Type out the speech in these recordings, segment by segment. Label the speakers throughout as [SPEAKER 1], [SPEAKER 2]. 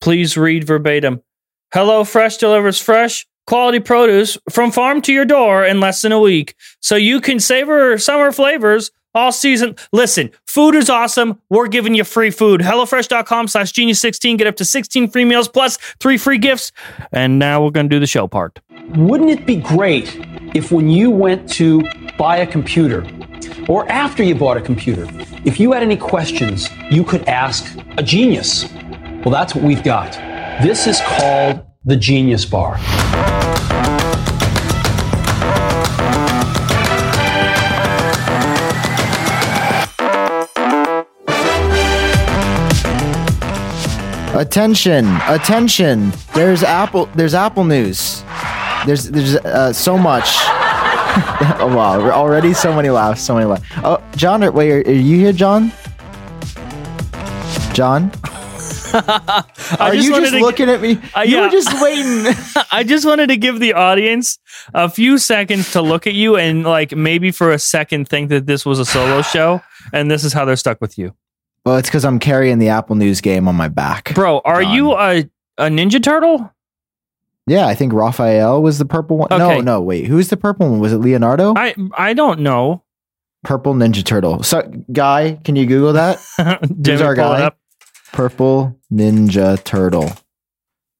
[SPEAKER 1] Please read verbatim. Hello Fresh delivers fresh, quality produce from farm to your door in less than a week. So you can savor summer flavors all season. Listen, food is awesome. We're giving you free food. HelloFresh.com slash genius16. Get up to 16 free meals plus three free gifts. And now we're going to do the show part.
[SPEAKER 2] Wouldn't it be great if when you went to buy a computer or after you bought a computer, if you had any questions, you could ask a genius? Well, that's what we've got. This is called the Genius Bar.
[SPEAKER 3] Attention, attention. There's Apple there's Apple news. There's there's uh, so much. oh wow, we're already so many laughs, so many laughs. Oh, John, are, wait, are, are you here, John? John?
[SPEAKER 1] I
[SPEAKER 3] Are you
[SPEAKER 1] wanted
[SPEAKER 3] just
[SPEAKER 1] to-
[SPEAKER 3] looking at me?
[SPEAKER 1] Uh,
[SPEAKER 3] You
[SPEAKER 1] yeah.
[SPEAKER 3] were just waiting.
[SPEAKER 1] I just wanted to give the audience a few seconds to look at you and like maybe for a second think that this was a solo show and this is how they're stuck with you.
[SPEAKER 3] well, it's because I'm carrying the Apple News game on my back.
[SPEAKER 1] Bro, are
[SPEAKER 3] Done.
[SPEAKER 1] you a, a Ninja Turtle?
[SPEAKER 3] Yeah, I think Raphael was the purple one.
[SPEAKER 1] Okay.
[SPEAKER 3] No, no, wait. Who's the purple one? Was it Leonardo?
[SPEAKER 1] I I don't know.
[SPEAKER 3] purple Ninja Turtle. So, guy, can you Google that?
[SPEAKER 1] Who's
[SPEAKER 3] our guy? purple Ninja Turtle.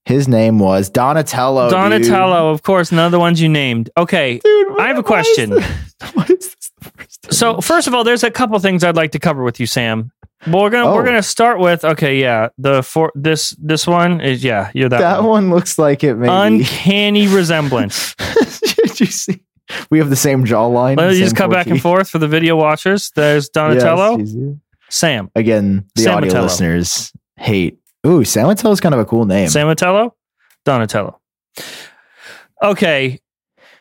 [SPEAKER 3] His name was Donatello.
[SPEAKER 1] Donatello, of course, none of the ones you named. Okay.
[SPEAKER 3] Dude, Dude,
[SPEAKER 1] I have a
[SPEAKER 3] why is
[SPEAKER 1] question.
[SPEAKER 3] this- why is this the first thing?
[SPEAKER 1] So first of all, there's a couple things I'd like to cover with you, Sam. Well, we're gonna
[SPEAKER 3] Oh.
[SPEAKER 1] we're gonna start with okay, yeah. The for this this one is yeah, you're that,
[SPEAKER 3] that
[SPEAKER 1] one.
[SPEAKER 3] one looks like it maybe.
[SPEAKER 1] Uncanny resemblance.
[SPEAKER 3] Did you see? We have the same jawline.
[SPEAKER 1] Let's
[SPEAKER 3] the
[SPEAKER 1] just
[SPEAKER 3] same
[SPEAKER 1] come
[SPEAKER 3] four
[SPEAKER 1] back and
[SPEAKER 3] teeth.
[SPEAKER 1] forth for the video watchers. There's
[SPEAKER 3] Yes,
[SPEAKER 1] Donatello,
[SPEAKER 3] you see?
[SPEAKER 1] Sam,
[SPEAKER 3] Again, the audio
[SPEAKER 1] Samatello.
[SPEAKER 3] listeners hate. Ooh, Samatello is kind of a cool name.
[SPEAKER 1] Samatello, Donatello. Okay,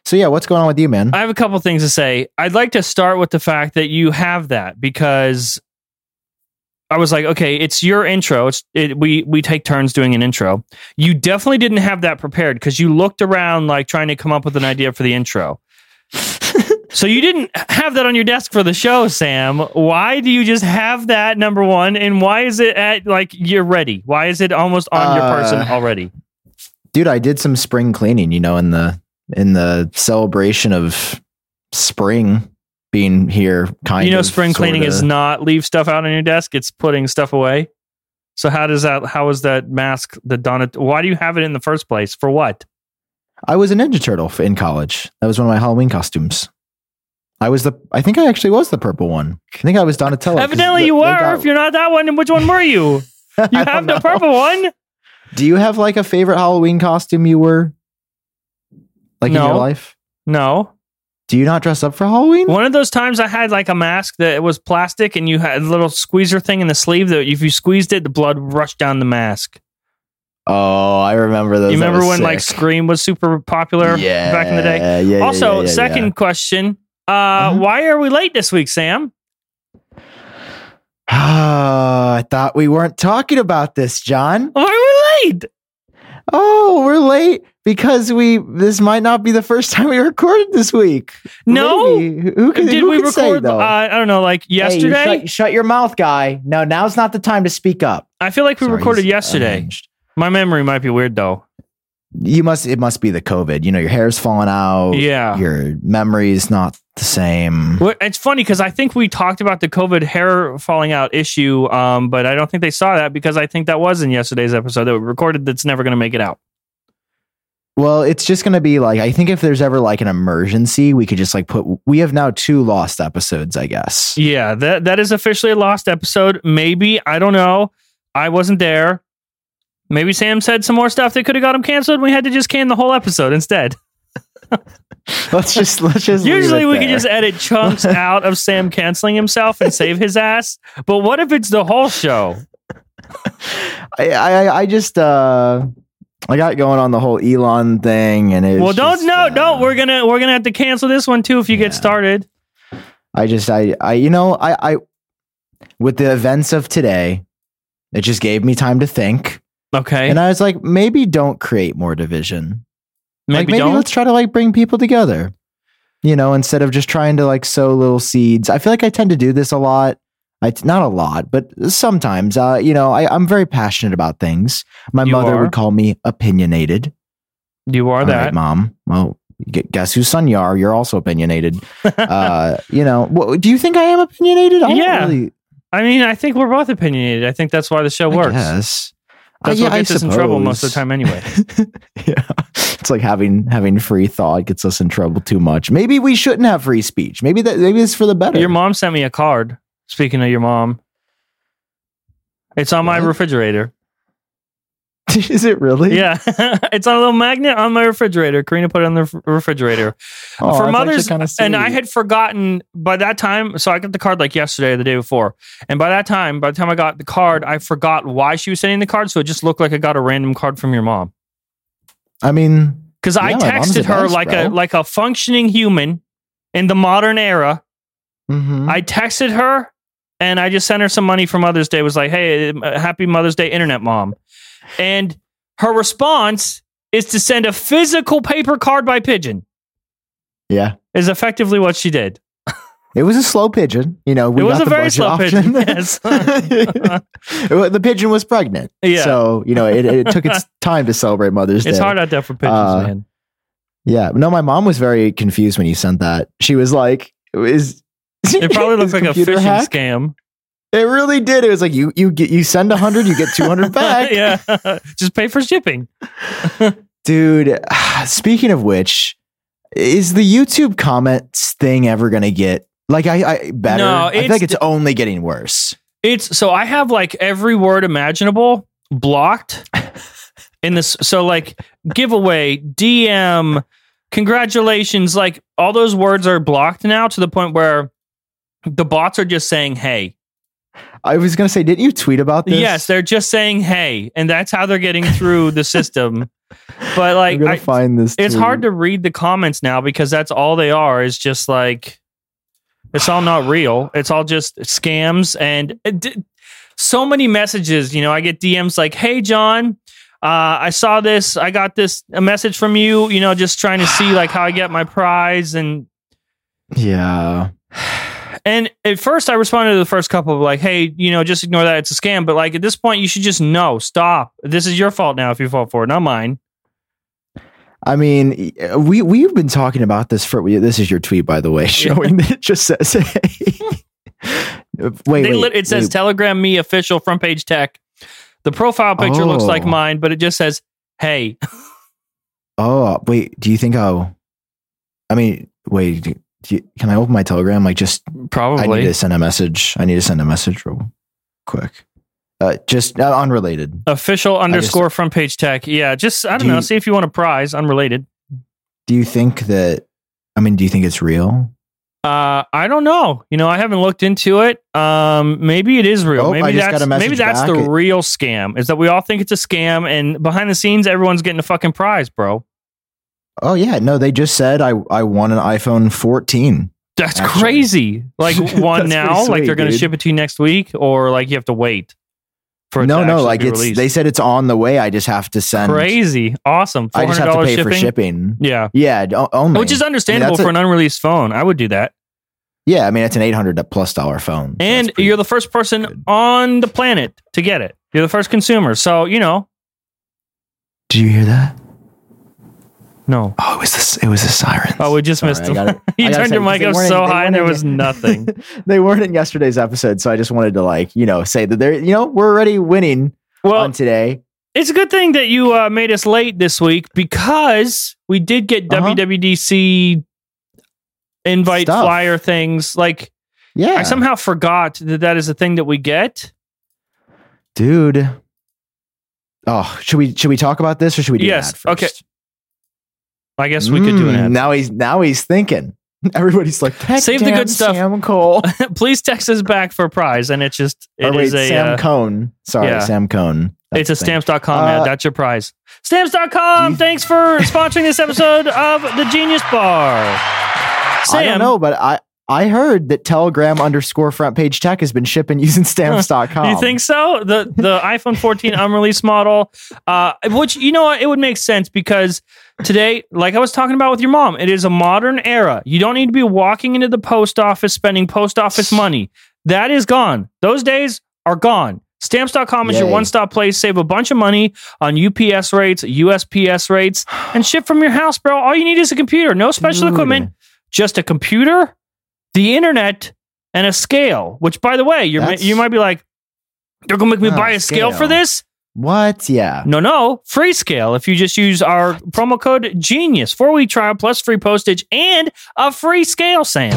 [SPEAKER 3] so yeah, what's going on with you, man?
[SPEAKER 1] I have a couple things to say. I'd like to start with the fact that you have that because I was like, okay, it's your intro. It's it, we we take turns doing an intro. You definitely didn't have that prepared because you looked around like trying to come up with an idea for the intro. so you didn't have that on your desk for the show, Sam. Why do you just have that number one? And why is it at like you're ready? Why is it almost on your person
[SPEAKER 3] Uh,
[SPEAKER 1] already?
[SPEAKER 3] dude i did some spring cleaning you know in the in the celebration of spring being here kind
[SPEAKER 1] you know
[SPEAKER 3] of,
[SPEAKER 1] spring cleaning
[SPEAKER 3] sorta.
[SPEAKER 1] is not leave stuff out on your desk it's putting stuff away so how does that how is that mask the donut why do you have it in the first place for what
[SPEAKER 3] i was a ninja turtle f- in college that was one of my halloween costumes i was the i think i actually was the purple one i think i was donatello Oh, 'cause
[SPEAKER 1] evidently
[SPEAKER 3] th-
[SPEAKER 1] you
[SPEAKER 3] they
[SPEAKER 1] were
[SPEAKER 3] got-
[SPEAKER 1] if you're not that one then which one were you you
[SPEAKER 3] I don't
[SPEAKER 1] have the
[SPEAKER 3] know.
[SPEAKER 1] purple one
[SPEAKER 3] do you have like a favorite halloween costume you were like in
[SPEAKER 1] No.
[SPEAKER 3] your life
[SPEAKER 1] no
[SPEAKER 3] do you not dress up for halloween
[SPEAKER 1] one of those times i had like a mask that was plastic and you had a little squeezer thing in the sleeve that if you squeezed it the blood rushed down the mask
[SPEAKER 3] oh i remember those
[SPEAKER 1] you
[SPEAKER 3] That
[SPEAKER 1] remember
[SPEAKER 3] was
[SPEAKER 1] when like
[SPEAKER 3] sick.
[SPEAKER 1] scream was super popular
[SPEAKER 3] yeah,
[SPEAKER 1] back in the day
[SPEAKER 3] yeah, yeah, yeah,
[SPEAKER 1] also
[SPEAKER 3] yeah, yeah.
[SPEAKER 1] second question uh
[SPEAKER 3] Mhm.
[SPEAKER 1] why are we late this week sam
[SPEAKER 3] Ah, I thought we weren't talking about this, John.
[SPEAKER 1] why are we late
[SPEAKER 3] Oh, we're late because we this might not be the first time we recorded this week.
[SPEAKER 1] No?
[SPEAKER 3] Maybe. who who could,
[SPEAKER 1] Did
[SPEAKER 3] who
[SPEAKER 1] we
[SPEAKER 3] could
[SPEAKER 1] record?
[SPEAKER 3] say though?
[SPEAKER 1] uh, I don't know, like
[SPEAKER 3] Hey, you
[SPEAKER 1] yesterday.
[SPEAKER 3] shut, shut your mouth, guy. No, now's not the time to speak up.
[SPEAKER 1] I feel like we
[SPEAKER 3] Sorry,
[SPEAKER 1] recorded
[SPEAKER 3] he's
[SPEAKER 1] yesterday.
[SPEAKER 3] unhinged.
[SPEAKER 1] My memory might be weird though.
[SPEAKER 3] You must. It must be the COVID. You know, your hair's falling out.
[SPEAKER 1] yeah.
[SPEAKER 3] your memory's not the same.
[SPEAKER 1] Well, It's funny because I think we talked about the COVID hair falling out issue, um, but I don't think they saw that because I think that was in yesterday's episode that we recorded. That's never going to make it out.
[SPEAKER 3] Well, it's just going to be like I think if there's ever like an emergency, we could just like put. We have now two lost episodes, I guess.
[SPEAKER 1] Yeah, that that is officially a lost episode. Maybe I don't know. I wasn't there. Maybe Sam said some more stuff that could have got him canceled. and We had to just can the whole episode instead.
[SPEAKER 3] let's just let's just leave
[SPEAKER 1] Usually
[SPEAKER 3] it
[SPEAKER 1] we can
[SPEAKER 3] there.
[SPEAKER 1] just edit chunks out of Sam canceling himself and save his ass. But what if it's the whole show?
[SPEAKER 3] I, I I just uh I got going on the whole Elon thing and it
[SPEAKER 1] well,
[SPEAKER 3] was
[SPEAKER 1] don't
[SPEAKER 3] just,
[SPEAKER 1] no,
[SPEAKER 3] uh,
[SPEAKER 1] don't. We're gonna we're gonna have to cancel this one too if you
[SPEAKER 3] Yeah.
[SPEAKER 1] get started.
[SPEAKER 3] I just I I you know I I with the events of today it just gave me time to think
[SPEAKER 1] Okay,
[SPEAKER 3] and I was like maybe don't create more division
[SPEAKER 1] maybe,
[SPEAKER 3] like maybe
[SPEAKER 1] don't.
[SPEAKER 3] let's try to like bring people together you know instead of just trying to like sow little seeds I feel like I tend to do this a lot I, not a lot, but sometimes, uh, you know, I, I'm very passionate about things. My
[SPEAKER 1] You
[SPEAKER 3] mother
[SPEAKER 1] are?
[SPEAKER 3] would call me opinionated.
[SPEAKER 1] You are
[SPEAKER 3] All right,
[SPEAKER 1] that.
[SPEAKER 3] mom. Well, gu- guess whose son you are? You're also opinionated. uh, you know, wh- do you think I am opinionated? I don't
[SPEAKER 1] Yeah,
[SPEAKER 3] really,
[SPEAKER 1] I mean, I think we're both opinionated. I think that's why the show
[SPEAKER 3] I
[SPEAKER 1] works.
[SPEAKER 3] guess. Uh,
[SPEAKER 1] That's
[SPEAKER 3] yeah,
[SPEAKER 1] what
[SPEAKER 3] I
[SPEAKER 1] gets us in trouble most of the
[SPEAKER 3] suppose.
[SPEAKER 1] time, anyway.
[SPEAKER 3] yeah, it's like having having free thought gets us in trouble too much. Maybe we shouldn't have free speech. Maybe that maybe it's for the better.
[SPEAKER 1] your mom sent me a card. Speaking of your mom, it's on my
[SPEAKER 3] What?
[SPEAKER 1] refrigerator.
[SPEAKER 3] Is it really?
[SPEAKER 1] Yeah, it's on a little magnet on my refrigerator. Karina put it on the ref- refrigerator.
[SPEAKER 3] Oh,
[SPEAKER 1] for mothers-
[SPEAKER 3] kind of
[SPEAKER 1] and I had forgotten by that time. So I got the card like yesterday or the day before. And by that time, by the time I got the card, I forgot why she was sending the card. So it just looked like I got a random card from your mom.
[SPEAKER 3] I mean,
[SPEAKER 1] Because I
[SPEAKER 3] Yeah, my mom's the
[SPEAKER 1] texted her
[SPEAKER 3] best,
[SPEAKER 1] like a
[SPEAKER 3] bro.
[SPEAKER 1] like a functioning human in the modern era.
[SPEAKER 3] mhm.
[SPEAKER 1] I texted her and I just sent her some money for Mother's Day. Was like, hey, uh, happy Mother's Day, Internet Mom. And her response is to send a physical paper card by pigeon.
[SPEAKER 3] yeah.
[SPEAKER 1] Is effectively what she did.
[SPEAKER 3] It was a slow pigeon. You know, we
[SPEAKER 1] It was
[SPEAKER 3] got
[SPEAKER 1] a
[SPEAKER 3] the
[SPEAKER 1] very
[SPEAKER 3] budget
[SPEAKER 1] slow pigeon,
[SPEAKER 3] option.
[SPEAKER 1] yes. Uh-huh.
[SPEAKER 3] It wa- the pigeon was pregnant.
[SPEAKER 1] Yeah.
[SPEAKER 3] So, you know, it, it took its time to celebrate Mother's Day.
[SPEAKER 1] It's hard out there for pigeons,
[SPEAKER 3] Uh,
[SPEAKER 1] man.
[SPEAKER 3] Yeah. No, my mom was very confused when you sent that. She was like, is.
[SPEAKER 1] It probably looks
[SPEAKER 3] is
[SPEAKER 1] like a
[SPEAKER 3] computer
[SPEAKER 1] phishing
[SPEAKER 3] hacked?
[SPEAKER 1] scam.
[SPEAKER 3] It really did. It was like you you get you send a hundred, you get two hundred back.
[SPEAKER 1] yeah. Just pay for shipping.
[SPEAKER 3] Dude, speaking of which, is the YouTube comments thing ever gonna get like I, I better?
[SPEAKER 1] No,
[SPEAKER 3] I feel
[SPEAKER 1] it's-
[SPEAKER 3] like it's only getting worse.
[SPEAKER 1] It's so I have like every word imaginable blocked in this. So like giveaway, DM, congratulations, like all those words are blocked now to the point where the bots are just saying hey.
[SPEAKER 3] I was gonna say, didn't you tweet about this?
[SPEAKER 1] Yes, they're just saying hey, and that's how they're getting through the system. But
[SPEAKER 3] I'm
[SPEAKER 1] like
[SPEAKER 3] gonna
[SPEAKER 1] I-
[SPEAKER 3] find this.
[SPEAKER 1] it's
[SPEAKER 3] tweet.
[SPEAKER 1] hard to read the comments now because that's all they are is just like it's all not real it's all just scams and uh, d- so many messages you know i get dms like hey john uh, i saw this i got this a message from you you know just trying to see like how i get my prize and
[SPEAKER 3] Yeah.
[SPEAKER 1] and at first i responded to the first couple of like hey you know just ignore that it's a scam but like at this point you should just know stop this is your fault now if you fall for it not mine
[SPEAKER 3] I mean, we we've been talking about this for. This is your tweet, by the way, showing that it just says. wait,
[SPEAKER 1] They
[SPEAKER 3] wait,
[SPEAKER 1] lit- it says
[SPEAKER 3] wait.
[SPEAKER 1] Telegram me official front page tech. The profile picture looks like
[SPEAKER 3] Oh.
[SPEAKER 1] mine, but it just says, "Hey."
[SPEAKER 3] oh, wait. Do you think I'll? I mean, wait. do- do you- can I open my Telegram? Like, just I need to send a message. I need to send a message real quick. Uh, just uh, unrelated.
[SPEAKER 1] official underscore front page tech. Yeah, just I don't
[SPEAKER 3] Do
[SPEAKER 1] know.
[SPEAKER 3] you-
[SPEAKER 1] see if you want a prize, unrelated.
[SPEAKER 3] Do you think that? I mean, do you think it's real?
[SPEAKER 1] Uh, I don't know. You know, I haven't looked into it. Um, maybe it is real.
[SPEAKER 3] Oh, I
[SPEAKER 1] maybe
[SPEAKER 3] just
[SPEAKER 1] that's
[SPEAKER 3] got a message
[SPEAKER 1] maybe that's the
[SPEAKER 3] back. It-
[SPEAKER 1] real scam. Is that we all think it's a scam, and behind the scenes, everyone's getting a fucking prize, bro.
[SPEAKER 3] Oh yeah, no. They just said I I won an iPhone 14.
[SPEAKER 1] That's
[SPEAKER 3] Actually.
[SPEAKER 1] crazy. Like
[SPEAKER 3] That's
[SPEAKER 1] one
[SPEAKER 3] pretty
[SPEAKER 1] now, like
[SPEAKER 3] sweet,
[SPEAKER 1] they're going to
[SPEAKER 3] dude.
[SPEAKER 1] ship it to you next week, or like you have to wait for it
[SPEAKER 3] no,
[SPEAKER 1] to
[SPEAKER 3] no,
[SPEAKER 1] actually
[SPEAKER 3] like
[SPEAKER 1] be
[SPEAKER 3] it's
[SPEAKER 1] released.
[SPEAKER 3] they said it's on the way. I just have to send.
[SPEAKER 1] crazy awesome
[SPEAKER 3] I just have to
[SPEAKER 1] $400
[SPEAKER 3] pay
[SPEAKER 1] shipping
[SPEAKER 3] for shipping.
[SPEAKER 1] yeah
[SPEAKER 3] Yeah, o- only.
[SPEAKER 1] which is understandable
[SPEAKER 3] that's a-
[SPEAKER 1] for an unreleased phone i would do that
[SPEAKER 3] yeah. I mean, it's an eight hundred plus dollar phone. so
[SPEAKER 1] and
[SPEAKER 3] that's pretty-
[SPEAKER 1] you're the first person
[SPEAKER 3] good.
[SPEAKER 1] on the planet to get it you're the first consumer so you know
[SPEAKER 3] Did you hear that?
[SPEAKER 1] no
[SPEAKER 3] Oh, it was this. It was the sirens.
[SPEAKER 1] oh we just missed
[SPEAKER 3] Sorry, I
[SPEAKER 1] it
[SPEAKER 3] gotta-
[SPEAKER 1] you
[SPEAKER 3] I gotta
[SPEAKER 1] turned
[SPEAKER 3] say,
[SPEAKER 1] your
[SPEAKER 3] 'cause
[SPEAKER 1] mic
[SPEAKER 3] they
[SPEAKER 1] up
[SPEAKER 3] weren't
[SPEAKER 1] so
[SPEAKER 3] in- they
[SPEAKER 1] high and
[SPEAKER 3] weren't
[SPEAKER 1] there
[SPEAKER 3] in-
[SPEAKER 1] was nothing
[SPEAKER 3] they weren't in yesterday's episode, so I just wanted to like you know say that they're you know we're already winning
[SPEAKER 1] well
[SPEAKER 3] on today.
[SPEAKER 1] it's a good thing that you uh, made us late this week because we did get
[SPEAKER 3] Uh-huh.
[SPEAKER 1] wwdc invite
[SPEAKER 3] Stuff.
[SPEAKER 1] flyer things like
[SPEAKER 3] Yeah,
[SPEAKER 1] i somehow forgot that that is a thing that we get
[SPEAKER 3] dude. Oh, should we should we talk about this or should we do
[SPEAKER 1] Yes,
[SPEAKER 3] an ad
[SPEAKER 1] okay.
[SPEAKER 3] first?
[SPEAKER 1] i guess we could do an
[SPEAKER 3] Mm,
[SPEAKER 1] ad
[SPEAKER 3] Now he's now he's thinking. Everybody's like, "Heck
[SPEAKER 1] Save the
[SPEAKER 3] damn,
[SPEAKER 1] good stuff."
[SPEAKER 3] Sam Cole.
[SPEAKER 1] please text us back for a prize and it's just
[SPEAKER 3] or
[SPEAKER 1] it
[SPEAKER 3] Oh, wait,
[SPEAKER 1] is a
[SPEAKER 3] Sam
[SPEAKER 1] uh,
[SPEAKER 3] Cohn. Sorry,
[SPEAKER 1] yeah.
[SPEAKER 3] Sam Cohn.
[SPEAKER 1] it's a
[SPEAKER 3] stamp.
[SPEAKER 1] stamps.com ad
[SPEAKER 3] Uh,
[SPEAKER 1] that's your prize stamps.com
[SPEAKER 3] you-
[SPEAKER 1] thanks for sponsoring this episode of the genius bar sam
[SPEAKER 3] I don't know, but I I heard that Telegram underscore front page tech has been shipping using stamps.com.
[SPEAKER 1] you think so the the iphone 14 unreleased model uh which you know what it would make sense because today like i was talking about with your mom it is a modern era you don't need to be walking into the post office spending post office money That is gone. Those days are gone. Stamps.com is your
[SPEAKER 3] Yay.
[SPEAKER 1] one stop place. Save a bunch of money on UPS rates, USPS rates, and ship from your house, bro. All you need is a computer, no special
[SPEAKER 3] Dude.
[SPEAKER 1] equipment, just a computer, the internet, and a scale. Which, by the way, you're,
[SPEAKER 3] That's-
[SPEAKER 1] you might be like, they're going to make me
[SPEAKER 3] Oh,
[SPEAKER 1] buy a scale. for
[SPEAKER 3] scale.
[SPEAKER 1] this?
[SPEAKER 3] What? Yeah.
[SPEAKER 1] No, no, free scale if you just use our promo code GENIUS. Four week trial plus free postage and a free scale, Sam.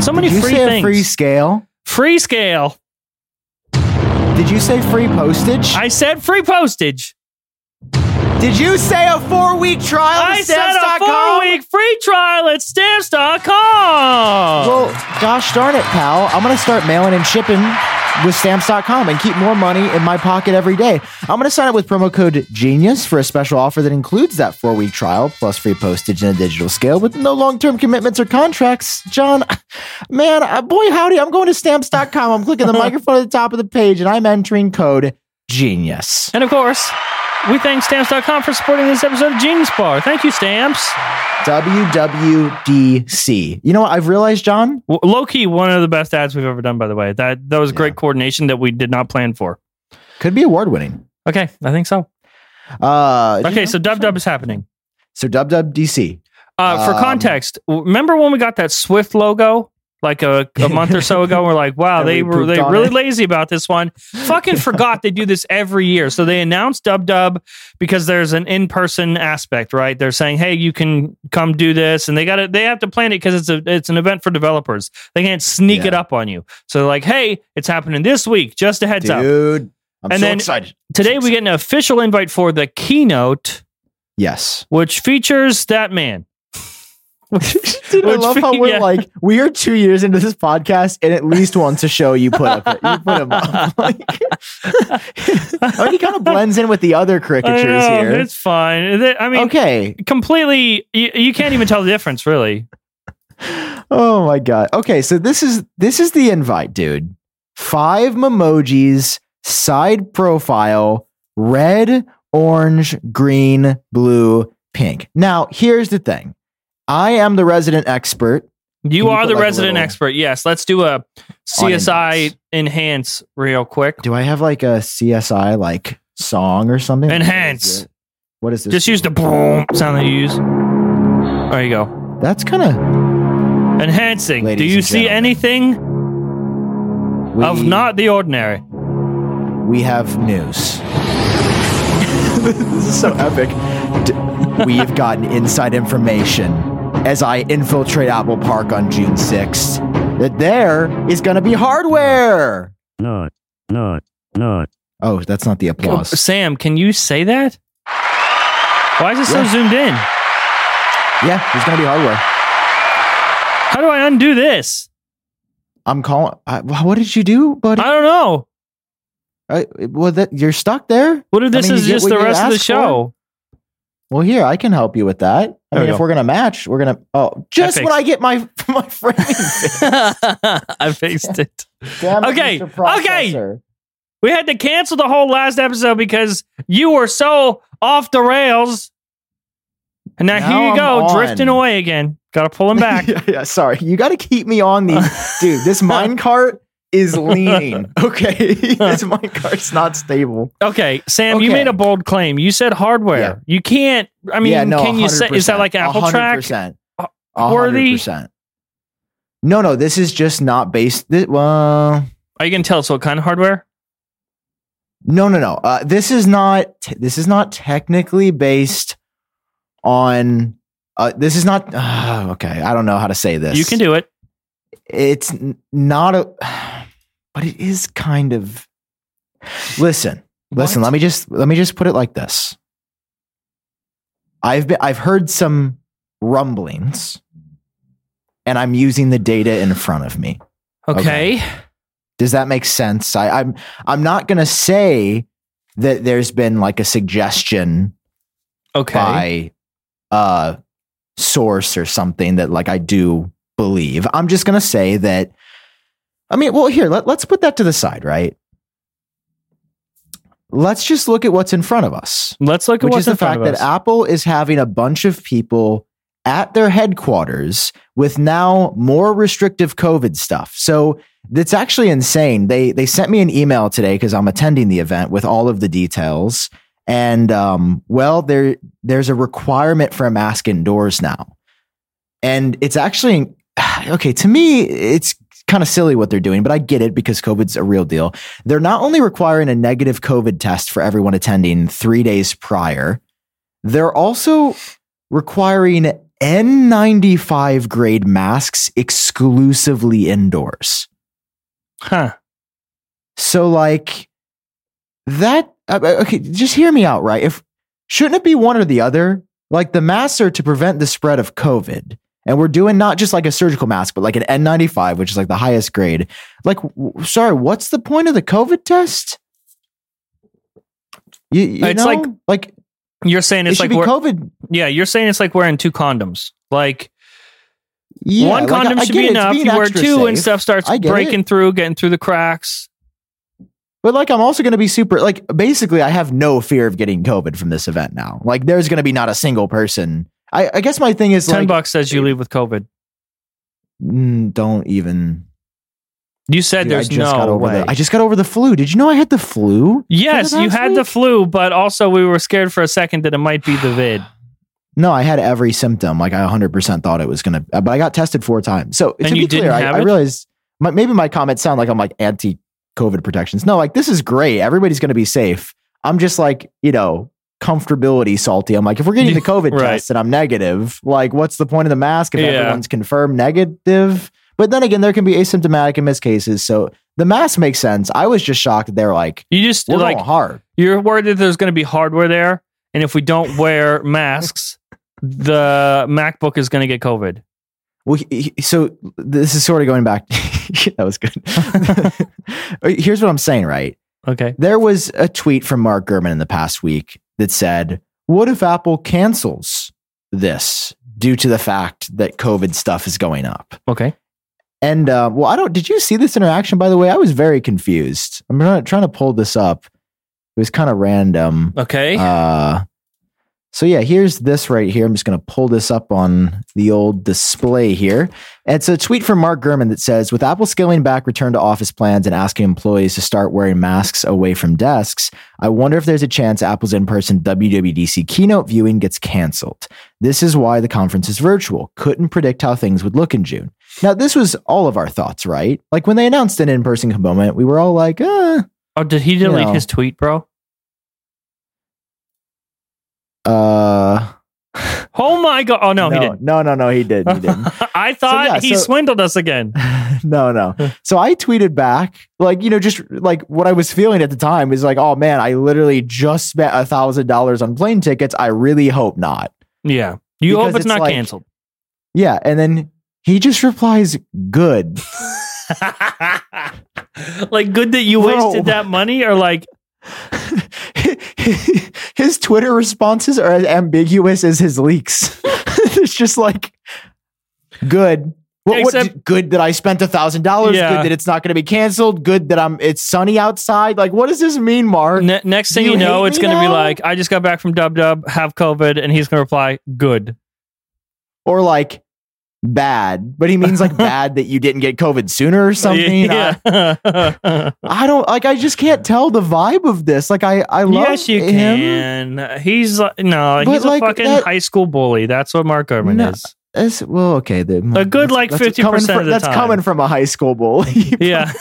[SPEAKER 1] So many
[SPEAKER 3] Did you
[SPEAKER 1] free
[SPEAKER 3] say
[SPEAKER 1] things.
[SPEAKER 3] a free scale?
[SPEAKER 1] free scale.
[SPEAKER 3] Did you say free postage?
[SPEAKER 1] I said free postage.
[SPEAKER 3] Did you say a four week trial? to
[SPEAKER 1] I said a
[SPEAKER 3] stamps.com?
[SPEAKER 1] four week free trial at stamps.com.
[SPEAKER 3] Well, gosh darn it, pal. I'm going to start mailing and shipping with stamps.com and keep more money in my pocket every day. I'm going to sign up with promo code GENIUS for a special offer that includes that four week trial plus free postage and a digital scale with no long term commitments or contracts. John, man, uh, boy, howdy. I'm going to stamps.com. I'm clicking the microphone at the top of the page and I'm entering code GENIUS.
[SPEAKER 1] and of course, we thank stamps.com for supporting this episode of Genius Bar. Thank you, Stamps.
[SPEAKER 3] WWDC. You know what I've realized, John?
[SPEAKER 1] W- Low key, one of the best ads we've ever done, by the way. That, that was great coordination that we did not plan for.
[SPEAKER 3] Could be award winning.
[SPEAKER 1] Okay, I think so.
[SPEAKER 3] Uh, did you
[SPEAKER 1] Okay,
[SPEAKER 3] know-
[SPEAKER 1] so Dub Dub is happening.
[SPEAKER 3] So WWDC.
[SPEAKER 1] Uh, for
[SPEAKER 3] Um,
[SPEAKER 1] context, w- remember when we got that Swift logo like a, a month or so ago? We're like, wow,
[SPEAKER 3] And
[SPEAKER 1] they
[SPEAKER 3] we
[SPEAKER 1] were they
[SPEAKER 3] pooped on
[SPEAKER 1] really
[SPEAKER 3] it.
[SPEAKER 1] lazy about this one. Fucking forgot they do this every year. So they announced Dub Dub because there's an in person aspect, right? They're saying, hey, you can come do this, and they got to they have to plan it because it's a it's an event for developers. They can't sneak
[SPEAKER 3] Yeah.
[SPEAKER 1] it up on you. So they're like, hey, it's happening this week. Just a heads up.
[SPEAKER 3] Dude, I'm
[SPEAKER 1] And
[SPEAKER 3] so
[SPEAKER 1] then-
[SPEAKER 3] excited.
[SPEAKER 1] Today we get an official invite for the keynote,
[SPEAKER 3] Yes.
[SPEAKER 1] which features that man.
[SPEAKER 3] Dude, I
[SPEAKER 1] Which
[SPEAKER 3] love how
[SPEAKER 1] fe-
[SPEAKER 3] we're
[SPEAKER 1] yeah.
[SPEAKER 3] like, we are two years into this podcast, and at least once a show you put up, you put him up. Like, I mean, he kind of blends in with the other
[SPEAKER 1] I
[SPEAKER 3] caricatures
[SPEAKER 1] know,
[SPEAKER 3] here.
[SPEAKER 1] It's fine. Th- I mean,
[SPEAKER 3] okay.
[SPEAKER 1] completely. You, you can't even tell the difference, really.
[SPEAKER 3] Oh my god. Okay, so this is this is the invite, dude. Five memojis, side profile, red, orange, green, blue, pink. Now, here's the thing. I am the resident expert
[SPEAKER 1] You
[SPEAKER 3] you
[SPEAKER 1] are
[SPEAKER 3] put,
[SPEAKER 1] the
[SPEAKER 3] like, a
[SPEAKER 1] resident
[SPEAKER 3] little-
[SPEAKER 1] expert. Yes, let's do a CSI
[SPEAKER 3] index.
[SPEAKER 1] enhance real quick.
[SPEAKER 3] Do I have like a CSI like song or something?
[SPEAKER 1] Enhance.
[SPEAKER 3] What is this?
[SPEAKER 1] Just use the boom sound that you use. There you go.
[SPEAKER 3] That's kind of
[SPEAKER 1] Enhancing.
[SPEAKER 3] Ladies
[SPEAKER 1] do you
[SPEAKER 3] and
[SPEAKER 1] see
[SPEAKER 3] gentlemen.
[SPEAKER 1] anything of not the ordinary?
[SPEAKER 3] We have news. this is so epic. D- We've gotten inside information as I infiltrate Apple Park on June 6th that there is going to be hardware.
[SPEAKER 4] No, no, no.
[SPEAKER 3] Oh, that's not the
[SPEAKER 1] Oh,
[SPEAKER 3] applause.
[SPEAKER 1] Sam, can you say that? Why is it so
[SPEAKER 3] Yeah.
[SPEAKER 1] zoomed in?
[SPEAKER 3] Yeah, there's going to be hardware.
[SPEAKER 1] How do I undo this?
[SPEAKER 3] I'm calling. I, what did you do, buddy?
[SPEAKER 1] I don't know.
[SPEAKER 3] I, well, that, you're stuck there.
[SPEAKER 1] What if
[SPEAKER 3] I
[SPEAKER 1] this
[SPEAKER 3] mean, you
[SPEAKER 1] is
[SPEAKER 3] get
[SPEAKER 1] just
[SPEAKER 3] what
[SPEAKER 1] the
[SPEAKER 3] you
[SPEAKER 1] rest of the
[SPEAKER 3] asked for.
[SPEAKER 1] show?
[SPEAKER 3] Well, here I can help you with that. I
[SPEAKER 1] There we
[SPEAKER 3] mean,
[SPEAKER 1] go.
[SPEAKER 3] if we're gonna match, we're gonna. Oh, just
[SPEAKER 1] fixed
[SPEAKER 3] when I get my my framing. fixed.
[SPEAKER 1] I fixed it.
[SPEAKER 3] Damn it,
[SPEAKER 1] Okay,
[SPEAKER 3] Mr.
[SPEAKER 1] okay.
[SPEAKER 3] Processor.
[SPEAKER 1] We had to cancel the whole last episode because you were so off the rails. And now,
[SPEAKER 3] Now
[SPEAKER 1] here you
[SPEAKER 3] I'm
[SPEAKER 1] go,
[SPEAKER 3] on.
[SPEAKER 1] drifting away again. Got to pull him back.
[SPEAKER 3] yeah, yeah, sorry. You got to keep me on the dude. This mine cart is leaning. Okay, this mine cart's not stable.
[SPEAKER 1] okay, Sam, you
[SPEAKER 3] Okay.
[SPEAKER 1] made a bold claim. You said hardware.
[SPEAKER 3] Yeah.
[SPEAKER 1] You can't. I mean,
[SPEAKER 3] yeah, no.
[SPEAKER 1] can you say is that like Apple Track?
[SPEAKER 3] percent
[SPEAKER 1] worthy?
[SPEAKER 3] percent. No, no. This is just not based. This, well,
[SPEAKER 1] Are you gonna tell us what kind of hardware?
[SPEAKER 3] No, no, no. Uh, this is not. T- this is not technically based on. Uh, this is not. ah, okay, I don't know how to say this.
[SPEAKER 1] You can do it.
[SPEAKER 3] It's n- not a. But it is kind of. Listen, listen.
[SPEAKER 1] What?
[SPEAKER 3] Let me just let me just put it like this. I've been I've heard some rumblings, and I'm using the data in front of me.
[SPEAKER 1] Okay.
[SPEAKER 3] Does that make sense? I, I'm I'm not gonna say that there's been like a suggestion
[SPEAKER 1] Okay.
[SPEAKER 3] by uh source or something that like I do believe. I'm just gonna say that I mean, well, here, let, let's put that to the side, right? Let's just look at what's in front of us
[SPEAKER 1] Let's look at
[SPEAKER 3] which
[SPEAKER 1] what's
[SPEAKER 3] is the
[SPEAKER 1] in front
[SPEAKER 3] fact
[SPEAKER 1] of
[SPEAKER 3] that
[SPEAKER 1] us.
[SPEAKER 3] Apple is having a bunch of people at their headquarters with now more restrictive COVID stuff. So that's actually insane. They they sent me an email today because I'm attending the event with all of the details. And um, well, there there's a requirement for a mask indoors now, and it's actually okay to me. It's kind of silly what they're doing, but I get it because COVID's a real deal. They're not only requiring a negative COVID test for everyone attending three days prior, they're also requiring N95 grade masks exclusively indoors.
[SPEAKER 1] Huh.
[SPEAKER 3] So, like, that, uh, okay, just hear me out, right? If, shouldn't it be one or the other? Like, the masks are to prevent the spread of COVID. And we're doing not just like a surgical mask, but like an N95, which is like the highest grade. Like, w- sorry, what's the point of the COVID test? You, you
[SPEAKER 1] It's
[SPEAKER 3] know?
[SPEAKER 1] like-
[SPEAKER 3] like
[SPEAKER 1] You're saying
[SPEAKER 3] it
[SPEAKER 1] it's
[SPEAKER 3] should
[SPEAKER 1] like
[SPEAKER 3] be
[SPEAKER 1] we're,
[SPEAKER 3] COVID.
[SPEAKER 1] yeah, you're saying it's like wearing two condoms. Like
[SPEAKER 3] Yeah,
[SPEAKER 1] one
[SPEAKER 3] like, I-
[SPEAKER 1] condom
[SPEAKER 3] I
[SPEAKER 1] should
[SPEAKER 3] get
[SPEAKER 1] be
[SPEAKER 3] it, it's
[SPEAKER 1] enough.
[SPEAKER 3] being
[SPEAKER 1] You wear
[SPEAKER 3] extra
[SPEAKER 1] two, and
[SPEAKER 3] safe.
[SPEAKER 1] stuff starts
[SPEAKER 3] I get
[SPEAKER 1] breaking
[SPEAKER 3] it.
[SPEAKER 1] through, getting through the cracks.
[SPEAKER 3] But like, I'm also going to be super. Like, basically, I have no fear of getting COVID from this event now. Like, there's going to be not a single person. I, I guess my thing is
[SPEAKER 1] Ten
[SPEAKER 3] like,
[SPEAKER 1] bucks says you leave with COVID.
[SPEAKER 3] mm, don't even.
[SPEAKER 1] You said
[SPEAKER 3] Dude,
[SPEAKER 1] there's
[SPEAKER 3] I just got
[SPEAKER 1] no
[SPEAKER 3] over
[SPEAKER 1] way.
[SPEAKER 3] The, I just got over the flu. Did you know I had the flu?
[SPEAKER 1] yes,
[SPEAKER 3] Was it
[SPEAKER 1] you
[SPEAKER 3] last
[SPEAKER 1] had the
[SPEAKER 3] week?
[SPEAKER 1] flu, but also we were scared for a second that it might be the vid.
[SPEAKER 3] No, I had every symptom. Like, I 100% thought it was going to. But I got tested four times. So
[SPEAKER 1] And
[SPEAKER 3] to
[SPEAKER 1] you
[SPEAKER 3] be
[SPEAKER 1] didn't
[SPEAKER 3] clear, I,
[SPEAKER 1] have
[SPEAKER 3] I
[SPEAKER 1] it?
[SPEAKER 3] realized my, maybe my comments sound like I'm like anti COVID protections. No, like this is great. Everybody's going to be safe. I'm just like you know comfortability salty. I'm like if we're getting the COVID
[SPEAKER 1] Right.
[SPEAKER 3] test and I'm negative, like what's the point of the mask if
[SPEAKER 1] Yeah.
[SPEAKER 3] everyone's confirmed negative? But then again, there can be asymptomatic and missed cases. So the mask makes sense. I was just shocked that they're like
[SPEAKER 1] You just
[SPEAKER 3] we're
[SPEAKER 1] like
[SPEAKER 3] going hard.
[SPEAKER 1] you're worried that there's going to be hardware there, and if we don't wear masks, the MacBook is going to get COVID.
[SPEAKER 3] Well, he- he- so this is sort of going back. that was good. Here's what I'm saying, right?
[SPEAKER 1] Okay.
[SPEAKER 3] There was a tweet from Mark Gurman in the past week that said, What if Apple cancels this due to the fact that COVID stuff is going up?
[SPEAKER 1] Okay.
[SPEAKER 3] And uh, well, I don't, did you see this interaction, by the way? I was very confused. I'm trying trying to pull this up. It was kind of random.
[SPEAKER 1] Okay.
[SPEAKER 3] Uh, so yeah, here's this right here. I'm just going to pull this up on the old display here. It's a tweet from Mark Gurman that says, "With Apple scaling back return to office plans and asking employees to start wearing masks away from desks, I wonder if there's a chance Apple's in-person WWDC keynote viewing gets canceled. This is why the conference is virtual. Couldn't predict how things would look in June." Now, this was all of our thoughts, right? Like when they announced an in-person component, we were all like, "Uh,
[SPEAKER 1] oh, did he delete
[SPEAKER 3] know.
[SPEAKER 1] his tweet, bro?
[SPEAKER 3] uh."
[SPEAKER 1] Oh my god! Oh no, he didn't.
[SPEAKER 3] No, no, no, he didn't. He didn't.
[SPEAKER 1] I thought
[SPEAKER 3] yeah,
[SPEAKER 1] he
[SPEAKER 3] so-
[SPEAKER 1] swindled us again.
[SPEAKER 3] no, no. So I tweeted back, like, you know, just like what I was feeling at the time is like, oh man, I literally just spent a thousand dollars on plane tickets. I really hope not.
[SPEAKER 1] Yeah. You
[SPEAKER 3] Because
[SPEAKER 1] hope it's,
[SPEAKER 3] it's
[SPEAKER 1] not
[SPEAKER 3] like-
[SPEAKER 1] canceled.
[SPEAKER 3] Yeah. And then he just replies, good.
[SPEAKER 1] like good that you
[SPEAKER 3] Bro.
[SPEAKER 1] wasted that money, or like
[SPEAKER 3] his Twitter responses are as ambiguous as his leaks. it's just like, good. What, what-
[SPEAKER 1] Except-
[SPEAKER 3] good that I spent a thousand dollars.
[SPEAKER 1] Yeah.
[SPEAKER 3] Good that it's not going to be canceled. Good that I'm. It's sunny outside. Like, what does this mean, Mark?
[SPEAKER 1] Ne- next thing you,
[SPEAKER 3] You
[SPEAKER 1] know,
[SPEAKER 3] hate
[SPEAKER 1] it's
[SPEAKER 3] me
[SPEAKER 1] going to be
[SPEAKER 3] now?
[SPEAKER 1] like, I just got back from Dub Dub, have COVID, and he's going to reply, good.
[SPEAKER 3] or like bad, but he means like bad that you didn't get COVID sooner or something.
[SPEAKER 1] Yeah.
[SPEAKER 3] I, I don't like. I just can't tell the vibe of this. Like I, I love
[SPEAKER 1] yes, you
[SPEAKER 3] him.
[SPEAKER 1] can. He's like, no,
[SPEAKER 3] But
[SPEAKER 1] he's
[SPEAKER 3] like
[SPEAKER 1] a fucking
[SPEAKER 3] that-
[SPEAKER 1] high school bully. That's what Mark Gurman
[SPEAKER 3] No.
[SPEAKER 1] is.
[SPEAKER 3] That's- well, okay. The, hmm,
[SPEAKER 1] A good, like,
[SPEAKER 3] that's coming
[SPEAKER 1] 50%
[SPEAKER 3] from-
[SPEAKER 1] of the
[SPEAKER 3] That's
[SPEAKER 1] time.
[SPEAKER 3] coming from a high school bully.
[SPEAKER 1] Yeah.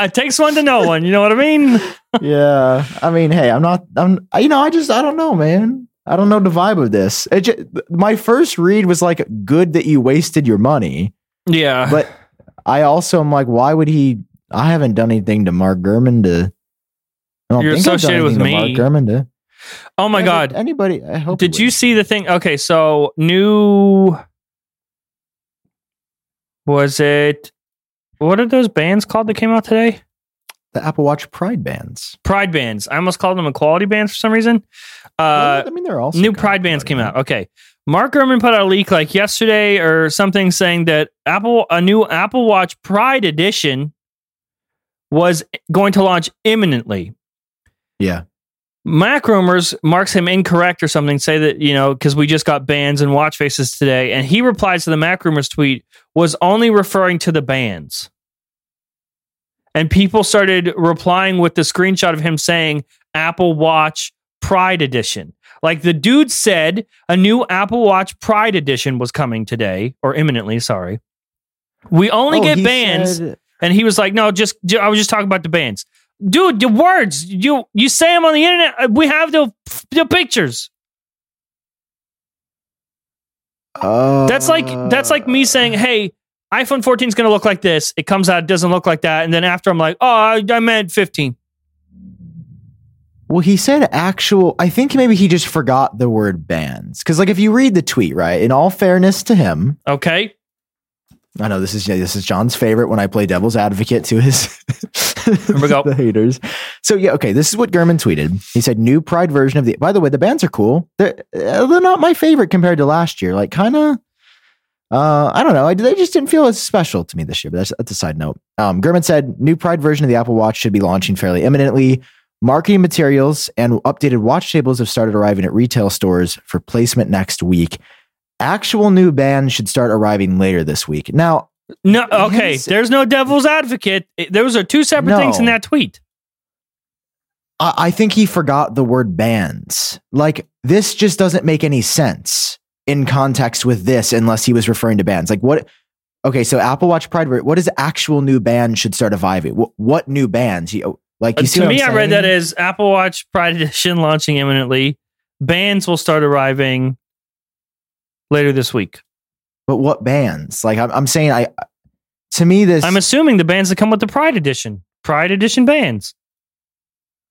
[SPEAKER 1] it takes one to know one. You know what I mean?
[SPEAKER 3] yeah. I mean, hey, I'm not. I'm. I- You know, I just. I don't know, man. I don't know the vibe of this. It just, my first read was like, "Good that you wasted your money,"
[SPEAKER 1] Yeah.
[SPEAKER 3] but I also am like, "Why would he?" I haven't done anything to Mark Gurman to. I don't
[SPEAKER 1] You're
[SPEAKER 3] think I've done
[SPEAKER 1] associated with
[SPEAKER 3] anything to
[SPEAKER 1] me.
[SPEAKER 3] Mark Gurman to.
[SPEAKER 1] oh my
[SPEAKER 3] Any-
[SPEAKER 1] God.
[SPEAKER 3] Anybody? I hope.
[SPEAKER 1] Did
[SPEAKER 3] it
[SPEAKER 1] you
[SPEAKER 3] was.
[SPEAKER 1] see the thing? Okay, so new was it? What are those bands called that came out today?
[SPEAKER 3] the Apple Watch Pride bands?
[SPEAKER 1] Pride bands. I almost called them equality bands for some reason. Uh,
[SPEAKER 3] Well, I mean, they're also
[SPEAKER 1] new
[SPEAKER 3] kind of
[SPEAKER 1] Pride bands
[SPEAKER 3] Pride
[SPEAKER 1] came
[SPEAKER 3] bands.
[SPEAKER 1] out. Okay, Mark Gurman put out a leak like yesterday or something saying that Apple a new Apple Watch Pride edition was going to launch imminently.
[SPEAKER 3] Yeah.
[SPEAKER 1] Mac rumors marks him incorrect or something. Say that you know because we just got bans and watch faces today, and he replies to the Mac rumors tweet was only referring to the bans, and people started replying with the screenshot of him saying Apple Watch Pride Edition. Like the dude said, a new Apple Watch Pride Edition was coming today or imminently. Sorry, we only
[SPEAKER 3] Oh,
[SPEAKER 1] get
[SPEAKER 3] he
[SPEAKER 1] bans.
[SPEAKER 3] said-
[SPEAKER 1] And he was like, "No, just ju- I was just talking about the bands, dude. The words you you say them on the internet. uh, We have the the pictures. That's like that's like
[SPEAKER 3] uh,
[SPEAKER 1] me saying, hey, iPhone 14 is going to look like this. It comes out, it doesn't look like that, and then after I'm like, oh, I, I meant 15.
[SPEAKER 3] Well, he said actual. I think maybe he just forgot the word bans. Because, like, if you read the tweet, right? In all fairness to him,
[SPEAKER 1] Okay,
[SPEAKER 3] I know this is yeah, this is John's favorite when I play devil's advocate to his
[SPEAKER 1] we go.
[SPEAKER 3] the haters. So yeah, okay. This is what Gurman tweeted. He said, "New Pride version of the." By the way, the bans are cool. They're uh, they're not my favorite compared to last year. Like, kind of. Uh, I don't know. I, they just didn't feel as special to me this year. But that's, that's a side note. Um, Gurman said, "New Pride version of the Apple Watch should be launching fairly imminently. Marketing materials and updated watch tables have started arriving at retail stores for placement next week." Actual new bans should start arriving later this week. Now,
[SPEAKER 1] no, okay.
[SPEAKER 3] Yes.
[SPEAKER 1] There's no devil's advocate. It- Those are two separate
[SPEAKER 3] No.
[SPEAKER 1] things in that tweet.
[SPEAKER 3] I, I think he forgot the word bands. Like this just doesn't make any sense in context with this unless he was referring to bands. Like what okay, so Apple Watch Pride, what is actual new band should start arriving? What what new bands? You- Like
[SPEAKER 1] Uh,
[SPEAKER 3] you see
[SPEAKER 1] to
[SPEAKER 3] what
[SPEAKER 1] me,
[SPEAKER 3] I'm
[SPEAKER 1] I read
[SPEAKER 3] saying?
[SPEAKER 1] that as Apple Watch Pride Edition launching imminently. Bands will start arriving later this week.
[SPEAKER 3] But what bands? Like I'm, I'm saying I to me this
[SPEAKER 1] I'm assuming the bands that come with the Pride Edition, Pride Edition bands.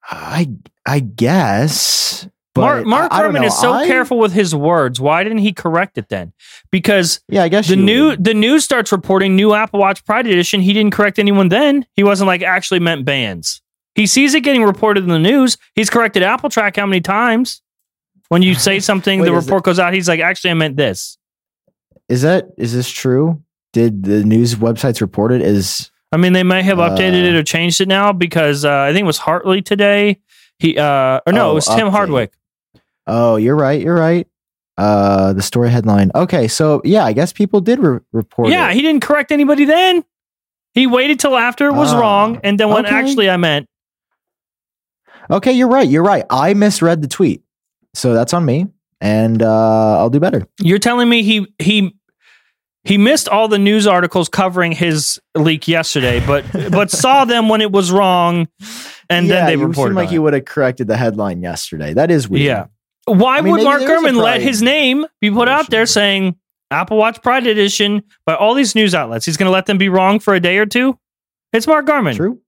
[SPEAKER 3] I I guess but
[SPEAKER 1] Mark, Mark
[SPEAKER 3] I, I don't
[SPEAKER 1] Herman
[SPEAKER 3] know.
[SPEAKER 1] is so
[SPEAKER 3] I-
[SPEAKER 1] careful with his words. Why didn't he correct it then? Because
[SPEAKER 3] Yeah, I guess
[SPEAKER 1] the
[SPEAKER 3] you
[SPEAKER 1] new
[SPEAKER 3] would.
[SPEAKER 1] the news starts reporting new Apple Watch Pride Edition. He didn't correct anyone then. He wasn't like actually meant bands. He sees it getting reported in the news. He's corrected Apple Track how many times? When you say something,
[SPEAKER 3] Wait,
[SPEAKER 1] the
[SPEAKER 3] is
[SPEAKER 1] report goes out. He's like, actually, I meant this.
[SPEAKER 3] Is that is this true? Did the news websites report it as
[SPEAKER 1] I mean, they may have updated
[SPEAKER 3] Uh,
[SPEAKER 1] it or changed it now because uh, I think it was Hartley today. He uh, or no,
[SPEAKER 3] Oh,
[SPEAKER 1] it was Tim
[SPEAKER 3] update.
[SPEAKER 1] Hardwick.
[SPEAKER 3] Oh, you're right. You're right. Uh, the story headline. Okay, so yeah, I guess people did re- report.
[SPEAKER 1] Yeah,
[SPEAKER 3] it.
[SPEAKER 1] he didn't correct anybody then. He waited till after it was
[SPEAKER 3] Ah,
[SPEAKER 1] wrong, and then when
[SPEAKER 3] okay.
[SPEAKER 1] actually I meant
[SPEAKER 3] okay, you're right. You're right. I misread the tweet, so that's on me, and uh, I'll do better.
[SPEAKER 1] you're telling me he he he missed all the news articles covering his leak yesterday, but but saw them when it was wrong, and
[SPEAKER 3] Yeah,
[SPEAKER 1] then they
[SPEAKER 3] you
[SPEAKER 1] reported.
[SPEAKER 3] seem like
[SPEAKER 1] on
[SPEAKER 3] you
[SPEAKER 1] it.
[SPEAKER 3] would have corrected the headline yesterday. That is weird.
[SPEAKER 1] Yeah. Why
[SPEAKER 3] I mean,
[SPEAKER 1] would
[SPEAKER 3] maybe
[SPEAKER 1] Mark
[SPEAKER 3] there is a
[SPEAKER 1] Gurman let
[SPEAKER 3] Pride
[SPEAKER 1] his name be put out there saying Apple Watch Pride Edition by all these news outlets? He's going to let them be wrong for a day or two. It's Mark Gurman.
[SPEAKER 3] True.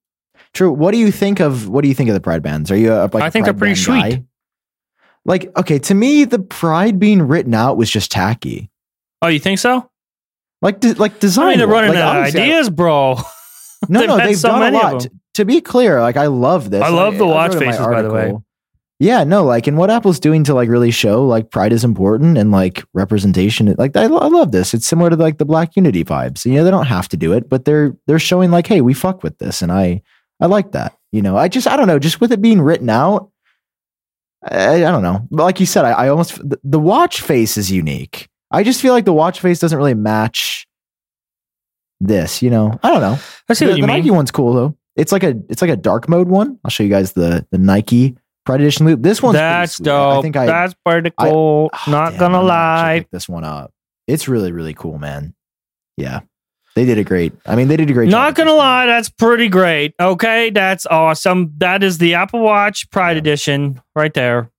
[SPEAKER 3] True. What do you think of what do you think of the pride bands? Are you a, like
[SPEAKER 1] I
[SPEAKER 3] a
[SPEAKER 1] think they're
[SPEAKER 3] Pride
[SPEAKER 1] pretty
[SPEAKER 3] band
[SPEAKER 1] sweet.
[SPEAKER 3] guy? Like okay, to me the pride being written out was just tacky.
[SPEAKER 1] Oh, you think so?
[SPEAKER 3] Like de- like design.
[SPEAKER 1] I mean, they're running
[SPEAKER 3] like,
[SPEAKER 1] out of
[SPEAKER 3] honestly, I-
[SPEAKER 1] ideas, bro.
[SPEAKER 3] No,
[SPEAKER 1] They've
[SPEAKER 3] no,
[SPEAKER 1] had
[SPEAKER 3] they've
[SPEAKER 1] so
[SPEAKER 3] done
[SPEAKER 1] many
[SPEAKER 3] a
[SPEAKER 1] of
[SPEAKER 3] lot.
[SPEAKER 1] them.
[SPEAKER 3] To be clear, like I love this.
[SPEAKER 1] I love the
[SPEAKER 3] wrote
[SPEAKER 1] watch
[SPEAKER 3] in my
[SPEAKER 1] faces, by the way.
[SPEAKER 3] article. Yeah, no, like, and what Apple's doing to like really show like pride is important and like representation. Like, I, lo- I love this. It's similar to like the Black Unity vibes. You know, they don't have to do it, but they're they're showing like, hey, we fuck with this, and I I like that. You know, I just I don't know, just with it being written out, I, I don't know. But like you said, I, I almost the, the watch face is unique. I just feel like the watch face doesn't really match this. You know, I don't know
[SPEAKER 1] I see
[SPEAKER 3] the,
[SPEAKER 1] what you
[SPEAKER 3] the
[SPEAKER 1] mean.
[SPEAKER 3] Nike one's cool though. It's like a it's like a dark mode one. I'll show you guys the the Nike Pride Edition loop. This one's pretty
[SPEAKER 1] That's
[SPEAKER 3] sweet.
[SPEAKER 1] dope.
[SPEAKER 3] I think I
[SPEAKER 1] That's pretty cool.
[SPEAKER 3] Ah,
[SPEAKER 1] Not
[SPEAKER 3] damn,
[SPEAKER 1] gonna
[SPEAKER 3] I'm actually
[SPEAKER 1] lie.
[SPEAKER 3] pick this one up. It's really really cool, man. Yeah, they did a great. I mean, they did a great. job
[SPEAKER 1] Not
[SPEAKER 3] with this
[SPEAKER 1] gonna
[SPEAKER 3] one.
[SPEAKER 1] lie, that's pretty great. Okay, that's awesome. That is the Apple Watch Pride
[SPEAKER 3] Yeah.
[SPEAKER 1] Edition right there.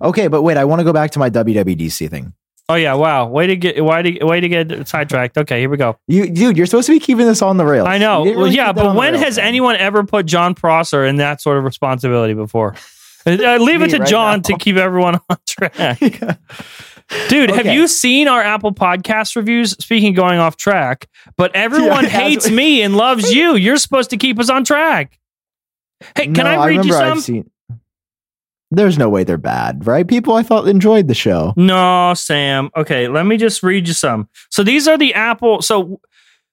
[SPEAKER 3] Okay, but wait, I want to go back to my WWDC thing.
[SPEAKER 1] Oh yeah, wow. Way to get way to way to get sidetracked. Okay, here we go.
[SPEAKER 3] You, dude, you're supposed to be keeping this on the rails.
[SPEAKER 1] I
[SPEAKER 3] You
[SPEAKER 1] know.
[SPEAKER 3] didn't
[SPEAKER 1] Well,
[SPEAKER 3] really
[SPEAKER 1] yeah,
[SPEAKER 3] keep that on
[SPEAKER 1] but
[SPEAKER 3] the
[SPEAKER 1] when
[SPEAKER 3] rails,
[SPEAKER 1] has
[SPEAKER 3] man.
[SPEAKER 1] anyone ever put John Prosser in that sort of responsibility before? Uh, leave
[SPEAKER 3] Me
[SPEAKER 1] it to
[SPEAKER 3] right
[SPEAKER 1] John
[SPEAKER 3] now.
[SPEAKER 1] to keep everyone on track. Dude, have
[SPEAKER 3] Okay.
[SPEAKER 1] you seen our Apple podcast reviews? Speaking of going off track, but everyone
[SPEAKER 3] Yeah, that's
[SPEAKER 1] hates
[SPEAKER 3] what-
[SPEAKER 1] me and loves you. You're supposed to keep us on track. Hey, can
[SPEAKER 3] No,
[SPEAKER 1] I read you
[SPEAKER 3] remember I've
[SPEAKER 1] some?
[SPEAKER 3] seen- There's no way they're bad, right? People I thought enjoyed the show.
[SPEAKER 1] No, Sam. Okay, let me just read you some. So these are the Apple. So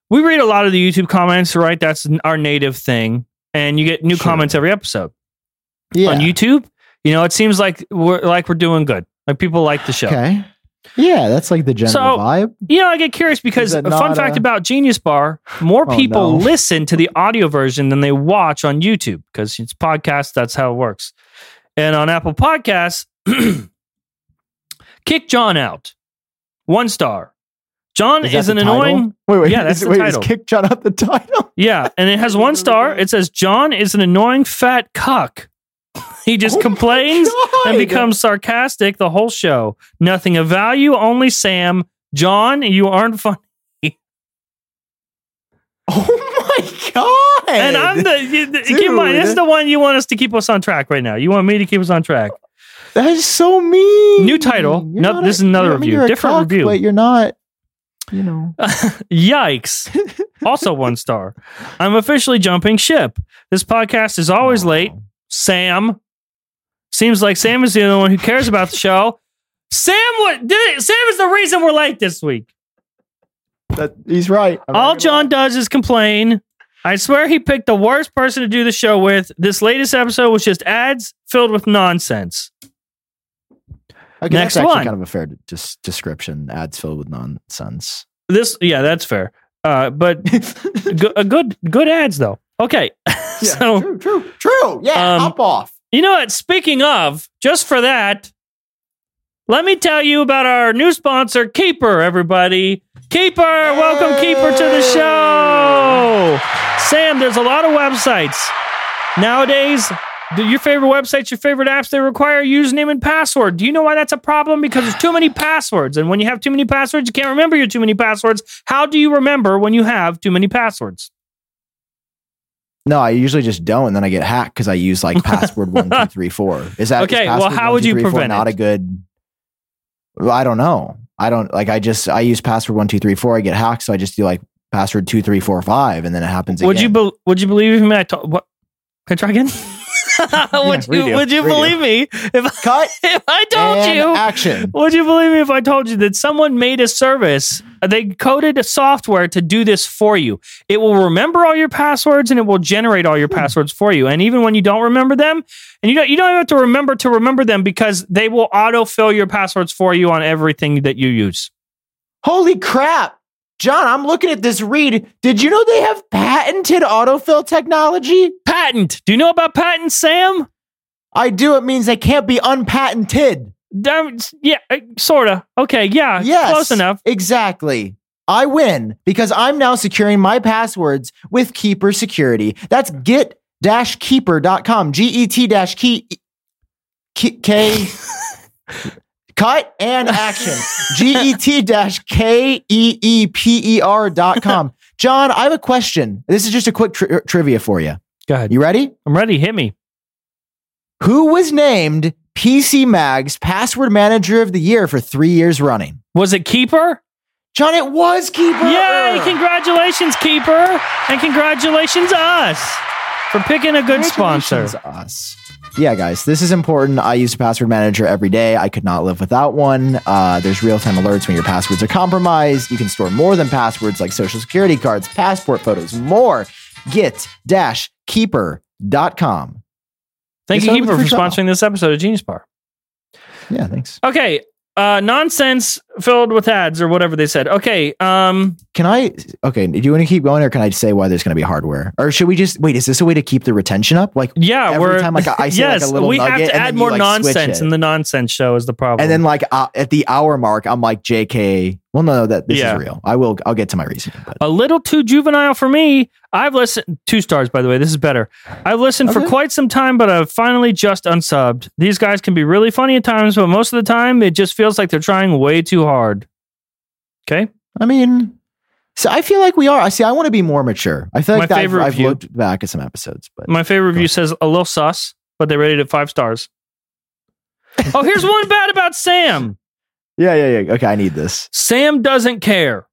[SPEAKER 1] we read a lot of the YouTube comments, right? That's n- our native thing. And you get new
[SPEAKER 3] Sure.
[SPEAKER 1] comments every episode.
[SPEAKER 3] Yeah,
[SPEAKER 1] On YouTube, You know, it seems like we're like we're doing good. Like people like the show.
[SPEAKER 3] Okay. Yeah, that's like the general
[SPEAKER 1] So,
[SPEAKER 3] vibe.
[SPEAKER 1] You know, I get curious because
[SPEAKER 3] Is
[SPEAKER 1] a
[SPEAKER 3] it
[SPEAKER 1] fun
[SPEAKER 3] not
[SPEAKER 1] fact
[SPEAKER 3] a-
[SPEAKER 1] about Genius Bar: more
[SPEAKER 3] Oh,
[SPEAKER 1] people
[SPEAKER 3] no.
[SPEAKER 1] listen to the audio version than they watch on YouTube because it's podcast. That's how it works. And on Apple Podcasts, kick John out. One star. John
[SPEAKER 3] Is
[SPEAKER 1] is,
[SPEAKER 3] that
[SPEAKER 1] an
[SPEAKER 3] the title?
[SPEAKER 1] annoying.
[SPEAKER 3] Wait, wait,
[SPEAKER 1] Yeah,
[SPEAKER 3] is-
[SPEAKER 1] that's the
[SPEAKER 3] wait,
[SPEAKER 1] title.
[SPEAKER 3] Is Kick John out the title?
[SPEAKER 1] Yeah, and it has one star. It says John is an annoying fat cuck. He just
[SPEAKER 3] Oh my
[SPEAKER 1] complains
[SPEAKER 3] God.
[SPEAKER 1] and becomes sarcastic the whole show. Nothing of value, only Sam. John, you aren't funny.
[SPEAKER 3] Oh my god!
[SPEAKER 1] And I'm the you, th- keep in mind this is
[SPEAKER 3] Dude.
[SPEAKER 1] the one you want us to keep us on track right now. You want me to keep us on track.
[SPEAKER 3] that is so mean.
[SPEAKER 1] New title.
[SPEAKER 3] You're
[SPEAKER 1] No,
[SPEAKER 3] not
[SPEAKER 1] this is another review.
[SPEAKER 3] you're a
[SPEAKER 1] Different
[SPEAKER 3] cuck,
[SPEAKER 1] review. Uh,
[SPEAKER 3] but you're not. You know.
[SPEAKER 1] Yikes. Also one star. I'm officially jumping ship. This podcast is always late. Sam. Seems like Sam is the only one who cares about the show. Sam what did Sam is the reason we're late this week.
[SPEAKER 3] That, he's right. I'm not
[SPEAKER 1] All
[SPEAKER 3] gonna
[SPEAKER 1] John does is complain. I swear he picked the worst person to do the show with. This latest episode was just ads filled with nonsense.
[SPEAKER 3] lie. Okay,
[SPEAKER 1] Next
[SPEAKER 3] that's actually
[SPEAKER 1] one.
[SPEAKER 3] kind of a fair de- just description. Ads filled with nonsense.
[SPEAKER 1] This, yeah, that's fair. Uh, but go- a good, good ads though. Okay, so
[SPEAKER 3] true, true, true. Yeah,
[SPEAKER 1] Um,
[SPEAKER 3] hop off.
[SPEAKER 1] you know what? Speaking of, just for that, let me tell you about our new sponsor, Keeper. Everybody, Keeper, welcome Keeper to the show. Sam, there's a lot of websites nowadays. Do your favorite websites, your favorite apps, they require username and password. Do you know why that's a problem? Because there's too many passwords. And when you have too many passwords, you can't remember your too many passwords. How do you remember when you have too many passwords?
[SPEAKER 3] No, I usually just don't, and then I get hacked because I use like password one two three four. Is that is
[SPEAKER 1] Okay, well,
[SPEAKER 3] password
[SPEAKER 1] how
[SPEAKER 3] one,
[SPEAKER 1] would
[SPEAKER 3] two,
[SPEAKER 1] you
[SPEAKER 3] three, four
[SPEAKER 1] prevent
[SPEAKER 3] Not
[SPEAKER 1] it?
[SPEAKER 3] a good. Well, I don't know. I don't like. I just I use password one two three four. I get hacked, so I just do like password two three four five, and then it happens.
[SPEAKER 1] Would you
[SPEAKER 3] again.
[SPEAKER 1] be, would you believe me? I to- what? Can I try again? would you
[SPEAKER 3] redo,
[SPEAKER 1] would you
[SPEAKER 3] redo.
[SPEAKER 1] believe me if,
[SPEAKER 3] cut?
[SPEAKER 1] if I told
[SPEAKER 3] and
[SPEAKER 1] you?
[SPEAKER 3] action.
[SPEAKER 1] Would you believe me if I told you that someone made a service? uh, They coded a software to do this for you. It will remember all your passwords and it will generate all your passwords for you. And even when you don't remember them, and you don't, you don't even have to remember to remember them because they will autofill your passwords for you on everything that you use.
[SPEAKER 3] Holy crap, John! I'm looking at this read. Did you know they have patented autofill technology?
[SPEAKER 1] Patent. Do you know about patent, Sam?
[SPEAKER 3] I do. It means they can't be unpatented.
[SPEAKER 1] Um, yeah, sort of. Okay, yeah,
[SPEAKER 3] Yes.
[SPEAKER 1] Uh, close enough.
[SPEAKER 3] Exactly. I win because I'm now securing my passwords with Keeper Security. That's
[SPEAKER 1] Mm.
[SPEAKER 3] get keeper.com. G E T dash key K- K- cut and action. G E T dash K E E P E R dot com. John, I have a question. This is just a quick tri- trivia for you.
[SPEAKER 1] Go ahead.
[SPEAKER 3] You ready?
[SPEAKER 1] I'm ready. Hit me.
[SPEAKER 3] Who was named PC Mag's Password Manager of the Year for three years running?
[SPEAKER 1] Was it Keeper?
[SPEAKER 3] John, it was Keeper. uh.
[SPEAKER 1] Yay! Congratulations, Keeper, and congratulations us for picking a good sponsor.
[SPEAKER 3] Congratulations, Us. Yeah, guys, this is important. I use a password manager every day. I could not live without one. Uh, there's real time alerts when your passwords are compromised. You can store more than passwords like social security cards, passport photos, more. Get dash keeper.com.
[SPEAKER 1] Thank you,
[SPEAKER 3] Yes, I would
[SPEAKER 1] Keeper, for
[SPEAKER 3] think so.
[SPEAKER 1] sponsoring this episode of Genius Bar.
[SPEAKER 3] Yeah, thanks.
[SPEAKER 1] Okay, uh, nonsense filled with ads or whatever they said. Okay, um,
[SPEAKER 3] Can I? Okay, do you want to keep going or can I say why there's going to be hardware? Or should we just wait? Is this a way to keep the retention up? Like,
[SPEAKER 1] yeah,
[SPEAKER 3] Every
[SPEAKER 1] we're
[SPEAKER 3] time, like, I say, like, a
[SPEAKER 1] yes,
[SPEAKER 3] little
[SPEAKER 1] we have
[SPEAKER 3] nugget
[SPEAKER 1] to
[SPEAKER 3] and
[SPEAKER 1] add
[SPEAKER 3] then you,
[SPEAKER 1] more
[SPEAKER 3] like, switch
[SPEAKER 1] nonsense,
[SPEAKER 3] it.
[SPEAKER 1] and the nonsense show is the problem.
[SPEAKER 3] and then like uh, at the hour mark, I'm like, JK. Well, no, no, that this
[SPEAKER 1] Yeah.
[SPEAKER 3] is real. I will. I'll get to my reason. but-
[SPEAKER 1] a little too juvenile for me. I've listened two stars, by the way. This is better. I've listened for
[SPEAKER 3] Okay.
[SPEAKER 1] quite some time, but I've finally just unsubbed. These guys can be really funny at times, but most of the time, it just feels like they're trying way too hard. Okay,
[SPEAKER 3] I mean, so I feel like we are. I see. I want to be more mature. I feel
[SPEAKER 1] My
[SPEAKER 3] like that I've,
[SPEAKER 1] favorite
[SPEAKER 3] I've
[SPEAKER 1] view-
[SPEAKER 3] looked back at some episodes, but
[SPEAKER 1] my favorite review says a little sus, but they rated it five stars. oh, here's one bad about Sam.
[SPEAKER 3] yeah, yeah, yeah. Okay, I need this.
[SPEAKER 1] Sam doesn't care.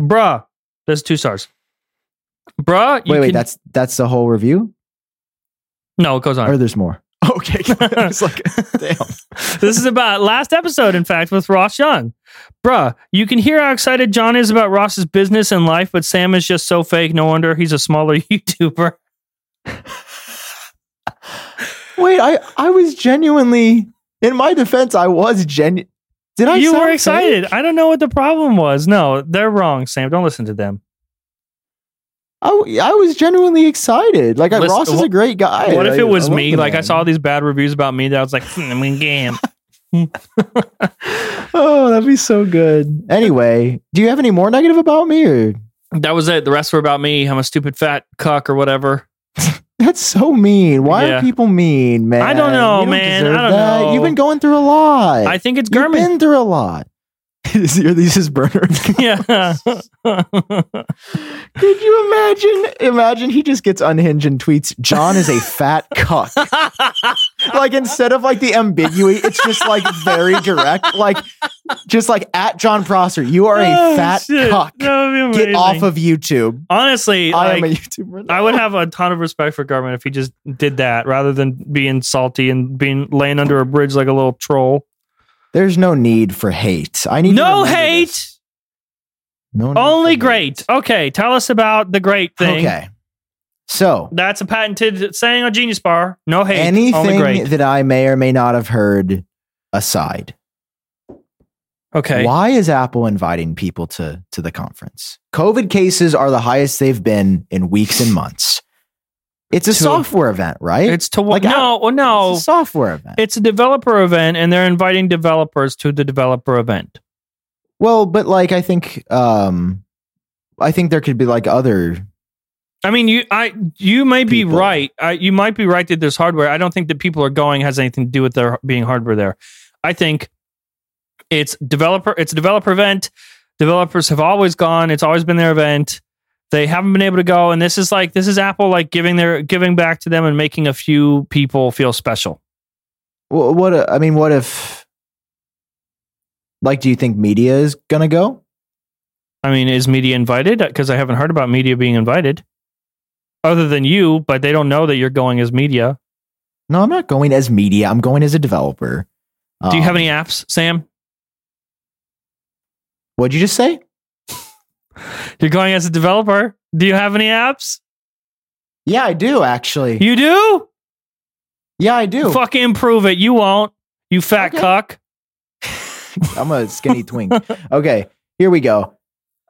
[SPEAKER 1] Bruh, that's two stars. Bruh, you
[SPEAKER 3] wait, wait.
[SPEAKER 1] can-
[SPEAKER 3] That's that's the whole review,
[SPEAKER 1] no, it goes on.
[SPEAKER 3] or there's more. Okay, it's like damn.
[SPEAKER 1] this is about last episode, in fact, with Ross Young. Bruh, you can hear how excited John is about Ross's business and life, but Sam is just so fake. No wonder he's a smaller YouTuber.
[SPEAKER 3] Wait, I I was genuinely in my defense. I was genu. Did I?
[SPEAKER 1] you
[SPEAKER 3] sound
[SPEAKER 1] were
[SPEAKER 3] fake?
[SPEAKER 1] excited. I don't know what the problem was. No, they're wrong, Sam. Don't listen to them.
[SPEAKER 3] I, w- I was genuinely excited. Like I,
[SPEAKER 1] Listen,
[SPEAKER 3] Ross is
[SPEAKER 1] what-
[SPEAKER 3] a great guy.
[SPEAKER 1] what if
[SPEAKER 3] Like,
[SPEAKER 1] it was
[SPEAKER 3] love
[SPEAKER 1] me?
[SPEAKER 3] the
[SPEAKER 1] Like I
[SPEAKER 3] man.
[SPEAKER 1] saw all these bad reviews about me that I was like, hmm, I mean, damn.
[SPEAKER 3] Oh, that'd be so good. Anyway, do you have any more negative about me? Or
[SPEAKER 1] That was it. The rest were about me. I'm a stupid fat cuck or whatever.
[SPEAKER 3] that's so mean. Why
[SPEAKER 1] Yeah.
[SPEAKER 3] are people mean, man?
[SPEAKER 1] I don't know,
[SPEAKER 3] You
[SPEAKER 1] man.
[SPEAKER 3] deserve
[SPEAKER 1] I don't
[SPEAKER 3] that.
[SPEAKER 1] know.
[SPEAKER 3] You've been going through a lot.
[SPEAKER 1] I think it's
[SPEAKER 3] You've
[SPEAKER 1] German.
[SPEAKER 3] been through a lot. Is your thesis burner?
[SPEAKER 1] yeah.
[SPEAKER 3] Could you imagine? Imagine he just gets unhinged and tweets, "John is a fat cuck." like instead of like the ambiguity, it's just like very direct. Like just like at John Prosser, you are a
[SPEAKER 1] Oh,
[SPEAKER 3] fat
[SPEAKER 1] shit.
[SPEAKER 3] cuck.
[SPEAKER 1] That would be
[SPEAKER 3] Get
[SPEAKER 1] amazing.
[SPEAKER 3] off of YouTube.
[SPEAKER 1] Honestly,
[SPEAKER 3] I am a
[SPEAKER 1] like,
[SPEAKER 3] YouTuber.
[SPEAKER 1] I would have a ton of respect for Garmin if he just did that rather than being salty and being laying under a bridge like a little troll.
[SPEAKER 3] There's no need for hate. I need to
[SPEAKER 1] No
[SPEAKER 3] remember
[SPEAKER 1] hate,
[SPEAKER 3] this. No need
[SPEAKER 1] only
[SPEAKER 3] for
[SPEAKER 1] great. Okay, tell us about the great
[SPEAKER 3] hate.
[SPEAKER 1] thing.
[SPEAKER 3] Okay. So
[SPEAKER 1] That's a patented saying on Genius Bar. No hate, only
[SPEAKER 3] anything
[SPEAKER 1] great.
[SPEAKER 3] that I may or may not have heard aside.
[SPEAKER 1] okay,
[SPEAKER 3] Why is Apple inviting people to to the conference? COVID cases are the highest they've been in weeks and months. It's a
[SPEAKER 1] To-
[SPEAKER 3] software event, right?
[SPEAKER 1] it's to
[SPEAKER 3] Like,
[SPEAKER 1] no, well, no.
[SPEAKER 3] It's a software event.
[SPEAKER 1] It's a developer event, and they're inviting developers to the developer event.
[SPEAKER 3] well, but like I think um I think there could be like other
[SPEAKER 1] I mean, you, I, you may be
[SPEAKER 3] People.
[SPEAKER 1] right. I, you might be right that there's hardware. I don't think that people are going has anything to do with there being hardware there. I think it's developer. It's a developer event. Developers have always gone. It's always been their event. They haven't been able to go, and this is like this is Apple like giving their giving back to them and making a few people feel special.
[SPEAKER 3] wh- what uh, I mean, what if like do you think media is going to go?
[SPEAKER 1] I mean, is media invited? Because I haven't heard about media being invited, other than you. But they don't know that you're going as media.
[SPEAKER 3] No, I'm not going as media. I'm going as a developer.
[SPEAKER 1] Do you have
[SPEAKER 3] Um,
[SPEAKER 1] any apps, Sam?
[SPEAKER 3] Um, What'd you just say?
[SPEAKER 1] You're going as a developer. Do you have any apps?
[SPEAKER 3] Yeah, I do actually.
[SPEAKER 1] You do?
[SPEAKER 3] yeah, I do.
[SPEAKER 1] Fucking prove it. You won't. You fat
[SPEAKER 3] Okay.
[SPEAKER 1] cuck.
[SPEAKER 3] I'm a skinny twink. Okay, here we go.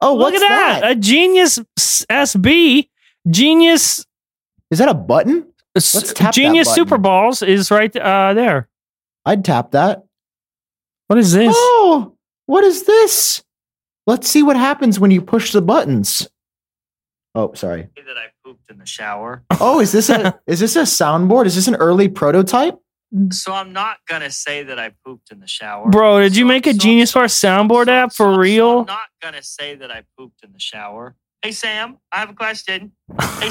[SPEAKER 3] Oh,
[SPEAKER 1] Look
[SPEAKER 3] what's
[SPEAKER 1] at that.
[SPEAKER 3] that?
[SPEAKER 1] A genius s- SB. Genius.
[SPEAKER 3] Is that a button?
[SPEAKER 1] s-
[SPEAKER 3] Let's tap that
[SPEAKER 1] genius
[SPEAKER 3] button.
[SPEAKER 1] Super Balls is right uh, there.
[SPEAKER 3] I'd tap that.
[SPEAKER 1] What is this?
[SPEAKER 3] Oh, what is this? Let's see what happens when you push the buttons. Oh, sorry.
[SPEAKER 1] That I pooped in the shower.
[SPEAKER 3] Oh, is this a is this a soundboard? Is this an early prototype?
[SPEAKER 5] So I'm not gonna say that I pooped in the shower,
[SPEAKER 1] Mm-hmm. Bro, did you
[SPEAKER 5] So-
[SPEAKER 1] make a
[SPEAKER 5] so-
[SPEAKER 1] Genius Bar soundboard
[SPEAKER 5] so-
[SPEAKER 1] app
[SPEAKER 5] so-
[SPEAKER 1] for
[SPEAKER 5] so
[SPEAKER 1] real?
[SPEAKER 5] I'm not gonna say that I pooped in the shower. Hey Sam, I have a question. Hey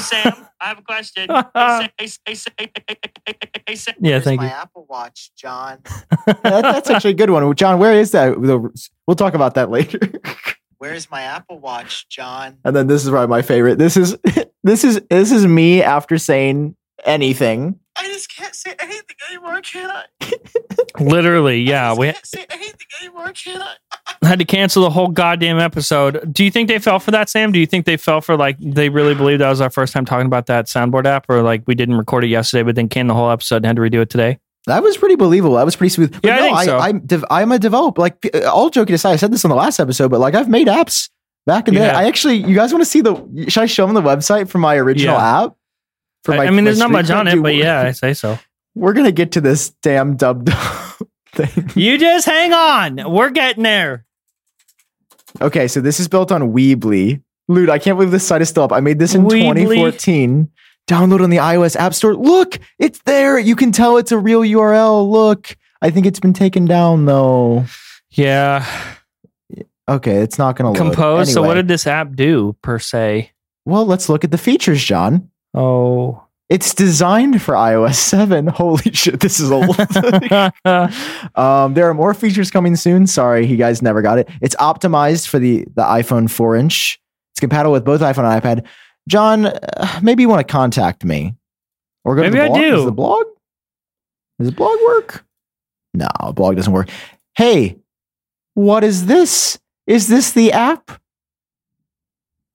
[SPEAKER 5] Sam, I have a question. Hey, Sa- hey, Sa- hey, Sa- hey, hey, hey, hey, hey, Sa-
[SPEAKER 1] yeah, thank you.
[SPEAKER 3] Apple Watch, John. that's actually a good one, John. Where is that? We'll talk about that later.
[SPEAKER 6] Where's my Apple Watch, John?
[SPEAKER 3] And then this is probably my favorite. This is this is this is me after saying anything.
[SPEAKER 6] I just can't say anything anymore, can I?
[SPEAKER 1] Literally, yeah.
[SPEAKER 6] I
[SPEAKER 1] We
[SPEAKER 6] can't say anything anymore, can I?
[SPEAKER 1] had to cancel the whole goddamn episode. Do you think they fell for that, Sam? Do you think they fell for like they really believed that was our first time talking about that soundboard app, or like we didn't record it yesterday, but then canned the whole episode and had to redo it today?
[SPEAKER 3] That was pretty believable. That was pretty smooth. But
[SPEAKER 1] Yeah, I think so.
[SPEAKER 3] I, am dev- I'm a developer. Like, p- uh, all joking aside, I said this on the last episode, but like, I've made apps back in the
[SPEAKER 1] You
[SPEAKER 3] day.
[SPEAKER 1] have.
[SPEAKER 3] I actually, you guys want to see the? Should I show them the website for my original app? For
[SPEAKER 1] I-
[SPEAKER 3] my,
[SPEAKER 1] I mean,
[SPEAKER 3] my
[SPEAKER 1] there's not
[SPEAKER 3] street
[SPEAKER 1] much
[SPEAKER 3] cred?
[SPEAKER 1] on it,
[SPEAKER 3] Dude,
[SPEAKER 1] but
[SPEAKER 3] we're-
[SPEAKER 1] yeah, I say so.
[SPEAKER 3] we're gonna get to this damn dub dub thing.
[SPEAKER 1] You just hang on. We're getting there.
[SPEAKER 3] Okay, so this is built on Weebly. Lude, I can't believe this site is still up. I made this in
[SPEAKER 1] Weebly.
[SPEAKER 3] 2014. Download on the iOS App Store. Look, it's there. You can tell it's a real URL. Look, I think it's been taken down though.
[SPEAKER 1] Yeah.
[SPEAKER 3] Okay, it's not gonna load.
[SPEAKER 1] Compose. So,
[SPEAKER 3] Oh, Anyway.
[SPEAKER 1] what did this app do per se?
[SPEAKER 3] Well, let's look at the features, John.
[SPEAKER 1] Oh.
[SPEAKER 3] It's designed for iOS 7. Holy shit, this is old. um, there are more features coming soon. Sorry, you guys never got it. It's optimized for the, the iPhone 4 inch. It's compatible with both iPhone and iPad. John, uh, maybe you want to contact me. Or go
[SPEAKER 1] Maybe
[SPEAKER 3] to
[SPEAKER 1] I
[SPEAKER 3] the blog.
[SPEAKER 1] do.
[SPEAKER 3] Does the blog? Does the blog work? No, blog doesn't work. Hey, what is this? Is this the app?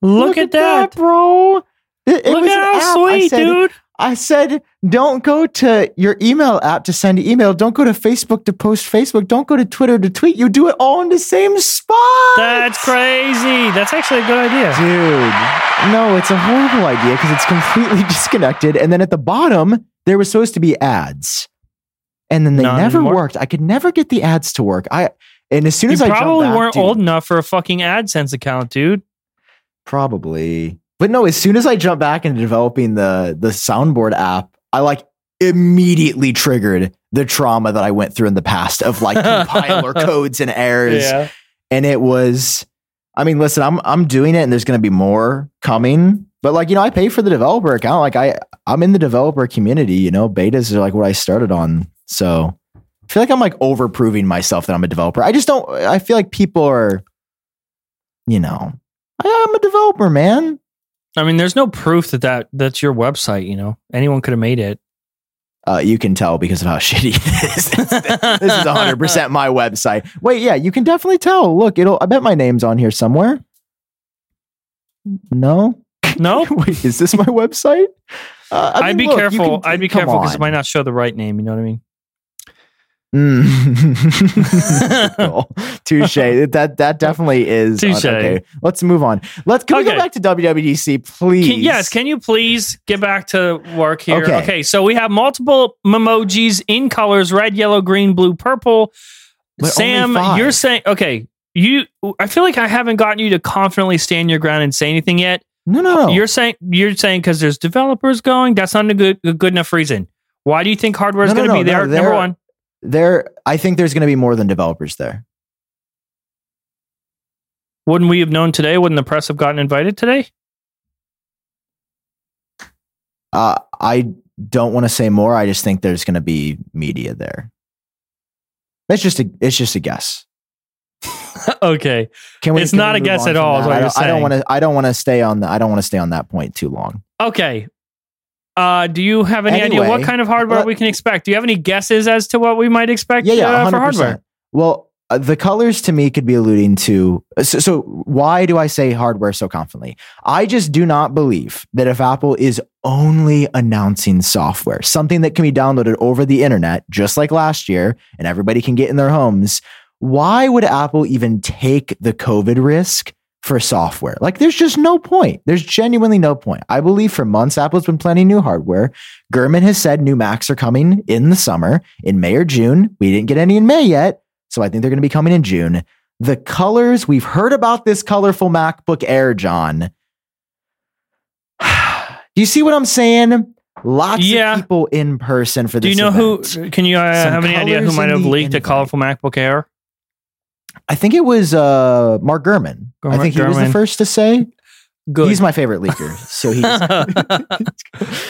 [SPEAKER 1] Look, at that.
[SPEAKER 3] bro. It, it
[SPEAKER 1] Look
[SPEAKER 3] was
[SPEAKER 1] at
[SPEAKER 3] an
[SPEAKER 1] how
[SPEAKER 3] app. I
[SPEAKER 1] sweet,
[SPEAKER 3] said,
[SPEAKER 1] dude.
[SPEAKER 3] I said, don't go to your email app to send email. Don't go to Facebook to post Facebook. Don't go to Twitter to tweet. You do it all in the same spot.
[SPEAKER 1] That's crazy. That's actually a good idea.
[SPEAKER 3] Dude, no, it's a horrible idea because it's completely disconnected. And then at the bottom, there was supposed to be ads. And then they
[SPEAKER 1] Not
[SPEAKER 3] never
[SPEAKER 1] anymore.
[SPEAKER 3] worked. I could never get the ads to work. I and as soon
[SPEAKER 1] You
[SPEAKER 3] as I jumped
[SPEAKER 1] probably
[SPEAKER 3] back,
[SPEAKER 1] weren't
[SPEAKER 3] dude,
[SPEAKER 1] old enough for a fucking AdSense account, dude.
[SPEAKER 3] Probably. But no, as soon as I jumped back into developing the the soundboard app, I like immediately triggered the trauma that I went through in the past of like compiler codes and errors. And it was I mean, listen, I'm I'm doing it and there's gonna be more coming. But like, you know, I pay for the developer account. Like I I'm in the developer community, you know, betas are like what I started on. So I feel like I'm like overproving myself that I'm a developer. I just don't I feel like people are, you know, I, I'm a developer, man.
[SPEAKER 1] I mean, there's no proof that, that that's your website, you know. Anyone could have made it.
[SPEAKER 3] Uh, you can tell because of how shitty it is. this is 100% my website. Wait, yeah, you can definitely tell. Look, it'll I bet my name's on here somewhere. No?
[SPEAKER 1] No?
[SPEAKER 3] Wait, is this my website? Uh, I
[SPEAKER 1] I would be
[SPEAKER 3] mean, look, you
[SPEAKER 1] careful.
[SPEAKER 3] can-
[SPEAKER 1] I'd be
[SPEAKER 3] come
[SPEAKER 1] careful because it
[SPEAKER 3] on.
[SPEAKER 1] might not show the right name. You know what I mean?
[SPEAKER 3] Mm. Cool. Touche. That that definitely is
[SPEAKER 1] Touche.
[SPEAKER 3] Okay, let's move on. Let's can we
[SPEAKER 1] Okay.
[SPEAKER 3] go back to WWDC, please?
[SPEAKER 1] Can, yes. Can you please get back to work here?
[SPEAKER 3] Okay.
[SPEAKER 1] So we have multiple emojis in colors: red, yellow, green, blue, purple.
[SPEAKER 3] But only
[SPEAKER 1] Sam,
[SPEAKER 3] five.
[SPEAKER 1] you're saying okay. You, I feel like I haven't gotten you to confidently stand your ground and say anything yet.
[SPEAKER 3] no, no, no.
[SPEAKER 1] You're saying you're saying because there's developers going. That's not a good a good enough reason. Why do you think hardware is
[SPEAKER 3] No,
[SPEAKER 1] going
[SPEAKER 3] no,
[SPEAKER 1] to
[SPEAKER 3] no,
[SPEAKER 1] be
[SPEAKER 3] no,
[SPEAKER 1] there?
[SPEAKER 3] they're-
[SPEAKER 1] Number one,
[SPEAKER 3] there. I think there's going to be more than developers there.
[SPEAKER 1] wouldn't we have known today? Wouldn't the press have gotten invited today?
[SPEAKER 3] Uh, I don't want to say more. I just think there's going to be media there. It's just a it's just a guess.
[SPEAKER 1] okay,
[SPEAKER 3] Can we?
[SPEAKER 1] It's
[SPEAKER 3] can we
[SPEAKER 1] not a
[SPEAKER 3] move
[SPEAKER 1] guess
[SPEAKER 3] on
[SPEAKER 1] at
[SPEAKER 3] from
[SPEAKER 1] all,
[SPEAKER 3] that?
[SPEAKER 1] is what
[SPEAKER 3] I
[SPEAKER 1] you're
[SPEAKER 3] don't- I don't
[SPEAKER 1] saying.
[SPEAKER 3] want to. I don't want to stay on the. I don't want to stay on that point too long.
[SPEAKER 1] okay. Uh, do you have any idea
[SPEAKER 3] Anyway,
[SPEAKER 1] what kind of hardware
[SPEAKER 3] let-
[SPEAKER 1] we can expect? Do you have any guesses as to what we might expect?
[SPEAKER 3] yeah, yeah,
[SPEAKER 1] uh, for
[SPEAKER 3] 100%.
[SPEAKER 1] hardware.
[SPEAKER 3] Well, uh, the colors to me could be alluding to. uh, So, so, why do I say hardware so confidently? I just do not believe that if Apple is only announcing software, something that can be downloaded over the internet, just like last year, and everybody can get in their homes, why would Apple even take the COVID risk? For software. Like, there's just no point. There's genuinely no point. I believe for months, Apple's been planning new hardware. Gurman has said new Macs are coming in the summer, in May or June. We didn't get any in May yet, so I think they're going to be coming in June. The colors, we've heard about this colorful MacBook Air, John. Do you see what I'm saying? Lots
[SPEAKER 1] Yeah.
[SPEAKER 3] of people in person for this.
[SPEAKER 1] Do you know
[SPEAKER 3] event.
[SPEAKER 1] who? Can you uh,
[SPEAKER 3] Some
[SPEAKER 1] have any idea who
[SPEAKER 3] colors
[SPEAKER 1] might
[SPEAKER 3] in
[SPEAKER 1] have
[SPEAKER 3] the
[SPEAKER 1] leaked a
[SPEAKER 3] invite.
[SPEAKER 1] colorful MacBook Air?
[SPEAKER 3] I think it was uh, Mark Gurman. I
[SPEAKER 1] Gurman-
[SPEAKER 3] think he was the
[SPEAKER 1] Gurman.
[SPEAKER 3] first to say
[SPEAKER 1] Good.
[SPEAKER 3] he's my favorite leaker. So he's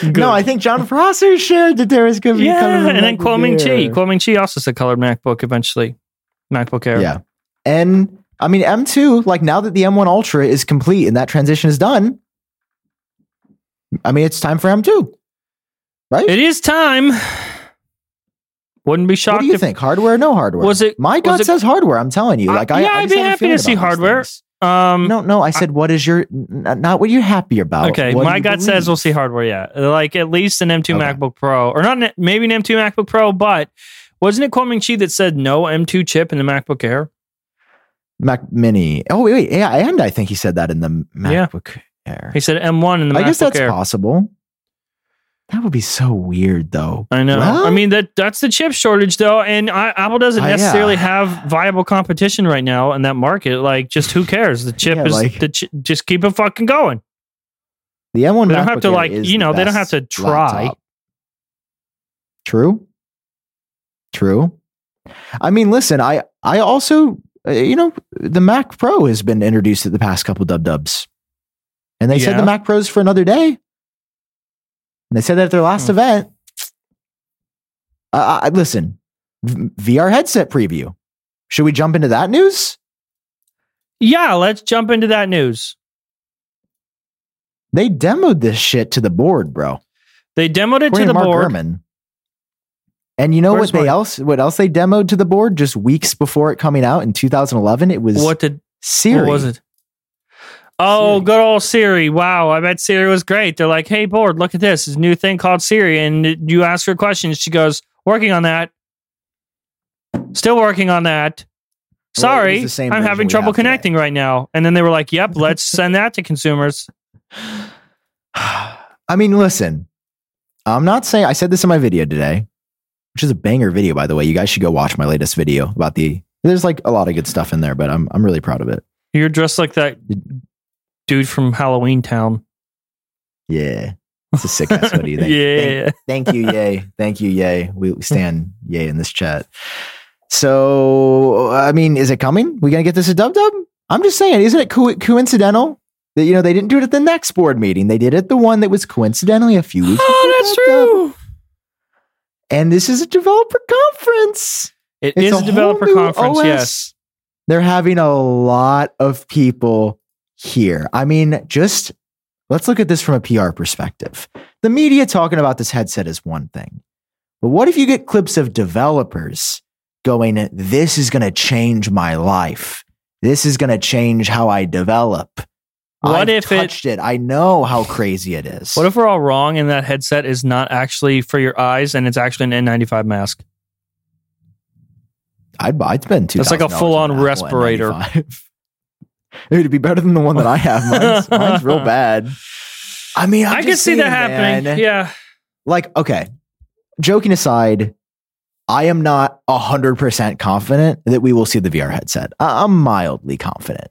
[SPEAKER 1] Good.
[SPEAKER 3] no. I think John Prosser shared that there was going to be
[SPEAKER 1] yeah,
[SPEAKER 3] colorful
[SPEAKER 1] and then
[SPEAKER 3] MacBook
[SPEAKER 1] Kuoming
[SPEAKER 3] Air.
[SPEAKER 1] Chi. Kuoming Chi also said colored MacBook eventually. MacBook Air.
[SPEAKER 3] Yeah. And I mean, M2, like now that the M1 Ultra is complete and that transition is done, I mean, it's time for M2. Right?
[SPEAKER 1] It is time. Wouldn't be shocked
[SPEAKER 3] what do you
[SPEAKER 1] if
[SPEAKER 3] think? Hardware, no hardware?
[SPEAKER 1] Was it-
[SPEAKER 3] My gut
[SPEAKER 1] was it-
[SPEAKER 3] says hardware. I'm telling you.
[SPEAKER 1] Uh,
[SPEAKER 3] Like, I,
[SPEAKER 1] yeah,
[SPEAKER 3] I
[SPEAKER 1] I'd
[SPEAKER 3] just
[SPEAKER 1] be
[SPEAKER 3] have a
[SPEAKER 1] happy to
[SPEAKER 3] feeling
[SPEAKER 1] see
[SPEAKER 3] about these
[SPEAKER 1] hardware.
[SPEAKER 3] things.
[SPEAKER 1] um
[SPEAKER 3] No, no. I said, what is your n- not what you're happy about?
[SPEAKER 1] okay,
[SPEAKER 3] What do
[SPEAKER 1] my
[SPEAKER 3] you
[SPEAKER 1] gut says
[SPEAKER 3] believe?
[SPEAKER 1] we'll see hardware yeah. Like at least an M2
[SPEAKER 3] Okay.
[SPEAKER 1] MacBook Pro or not an- maybe an M2 MacBook Pro, but wasn't it Kuoming Chi that said no M2 chip in the MacBook Air?
[SPEAKER 3] Mac Mini. Oh wait, wait, yeah, and I think he said that in the
[SPEAKER 1] Yeah.
[SPEAKER 3] MacBook Air.
[SPEAKER 1] He said M1 in the
[SPEAKER 3] I
[SPEAKER 1] MacBook
[SPEAKER 3] guess that's
[SPEAKER 1] Air.
[SPEAKER 3] possible. That would be so weird, though.
[SPEAKER 1] I know.
[SPEAKER 3] Well-
[SPEAKER 1] I mean that that's the chip shortage though, and I, Apple doesn't
[SPEAKER 3] Uh, yeah.
[SPEAKER 1] necessarily have viable competition right now in that market. Like, just who cares? The chip
[SPEAKER 3] Yeah,
[SPEAKER 1] is
[SPEAKER 3] like-
[SPEAKER 1] the ch- just keep it fucking going.
[SPEAKER 3] The M1
[SPEAKER 1] They don't have
[SPEAKER 3] MacBook
[SPEAKER 1] to,
[SPEAKER 3] Air
[SPEAKER 1] like,
[SPEAKER 3] is
[SPEAKER 1] you
[SPEAKER 3] the
[SPEAKER 1] know, they don't
[SPEAKER 3] best
[SPEAKER 1] have to try.
[SPEAKER 3] laptop. True. True. I mean, listen, I I also uh, you know the Mac Pro has been introduced at the past couple dub dubs, and they said
[SPEAKER 1] Yeah.
[SPEAKER 3] the Mac Pro's for another day. And they said that at their last
[SPEAKER 1] Hmm.
[SPEAKER 3] event. Uh, I, listen, v- VR headset preview. Should we jump into that news?
[SPEAKER 1] Yeah, let's jump into that news.
[SPEAKER 3] They demoed this shit to the board, bro.
[SPEAKER 1] They demoed it to
[SPEAKER 3] According
[SPEAKER 1] the
[SPEAKER 3] Mark
[SPEAKER 1] board.
[SPEAKER 3] Gurman. And you know
[SPEAKER 1] Where's
[SPEAKER 3] what they
[SPEAKER 1] my-
[SPEAKER 3] else what else they demoed to the board just weeks before it coming out in 2011? It was
[SPEAKER 1] What did
[SPEAKER 3] Siri.
[SPEAKER 1] what was it? Oh, good old Siri. Wow. I bet Siri was great. They're like, hey, board, look at this. This new thing called Siri. And you ask her questions. She goes, working on that. Still working on that.
[SPEAKER 3] Well, it was
[SPEAKER 1] Sorry,
[SPEAKER 3] the same
[SPEAKER 1] I'm
[SPEAKER 3] version
[SPEAKER 1] having
[SPEAKER 3] we
[SPEAKER 1] trouble
[SPEAKER 3] have today.
[SPEAKER 1] connecting right now. And then they were like, yep, let's send that to consumers.
[SPEAKER 3] I mean, listen, I'm not saying I said this in my video today, which is a banger video, by the way. You guys should go watch my latest video about the. There's like a lot of good stuff in there, but I'm I'm really proud of it.
[SPEAKER 1] You're dressed like that dude from Halloween Town.
[SPEAKER 3] Yeah, it's a sick ass hoodie. Thank, thank-
[SPEAKER 1] yeah.
[SPEAKER 3] thank you, yay, thank you, yay. We we stand yay in this chat. So I mean, is it coming? We gonna get this a dub dub? I'm just saying, isn't it co- coincidental that you know they didn't do it at the next board meeting? They did it at the one that was coincidentally a few weeks. before
[SPEAKER 1] Oh, that's
[SPEAKER 3] Dub Dub.
[SPEAKER 1] true.
[SPEAKER 3] And this is a developer conference.
[SPEAKER 1] it's
[SPEAKER 3] It's a
[SPEAKER 1] a developer
[SPEAKER 3] whole new
[SPEAKER 1] conference,
[SPEAKER 3] OS.
[SPEAKER 1] yes.
[SPEAKER 3] they're having a lot of people here. I mean, just let's look at this from a PR perspective. The media talking about this headset is one thing, but what if you get clips of developers going, This is going to change my life. This is going to change how I develop.
[SPEAKER 1] What
[SPEAKER 3] I've
[SPEAKER 1] if it-
[SPEAKER 3] touched it, I know how crazy it is.
[SPEAKER 1] What if we're all wrong and that headset is not actually for your eyes and it's actually an N95 mask?
[SPEAKER 3] I'd buy? I'd spend two.
[SPEAKER 1] It's like a full-on respirator.
[SPEAKER 3] It'd be better than the one that I have. Mine's, mine's real bad. I mean, I'm
[SPEAKER 1] i can
[SPEAKER 3] just
[SPEAKER 1] see that
[SPEAKER 3] saying,
[SPEAKER 1] happening.
[SPEAKER 3] man.
[SPEAKER 1] Yeah.
[SPEAKER 3] Like, okay, joking aside, I am not hundred percent confident that we will see the VR headset. I- I'm mildly confident.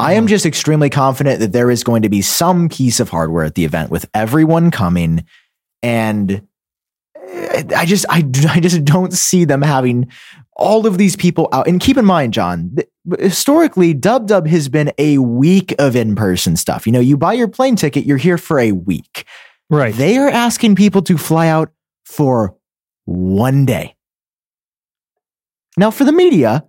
[SPEAKER 3] I am just extremely confident that there is going to be some piece of hardware at the event with everyone coming, and I I just I, I just don't see them having all of these people out. And keep in mind, John, th- historically, Dub Dub has been a week of in person stuff. You know, you buy your plane ticket, you're here for a week.
[SPEAKER 1] Right.
[SPEAKER 3] They are asking people to fly out for one day. Now, for the media,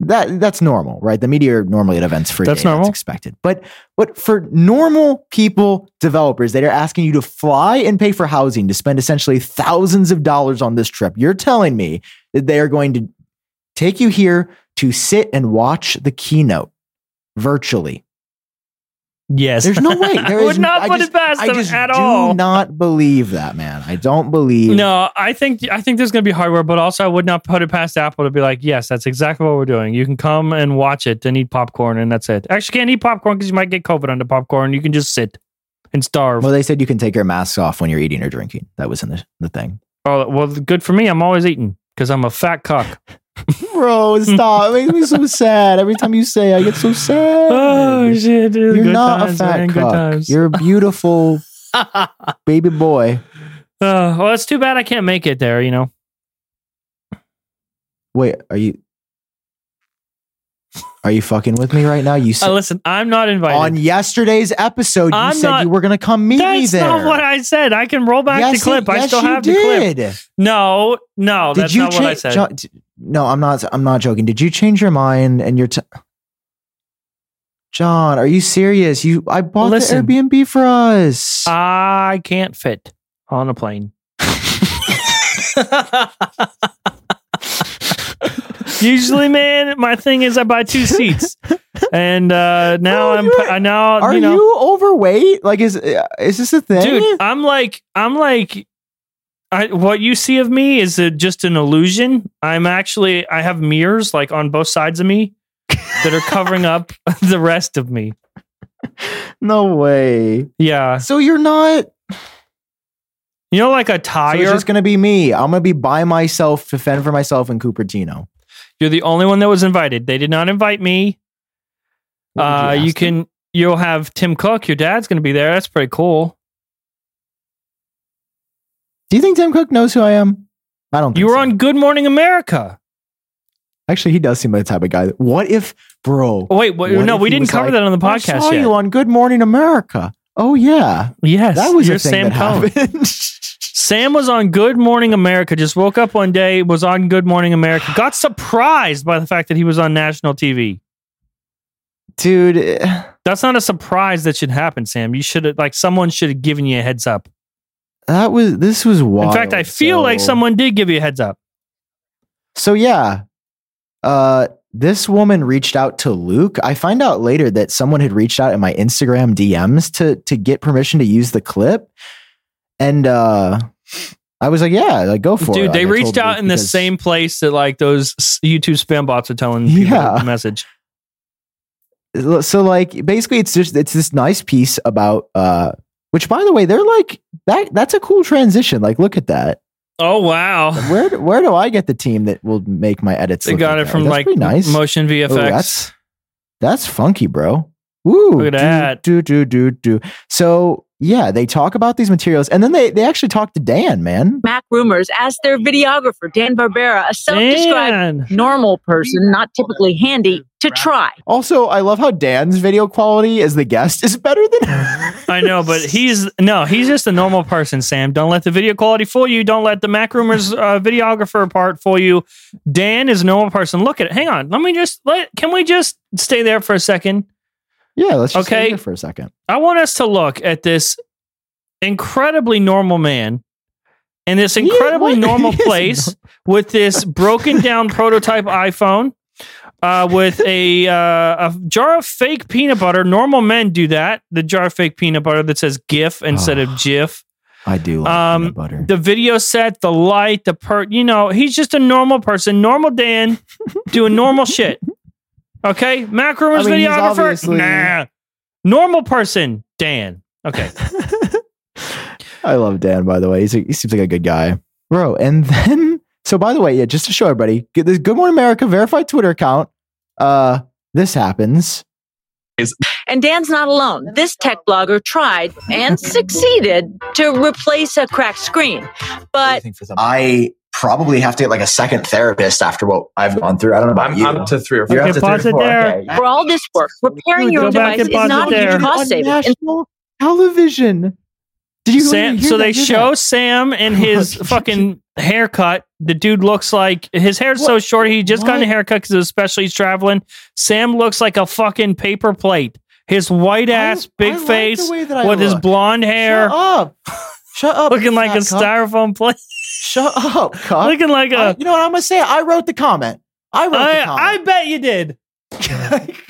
[SPEAKER 3] that that's normal, right? The media are normally at events for a
[SPEAKER 1] That's
[SPEAKER 3] day.
[SPEAKER 1] normal.
[SPEAKER 3] That's expected. But but for normal people, developers, they are asking you to fly and pay for housing to spend essentially thousands of dollars on this trip. You're telling me that they are going to take you here to sit and watch the keynote virtually.
[SPEAKER 1] Yes.
[SPEAKER 3] There's no way. There
[SPEAKER 1] I would
[SPEAKER 3] is-
[SPEAKER 1] not
[SPEAKER 3] I
[SPEAKER 1] put
[SPEAKER 3] just-
[SPEAKER 1] it past
[SPEAKER 3] I
[SPEAKER 1] them
[SPEAKER 3] just
[SPEAKER 1] at
[SPEAKER 3] do
[SPEAKER 1] all.
[SPEAKER 3] not believe that, man. I don't believe.
[SPEAKER 1] No, I think I think there's going to be hardware, but also I would not put it past Apple to be like, yes, that's exactly what we're doing. You can come and watch it and eat popcorn, and that's it. Actually, you can't eat popcorn because you might get COVID on the popcorn. You can just sit and starve.
[SPEAKER 3] Well, they said you can take your masks off when you're eating or drinking. That was in the, the thing.
[SPEAKER 1] oh, well, good for me. I'm always eating because I'm a fat cock.
[SPEAKER 3] Bro, stop. it makes me so sad. Every time you say, I get so sad.
[SPEAKER 1] oh shit! You're
[SPEAKER 3] you're not a fat cuck. You're a beautiful
[SPEAKER 1] uh,
[SPEAKER 3] baby boy.
[SPEAKER 1] Oh, well, it's too bad I can't make it there. You know.
[SPEAKER 3] Wait, are you? Are you fucking with me right now? You
[SPEAKER 1] Uh,
[SPEAKER 3] said
[SPEAKER 1] listen, I'm not invited.
[SPEAKER 3] on yesterday's episode, you
[SPEAKER 1] I'm
[SPEAKER 3] said
[SPEAKER 1] not-
[SPEAKER 3] you were gonna come meet me
[SPEAKER 1] That's
[SPEAKER 3] there.
[SPEAKER 1] not what I said. I can roll back
[SPEAKER 3] Yes,
[SPEAKER 1] the clip.
[SPEAKER 3] it-
[SPEAKER 1] I
[SPEAKER 3] yes,
[SPEAKER 1] still
[SPEAKER 3] you
[SPEAKER 1] have the clip.
[SPEAKER 3] did.
[SPEAKER 1] No, no, Oh, that's not what I said.
[SPEAKER 3] Jo- d- no, I'm not. I'm not joking. Did you change your mind? And you're, t- John, are you serious? You, I bought
[SPEAKER 1] Listen. Uh,
[SPEAKER 3] the Airbnb for us.
[SPEAKER 1] I can't fit on a plane. Usually, man, my thing is I buy two seats, and uh, now
[SPEAKER 3] Oh,
[SPEAKER 1] I'm
[SPEAKER 3] you
[SPEAKER 1] I now
[SPEAKER 3] are
[SPEAKER 1] you know,
[SPEAKER 3] you overweight? Like, is uh, is this a thing?
[SPEAKER 1] dude. I'm like I'm like. I, what you see of me is a, just an illusion. I'm actually I have mirrors like on both sides of me that are covering up the rest of me.
[SPEAKER 3] no way.
[SPEAKER 1] Yeah,
[SPEAKER 3] So you're not.
[SPEAKER 1] you know, like a
[SPEAKER 3] So
[SPEAKER 1] tire.
[SPEAKER 3] it's just gonna be me. I'm gonna be by myself to fend for myself in Cupertino.
[SPEAKER 1] You're the only one that was invited. They did not invite me.
[SPEAKER 3] What would
[SPEAKER 1] uh,
[SPEAKER 3] ask
[SPEAKER 1] you
[SPEAKER 3] them?
[SPEAKER 1] can you'll have Tim Cook. Your dad's going to be there. That's pretty cool.
[SPEAKER 3] Do you think Tim Cook knows who I am? I don't. Think
[SPEAKER 1] You were
[SPEAKER 3] so.
[SPEAKER 1] on Good Morning America.
[SPEAKER 3] Actually, he does seem like the type of guy. That, what if, bro?
[SPEAKER 1] Oh, wait, what,
[SPEAKER 3] What
[SPEAKER 1] no,
[SPEAKER 3] if
[SPEAKER 1] we
[SPEAKER 3] he
[SPEAKER 1] didn't
[SPEAKER 3] was
[SPEAKER 1] cover
[SPEAKER 3] like,
[SPEAKER 1] that on the
[SPEAKER 3] I
[SPEAKER 1] podcast
[SPEAKER 3] saw
[SPEAKER 1] yet.
[SPEAKER 3] you on Good Morning America. Oh yeah.
[SPEAKER 1] yes,
[SPEAKER 3] that was
[SPEAKER 1] you're
[SPEAKER 3] a
[SPEAKER 1] Sam
[SPEAKER 3] thing that
[SPEAKER 1] Cohen.
[SPEAKER 3] happened.
[SPEAKER 1] Sam was on Good Morning America. Just woke up one day, was on Good Morning America. Got surprised by the fact that he was on national TV.
[SPEAKER 3] Dude, eh,
[SPEAKER 1] That's not a surprise that should happen, Sam. You should have like someone should have given you a heads up.
[SPEAKER 3] that was this was
[SPEAKER 1] In
[SPEAKER 3] wild.
[SPEAKER 1] fact, I feel like
[SPEAKER 3] So-
[SPEAKER 1] someone did give you a heads up.
[SPEAKER 3] So yeah. Uh this woman reached out to Luke. I find out later that someone had reached out in my Instagram DMs to to get permission to use the clip. And uh I was like, yeah, like go for it.
[SPEAKER 1] Dude,
[SPEAKER 3] Like,
[SPEAKER 1] they
[SPEAKER 3] I told
[SPEAKER 1] reached out
[SPEAKER 3] Luke
[SPEAKER 1] in the
[SPEAKER 3] because-
[SPEAKER 1] same place that like those s- YouTube spam bots are telling people
[SPEAKER 3] Yeah.
[SPEAKER 1] the message.
[SPEAKER 3] so like basically it's just it's this nice piece about uh which by the way, they're like that that's a cool transition. Like look at that.
[SPEAKER 1] Oh wow,
[SPEAKER 3] Where do- where do I get the team that will make my edits?
[SPEAKER 1] they
[SPEAKER 3] look
[SPEAKER 1] got
[SPEAKER 3] that
[SPEAKER 1] it
[SPEAKER 3] way?
[SPEAKER 1] from
[SPEAKER 3] That's
[SPEAKER 1] like
[SPEAKER 3] pretty nice.
[SPEAKER 1] Motion VFX.
[SPEAKER 3] Ooh, that's that's funky, bro. Ooh,
[SPEAKER 1] Look at
[SPEAKER 3] do,
[SPEAKER 1] that.
[SPEAKER 3] Do do do do. So yeah, they talk about these materials, and then they they actually talk to Dan, man.
[SPEAKER 7] Mac Rumors asked their videographer, Dan Barbera, a self described
[SPEAKER 1] Man.
[SPEAKER 7] normal person, not typically handy, to try.
[SPEAKER 3] Also, I love how Dan's video quality as the guest is better than.
[SPEAKER 1] I know, but he's no, he's just a normal person, Sam. Don't let the video quality fool you. Don't let the Mac Rumors uh, videographer part fool you. Dan is a normal person. Look at it. Hang on. Let me just let. Can we just stay there for a second?
[SPEAKER 3] yeah, let's just
[SPEAKER 1] Okay.
[SPEAKER 3] okay for a second.
[SPEAKER 1] I want us to look at this incredibly normal man in this
[SPEAKER 3] Yeah,
[SPEAKER 1] incredibly
[SPEAKER 3] what?
[SPEAKER 1] normal
[SPEAKER 3] Yes,
[SPEAKER 1] place with this broken down prototype iPhone uh, with a, uh, a jar of fake peanut butter. Normal men do that. The jar of fake peanut butter that says GIF instead of
[SPEAKER 3] Oh.
[SPEAKER 1] GIF.
[SPEAKER 3] I do like
[SPEAKER 1] Um,
[SPEAKER 3] peanut butter.
[SPEAKER 1] The video set, the light, the per. You know, he's just a normal person, normal Dan doing normal shit. Okay, Mac Rumors
[SPEAKER 3] mean, he's
[SPEAKER 1] videographer.
[SPEAKER 3] obviously-
[SPEAKER 1] Nah, normal person Dan. Okay.
[SPEAKER 3] I love Dan, by the way. He's a, he seems like a good guy, bro. And then, so by the way, yeah, just to show everybody, get this Good Morning America verified Twitter account. Uh, this happens.
[SPEAKER 7] And Dan's not alone. This tech blogger tried and succeeded to replace a cracked screen. But
[SPEAKER 8] I probably have to get like a second therapist after what I've gone through. I don't know about
[SPEAKER 9] I'm
[SPEAKER 8] you.
[SPEAKER 9] up to three or four.
[SPEAKER 1] Okay, pause it there.
[SPEAKER 7] for all this work, repairing your
[SPEAKER 1] Go
[SPEAKER 7] own
[SPEAKER 1] back
[SPEAKER 7] device
[SPEAKER 1] and
[SPEAKER 7] is
[SPEAKER 1] pause
[SPEAKER 7] not
[SPEAKER 1] it
[SPEAKER 7] a
[SPEAKER 1] there.
[SPEAKER 7] huge cost savings. In
[SPEAKER 3] national television. Did you
[SPEAKER 1] Sam,
[SPEAKER 3] hear
[SPEAKER 1] so
[SPEAKER 3] that?
[SPEAKER 1] they
[SPEAKER 3] Hear
[SPEAKER 1] show
[SPEAKER 3] that? Oh,
[SPEAKER 1] Sam and his fucking haircut. The dude looks like his hair's so
[SPEAKER 3] What?
[SPEAKER 1] short. He just got a
[SPEAKER 3] What?
[SPEAKER 1] haircut because it was special. He's traveling. Sam looks like a fucking paper plate. His white ass,
[SPEAKER 3] I-
[SPEAKER 1] big
[SPEAKER 3] I like the
[SPEAKER 1] face
[SPEAKER 3] way that I
[SPEAKER 1] with his
[SPEAKER 3] look.
[SPEAKER 1] blonde hair,
[SPEAKER 3] Shut up! Shut up!
[SPEAKER 1] looking like a
[SPEAKER 3] fat cuck.
[SPEAKER 1] styrofoam plate,
[SPEAKER 3] Shut up, cuck.
[SPEAKER 1] looking like
[SPEAKER 3] I-
[SPEAKER 1] a.
[SPEAKER 3] you know what I'm gonna say? I wrote the comment. I wrote the
[SPEAKER 1] uh, I, I
[SPEAKER 3] comment,
[SPEAKER 1] bet you did.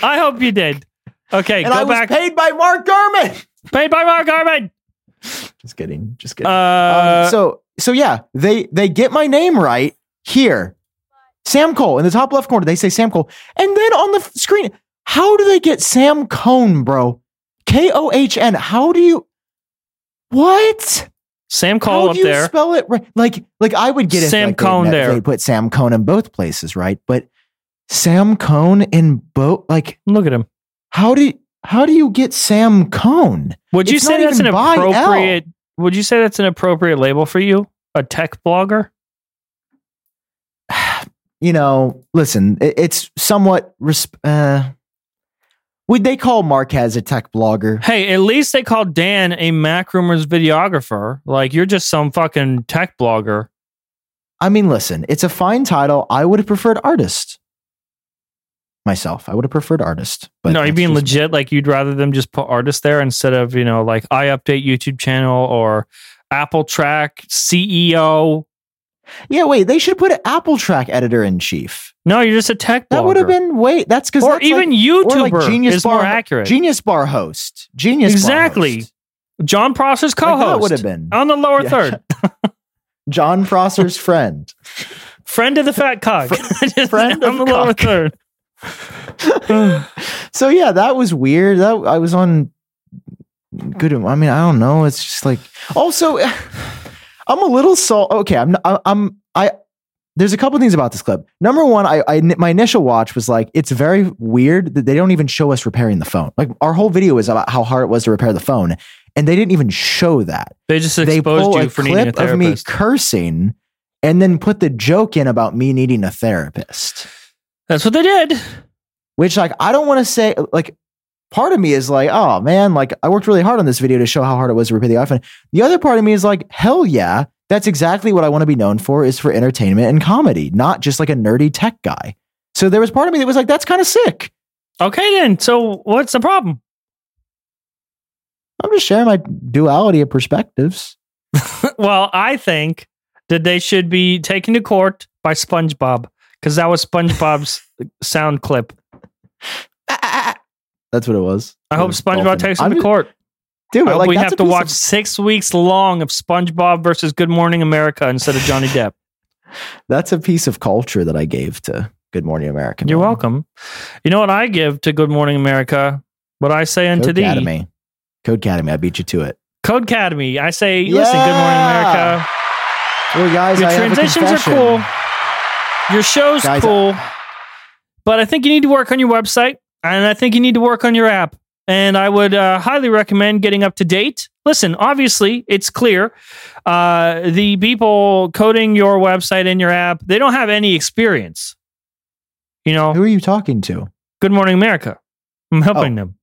[SPEAKER 1] I hope you did. Okay,
[SPEAKER 3] and
[SPEAKER 1] go
[SPEAKER 3] I was
[SPEAKER 1] back.
[SPEAKER 3] paid by Mark Gurman.
[SPEAKER 1] Paid by Mark Garman.
[SPEAKER 3] Just kidding. Just kidding.
[SPEAKER 1] Uh,
[SPEAKER 3] um, so so yeah, they they get my name right here. Sam Cole in the top left corner. They say Sam Cole, and then on the f- screen, how do they get Sam Cone, bro? K O H N. How do you? What?
[SPEAKER 1] Sam
[SPEAKER 3] how
[SPEAKER 1] Cole
[SPEAKER 3] do
[SPEAKER 1] up
[SPEAKER 3] you
[SPEAKER 1] there.
[SPEAKER 3] Spell it right. Like like I would get if,
[SPEAKER 1] Sam
[SPEAKER 3] like, they
[SPEAKER 1] Cone
[SPEAKER 3] met-
[SPEAKER 1] there.
[SPEAKER 3] They put Sam Cone in both places, right? But Sam Cone in both. Like
[SPEAKER 1] Look at him.
[SPEAKER 3] how do how do you get Sam Cone?
[SPEAKER 1] Would you
[SPEAKER 3] It's
[SPEAKER 1] say
[SPEAKER 3] not
[SPEAKER 1] that's an
[SPEAKER 3] even by L.
[SPEAKER 1] appropriate? Would you say that's an appropriate label for you? A tech blogger?
[SPEAKER 3] you know, listen, it, it's somewhat. Resp- uh, would they call Marquez a tech blogger?
[SPEAKER 1] Hey, at least they called Dan a Mac Rumors videographer. Like you're just some fucking tech blogger.
[SPEAKER 3] I mean, listen, it's a fine title. I would have preferred artist myself. I would have preferred artist. But
[SPEAKER 1] no, you're
[SPEAKER 3] that's
[SPEAKER 1] being
[SPEAKER 3] just-
[SPEAKER 1] legit. Like you'd rather them just put artists there instead of you know like I update YouTube channel or Apple Track E CEO.
[SPEAKER 3] Yeah, wait, they should put an Apple track editor in chief.
[SPEAKER 1] No, you're just a tech blogger.
[SPEAKER 3] That would have been wait. That's because
[SPEAKER 1] or even YouTuber
[SPEAKER 3] Genius
[SPEAKER 1] is more
[SPEAKER 3] Bar-
[SPEAKER 1] accurate.
[SPEAKER 3] Genius Bar host, Genius Bar
[SPEAKER 1] Exactly.
[SPEAKER 3] host.
[SPEAKER 1] John Prosser's
[SPEAKER 3] Like,
[SPEAKER 1] co-host Oh.
[SPEAKER 3] that would have been
[SPEAKER 1] on the lower
[SPEAKER 3] Yeah.
[SPEAKER 1] third,
[SPEAKER 3] John Prosser's friend.
[SPEAKER 1] friend of the fat cock, Just
[SPEAKER 3] friend
[SPEAKER 1] on
[SPEAKER 3] of
[SPEAKER 1] the lower
[SPEAKER 3] cock.
[SPEAKER 1] third.
[SPEAKER 3] so yeah, that was weird. That I was on good. I mean, I don't know. It's just like also, I'm a little salt. Okay, I'm. not- I- I'm. I. There's a couple things about this clip. Number one, I, I my initial watch was like it's very weird that they don't even show us repairing the phone. Like our whole video is about how hard it was to repair the phone, and they didn't even show that.
[SPEAKER 1] They just
[SPEAKER 3] they
[SPEAKER 1] exposed
[SPEAKER 3] pull
[SPEAKER 1] you
[SPEAKER 3] a
[SPEAKER 1] for needing a
[SPEAKER 3] clip of me
[SPEAKER 1] therapist.
[SPEAKER 3] cursing, and then put the joke in about me needing a therapist
[SPEAKER 1] That's what they did.
[SPEAKER 3] which like I don't want to say like part of me is like, oh man, like I worked really hard on this video to show how hard it was to repair the iPhone. The other part of me is like, hell yeah, that's exactly what I want to be known for is for entertainment and comedy, not just like a nerdy tech guy. So there was part of me that was like, that's kind of sick.
[SPEAKER 1] Okay, then. So what's the problem?
[SPEAKER 3] I'm just sharing my duality of perspectives.
[SPEAKER 1] Well, I think that they should be taken to court by SpongeBob because that was SpongeBob's sound clip.
[SPEAKER 3] That's what it was.
[SPEAKER 1] I hope
[SPEAKER 3] It was
[SPEAKER 1] SpongeBob
[SPEAKER 3] dolphin.
[SPEAKER 1] takes
[SPEAKER 3] I'm
[SPEAKER 1] him to
[SPEAKER 3] ju-
[SPEAKER 1] court.
[SPEAKER 3] Dude,
[SPEAKER 1] I hope
[SPEAKER 3] like,
[SPEAKER 1] we
[SPEAKER 3] that's
[SPEAKER 1] have
[SPEAKER 3] a
[SPEAKER 1] to
[SPEAKER 3] piece of-
[SPEAKER 1] watch six weeks long of SpongeBob versus Good Morning America instead of Johnny Depp.
[SPEAKER 3] that's a piece of culture that I gave to Good Morning America.
[SPEAKER 1] You're
[SPEAKER 3] man.
[SPEAKER 1] welcome. You know what I give to Good Morning America? What I say unto
[SPEAKER 3] Code
[SPEAKER 1] thee.
[SPEAKER 3] Academy. Code Academy. I beat you to it.
[SPEAKER 1] Code Academy. I say, listen, Good Morning
[SPEAKER 3] Yeah.
[SPEAKER 1] America.
[SPEAKER 3] Well, guys,
[SPEAKER 1] Your
[SPEAKER 3] I have a
[SPEAKER 1] transitions are
[SPEAKER 3] confession.
[SPEAKER 1] cool. Your show's
[SPEAKER 3] Guys, I-
[SPEAKER 1] cool. but I think you need to work on your website and I think you need to work on your app. And I would uh, highly recommend getting up to date. Listen, obviously, it's clear uh, the people coding your website and your app, they don't have any experience. You know,
[SPEAKER 3] Who are you talking to?
[SPEAKER 1] Good Morning America. I'm helping them.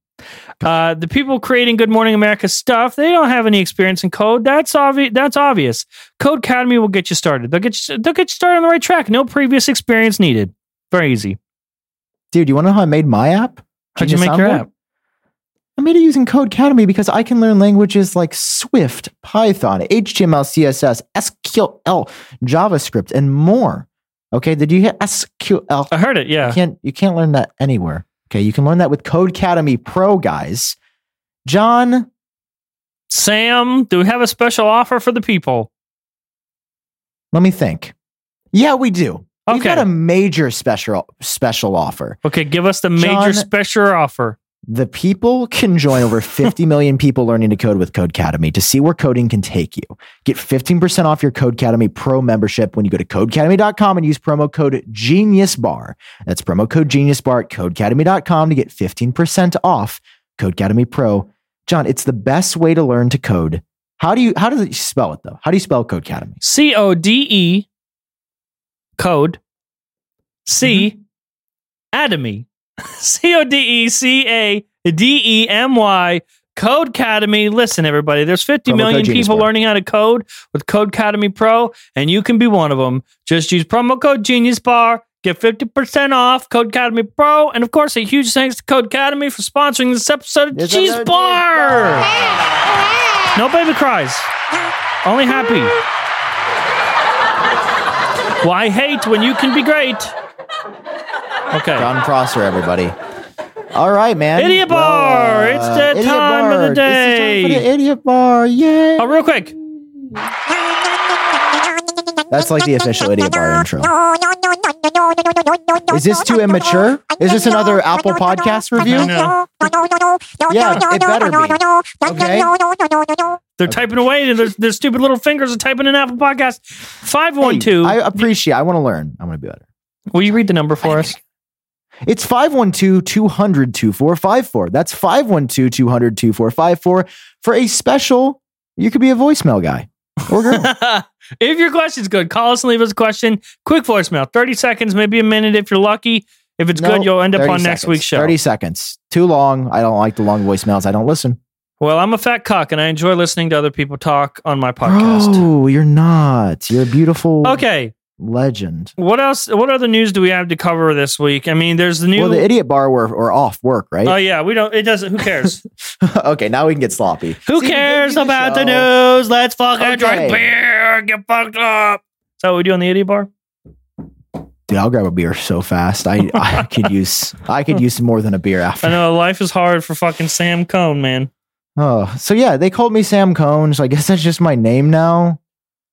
[SPEAKER 1] Uh, the people creating Good Morning America stuff, they don't have any experience in code. That's obvious. That's obvious. Code Academy will get you started. They'll get you. They'll get you started on the right track. No previous experience needed. Very easy.
[SPEAKER 3] Dude, you want to know how I made my app?
[SPEAKER 1] How'd you
[SPEAKER 3] Genius
[SPEAKER 1] make your
[SPEAKER 3] Soundboard?
[SPEAKER 1] app?
[SPEAKER 3] I made it using Code Academy because I can learn languages like Swift, Python, HTML, CSS, SQL, JavaScript, and more. Okay, did you hear SQL?
[SPEAKER 1] I heard it. Uh, Yeah.
[SPEAKER 3] You can't you can't learn that anywhere. Okay, you can learn that with Code Academy Pro, guys. John,
[SPEAKER 1] Sam, do we have a special offer for the people?
[SPEAKER 3] let me think. Yeah, we do. We've
[SPEAKER 1] Okay.
[SPEAKER 3] got a major special special offer.
[SPEAKER 1] Okay, give us the major
[SPEAKER 3] John-
[SPEAKER 1] special offer.
[SPEAKER 3] The people can join over 50 million people learning to code with Codecademy to see where coding can take you. Get 15% off your Codecademy Pro membership when you go to codecademy.com and use promo code GENIUSBAR. That's promo code GENIUSBAR at codecademy.com to get 15% off Codecademy Pro. John, it's the best way to learn to code. How do you how does it spell it though? How do you spell Codecademy?
[SPEAKER 1] C O D E code
[SPEAKER 3] Mm-hmm.
[SPEAKER 1] C Ademy. C O D E C A D E M Y Code Academy. Listen, everybody, there's 50
[SPEAKER 3] Promo code
[SPEAKER 1] million
[SPEAKER 3] Genius
[SPEAKER 1] people
[SPEAKER 3] Bar.
[SPEAKER 1] learning how to code with Code Academy Pro, and you can be one of them. Just use promo code Genius Bar. Get 50% off Code Academy Pro. And of course, a huge thanks to Code Academy for sponsoring this episode of
[SPEAKER 3] It's
[SPEAKER 1] Cheese
[SPEAKER 3] another
[SPEAKER 1] Bar. No baby cries. Only happy. Why hate when you can be great? Okay.
[SPEAKER 3] John Prosser, everybody. All right, man.
[SPEAKER 1] Idiot Bar! It's that
[SPEAKER 3] Idiot
[SPEAKER 1] time of the
[SPEAKER 3] Bar. It's time for
[SPEAKER 1] day.
[SPEAKER 3] the idiot bar. Yay.
[SPEAKER 1] Oh, real quick.
[SPEAKER 3] That's like the official idiot bar intro. Is this too immature? Is this another Apple podcast review? Yeah, it better be. Okay.
[SPEAKER 1] They're typing away. Their, their stupid little fingers are typing an Apple Podcast.
[SPEAKER 3] Hey,
[SPEAKER 1] 512.
[SPEAKER 3] I appreciate. I want to learn. I want to be better.
[SPEAKER 1] Will you read the number for us?
[SPEAKER 3] It's 512 200 2454. That's 512 200 2454 for a special. You could be a voicemail guy or girl.
[SPEAKER 1] if your question's good, call us and leave us a question. Quick voicemail 30 seconds, maybe a minute if you're lucky. If it's
[SPEAKER 3] No,
[SPEAKER 1] good, you'll end up
[SPEAKER 3] 30
[SPEAKER 1] on next
[SPEAKER 3] seconds.
[SPEAKER 1] week's show.
[SPEAKER 3] 30 seconds. Too long. I don't like the long voicemails. I don't listen.
[SPEAKER 1] Well, I'm a fat cuck and I enjoy listening to other people talk on my podcast.
[SPEAKER 3] Bro, you're not. You're a beautiful
[SPEAKER 1] Okay.
[SPEAKER 3] legend.
[SPEAKER 1] What else? What other news do we have to cover this week? I mean, there's the new.
[SPEAKER 3] Well, the idiot bar were, were off work, right?
[SPEAKER 1] oh yeah, we don't. It doesn't. Who cares?
[SPEAKER 3] okay, now we can get sloppy.
[SPEAKER 1] Who
[SPEAKER 3] See, we
[SPEAKER 1] cares
[SPEAKER 3] gave you
[SPEAKER 1] about the
[SPEAKER 3] show.
[SPEAKER 1] news? Let's fucking
[SPEAKER 3] Okay.
[SPEAKER 1] drink beer. Get fucked up. Is that what we do on the idiot bar?
[SPEAKER 3] Dude, I'll grab a beer so fast. I, I could use I could use more than a beer
[SPEAKER 1] I
[SPEAKER 3] after.
[SPEAKER 1] know life is hard for fucking Sam Cone, man.
[SPEAKER 3] Oh, so yeah, they called me Sam Cone. So I guess that's just my name now.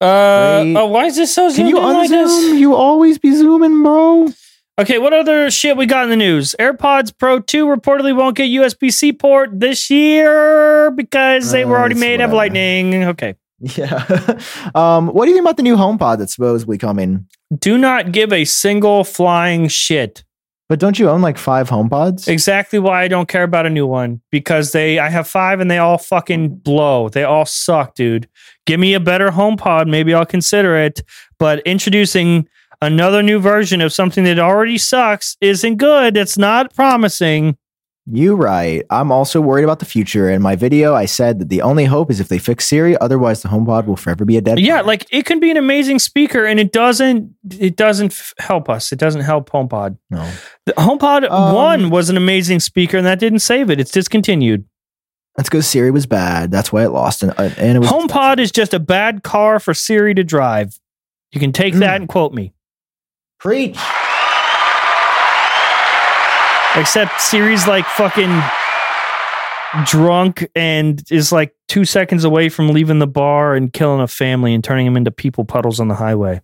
[SPEAKER 1] Uh,
[SPEAKER 3] Wait.
[SPEAKER 1] oh, why is this so
[SPEAKER 3] Can
[SPEAKER 1] zoomed
[SPEAKER 3] you
[SPEAKER 1] in like
[SPEAKER 3] unzoom?
[SPEAKER 1] this?
[SPEAKER 3] you always be zooming, bro.
[SPEAKER 1] Okay, what other shit we got in the news? AirPods Pro 2 reportedly won't get USB-C port this year because they were
[SPEAKER 3] Uh,
[SPEAKER 1] already
[SPEAKER 3] it's
[SPEAKER 1] made of
[SPEAKER 3] whatever.
[SPEAKER 1] lightning. Okay.
[SPEAKER 3] Yeah. um, what do you think about the new HomePod that's supposedly coming?
[SPEAKER 1] Do not give a single flying shit.
[SPEAKER 3] But don't you own like five HomePods?
[SPEAKER 1] Exactly why I don't care about a new one because they I have 5 and they all fucking blow. They all suck, dude. Give me a better HomePod, maybe I'll consider it, but introducing another new version of something that already sucks isn't good. It's not promising.
[SPEAKER 3] You right. I'm also worried about the future. In my video, I said that the only hope is if they fix Siri. Otherwise, the HomePod will forever be a dead.
[SPEAKER 1] yeah
[SPEAKER 3] product.
[SPEAKER 1] like it can be an amazing speaker and it doesn't it doesn't f- help us it doesn't help homepod
[SPEAKER 3] no.
[SPEAKER 1] the homepod
[SPEAKER 3] Um,
[SPEAKER 1] 1 was an amazing speaker and that didn't save it it's discontinued
[SPEAKER 3] That's because Siri was bad. That's why it lost. And, uh, and it was
[SPEAKER 1] homepod is just a
[SPEAKER 3] Hmm.
[SPEAKER 1] bad car for siri to drive you can take that and quote me
[SPEAKER 3] preach.
[SPEAKER 1] Except Siri's like fucking drunk and is like two seconds away from leaving the bar and killing a family and turning them into people puddles on the highway.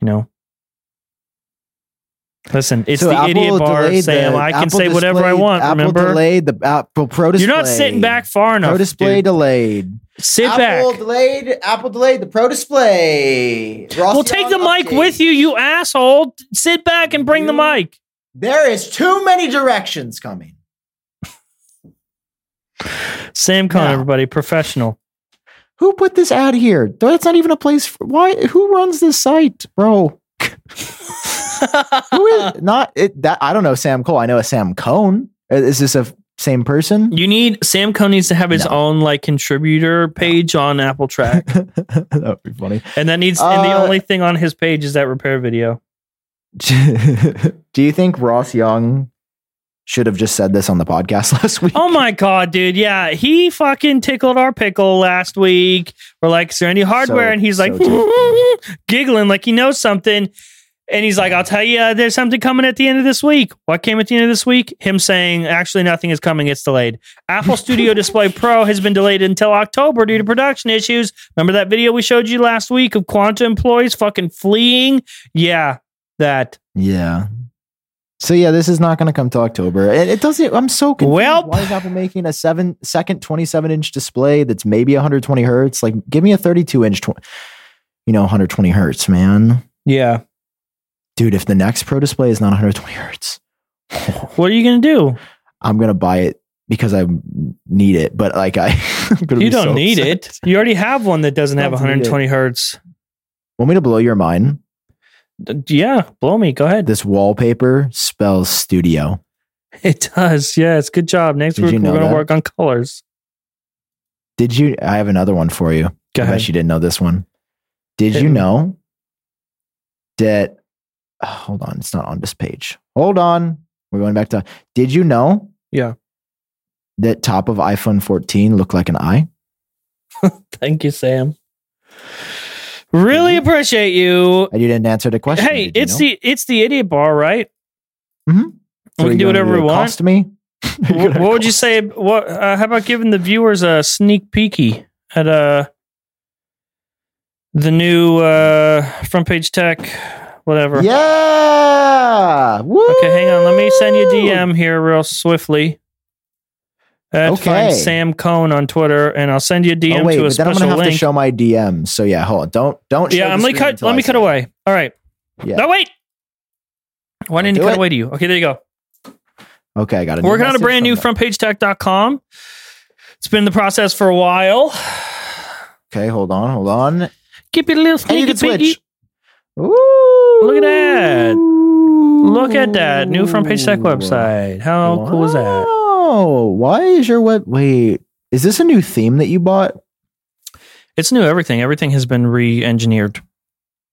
[SPEAKER 1] You know? Listen, it's
[SPEAKER 3] So
[SPEAKER 1] the
[SPEAKER 3] Apple
[SPEAKER 1] idiot bar,
[SPEAKER 3] delayed
[SPEAKER 1] Sam.
[SPEAKER 3] the-
[SPEAKER 1] I can
[SPEAKER 3] Apple
[SPEAKER 1] say whatever I
[SPEAKER 3] delayed-
[SPEAKER 1] want.
[SPEAKER 3] Apple
[SPEAKER 1] remember?
[SPEAKER 3] delayed the Apple Pro Display.
[SPEAKER 1] You're not sitting back far enough.
[SPEAKER 3] Pro Display
[SPEAKER 1] dude.
[SPEAKER 3] delayed.
[SPEAKER 1] Sit
[SPEAKER 8] Apple
[SPEAKER 1] back.
[SPEAKER 8] delayed. Apple delayed the Pro Display. Ross
[SPEAKER 1] Well, take the
[SPEAKER 8] Young
[SPEAKER 1] mic
[SPEAKER 8] update.
[SPEAKER 1] with you, you asshole. Sit back and bring the
[SPEAKER 8] You-
[SPEAKER 1] mic.
[SPEAKER 8] There is too many directions coming.
[SPEAKER 1] Sam Con,
[SPEAKER 3] No.
[SPEAKER 1] everybody, professional.
[SPEAKER 3] Who put this ad here? That's not even a place. For, why? Who runs this site, bro? Who is not it? That I don't know. Sam Cole. I know a Sam Cohn. Is this a f- same person?
[SPEAKER 1] You need Sam Cohn needs to have his
[SPEAKER 3] No.
[SPEAKER 1] own like contributor page on Apple Track,
[SPEAKER 3] that would be funny.
[SPEAKER 1] and that needs and the
[SPEAKER 3] Uh,
[SPEAKER 1] only thing on his page is that repair video.
[SPEAKER 3] Do you think Ross Young should have just said this on the podcast last week?
[SPEAKER 1] Oh my god, dude! Yeah, he fucking tickled our pickle last week. We're like, "Is there any hardware?"
[SPEAKER 3] So-
[SPEAKER 1] and he's like,
[SPEAKER 3] so tickled.
[SPEAKER 1] giggling like he knows something. And he's like, "I'll tell you, uh, there's something coming at the end of this week." What came at the end of this week? Him saying, "Actually, nothing is coming. It's delayed." Apple Studio Display Pro has been delayed until October due to production issues. Remember that video we showed you last week of Quanta employees fucking fleeing? Yeah, that.
[SPEAKER 3] Yeah. So yeah, this is not going to come to October. It, it doesn't. I'm so confused.
[SPEAKER 1] Welp.
[SPEAKER 3] Why is Apple making a seven second 27 inch display that's maybe 120 hertz? Like, give me a 32 inch, tw- you know, 120 hertz, man,
[SPEAKER 1] Yeah.
[SPEAKER 3] dude. If the next Pro display is not 120 hertz,
[SPEAKER 1] What are you gonna do?
[SPEAKER 3] I'm gonna buy it because I need it. But like, I I'm gonna
[SPEAKER 1] You
[SPEAKER 3] be
[SPEAKER 1] don't
[SPEAKER 3] so
[SPEAKER 1] need
[SPEAKER 3] upset.
[SPEAKER 1] it. You already have one that doesn't have
[SPEAKER 3] Don't need it.
[SPEAKER 1] 120 hertz.
[SPEAKER 3] Want me to blow your mind?
[SPEAKER 1] D- Yeah, blow me. Go ahead.
[SPEAKER 3] This wallpaper spells studio.
[SPEAKER 1] It does. Yeah, it's good job. Next
[SPEAKER 3] Did
[SPEAKER 1] week
[SPEAKER 3] you know
[SPEAKER 1] we're going to
[SPEAKER 3] that?
[SPEAKER 1] work on colors.
[SPEAKER 3] Did you? I have another one for you.
[SPEAKER 1] Go
[SPEAKER 3] I
[SPEAKER 1] ahead.
[SPEAKER 3] bet you didn't know this one. Did you
[SPEAKER 1] Didn't.
[SPEAKER 3] know that? oh, Hold on, it's not on this page. Hold on, we're going back to. Did you know?
[SPEAKER 1] Yeah.
[SPEAKER 3] That top of iPhone 14 looked like an eye.
[SPEAKER 1] Thank you, Sam. Really appreciate you.
[SPEAKER 3] And you didn't answer the question.
[SPEAKER 1] Hey,
[SPEAKER 3] did you
[SPEAKER 1] it's
[SPEAKER 3] know?
[SPEAKER 1] the it's the idiot bar, right? We
[SPEAKER 3] Mhm. are
[SPEAKER 1] can
[SPEAKER 3] you
[SPEAKER 1] do
[SPEAKER 3] gonna-
[SPEAKER 1] whatever
[SPEAKER 3] you're
[SPEAKER 1] we
[SPEAKER 3] gonna
[SPEAKER 1] want.
[SPEAKER 3] Cost me.
[SPEAKER 1] Wh- What, would you say? What? Uh, how about giving the viewers a sneak peeky at uh the new uh front page tech, whatever?
[SPEAKER 3] Yeah. Oh,
[SPEAKER 1] Okay, hang on. Let me send you a
[SPEAKER 3] Woo!
[SPEAKER 1] DM here real swiftly. At
[SPEAKER 3] Okay.
[SPEAKER 1] find Sam Cohn on Twitter, and I'll send you a DM
[SPEAKER 3] Oh wait,
[SPEAKER 1] to a
[SPEAKER 3] but then I'm
[SPEAKER 1] special
[SPEAKER 3] gonna have
[SPEAKER 1] link.
[SPEAKER 3] to show my DMs. So yeah, hold on. Don't don't. show
[SPEAKER 1] yeah,
[SPEAKER 3] the
[SPEAKER 1] I'm gonna
[SPEAKER 3] screen
[SPEAKER 1] cut.
[SPEAKER 3] until
[SPEAKER 1] Let
[SPEAKER 3] I
[SPEAKER 1] me
[SPEAKER 3] say
[SPEAKER 1] cut
[SPEAKER 3] it.
[SPEAKER 1] away. All right.
[SPEAKER 3] Yeah.
[SPEAKER 1] No, wait. Why didn't it
[SPEAKER 3] do
[SPEAKER 1] cut
[SPEAKER 3] it.
[SPEAKER 1] away to you? Okay, there you go.
[SPEAKER 3] Okay, I got it.
[SPEAKER 1] Working on a brand new frontpagetech.com. It's been in the process for a while.
[SPEAKER 3] Okay, hold on, hold on.
[SPEAKER 1] Give it a little
[SPEAKER 3] And
[SPEAKER 1] sneaky
[SPEAKER 3] you can e-
[SPEAKER 1] peeky.
[SPEAKER 3] switch. Ooh.
[SPEAKER 1] Look at that. Look at that new front page tech website. How cool is that?
[SPEAKER 3] Oh, why is your web? Wait, is this a new theme that you bought?
[SPEAKER 1] It's new everything. Everything has been re-engineered.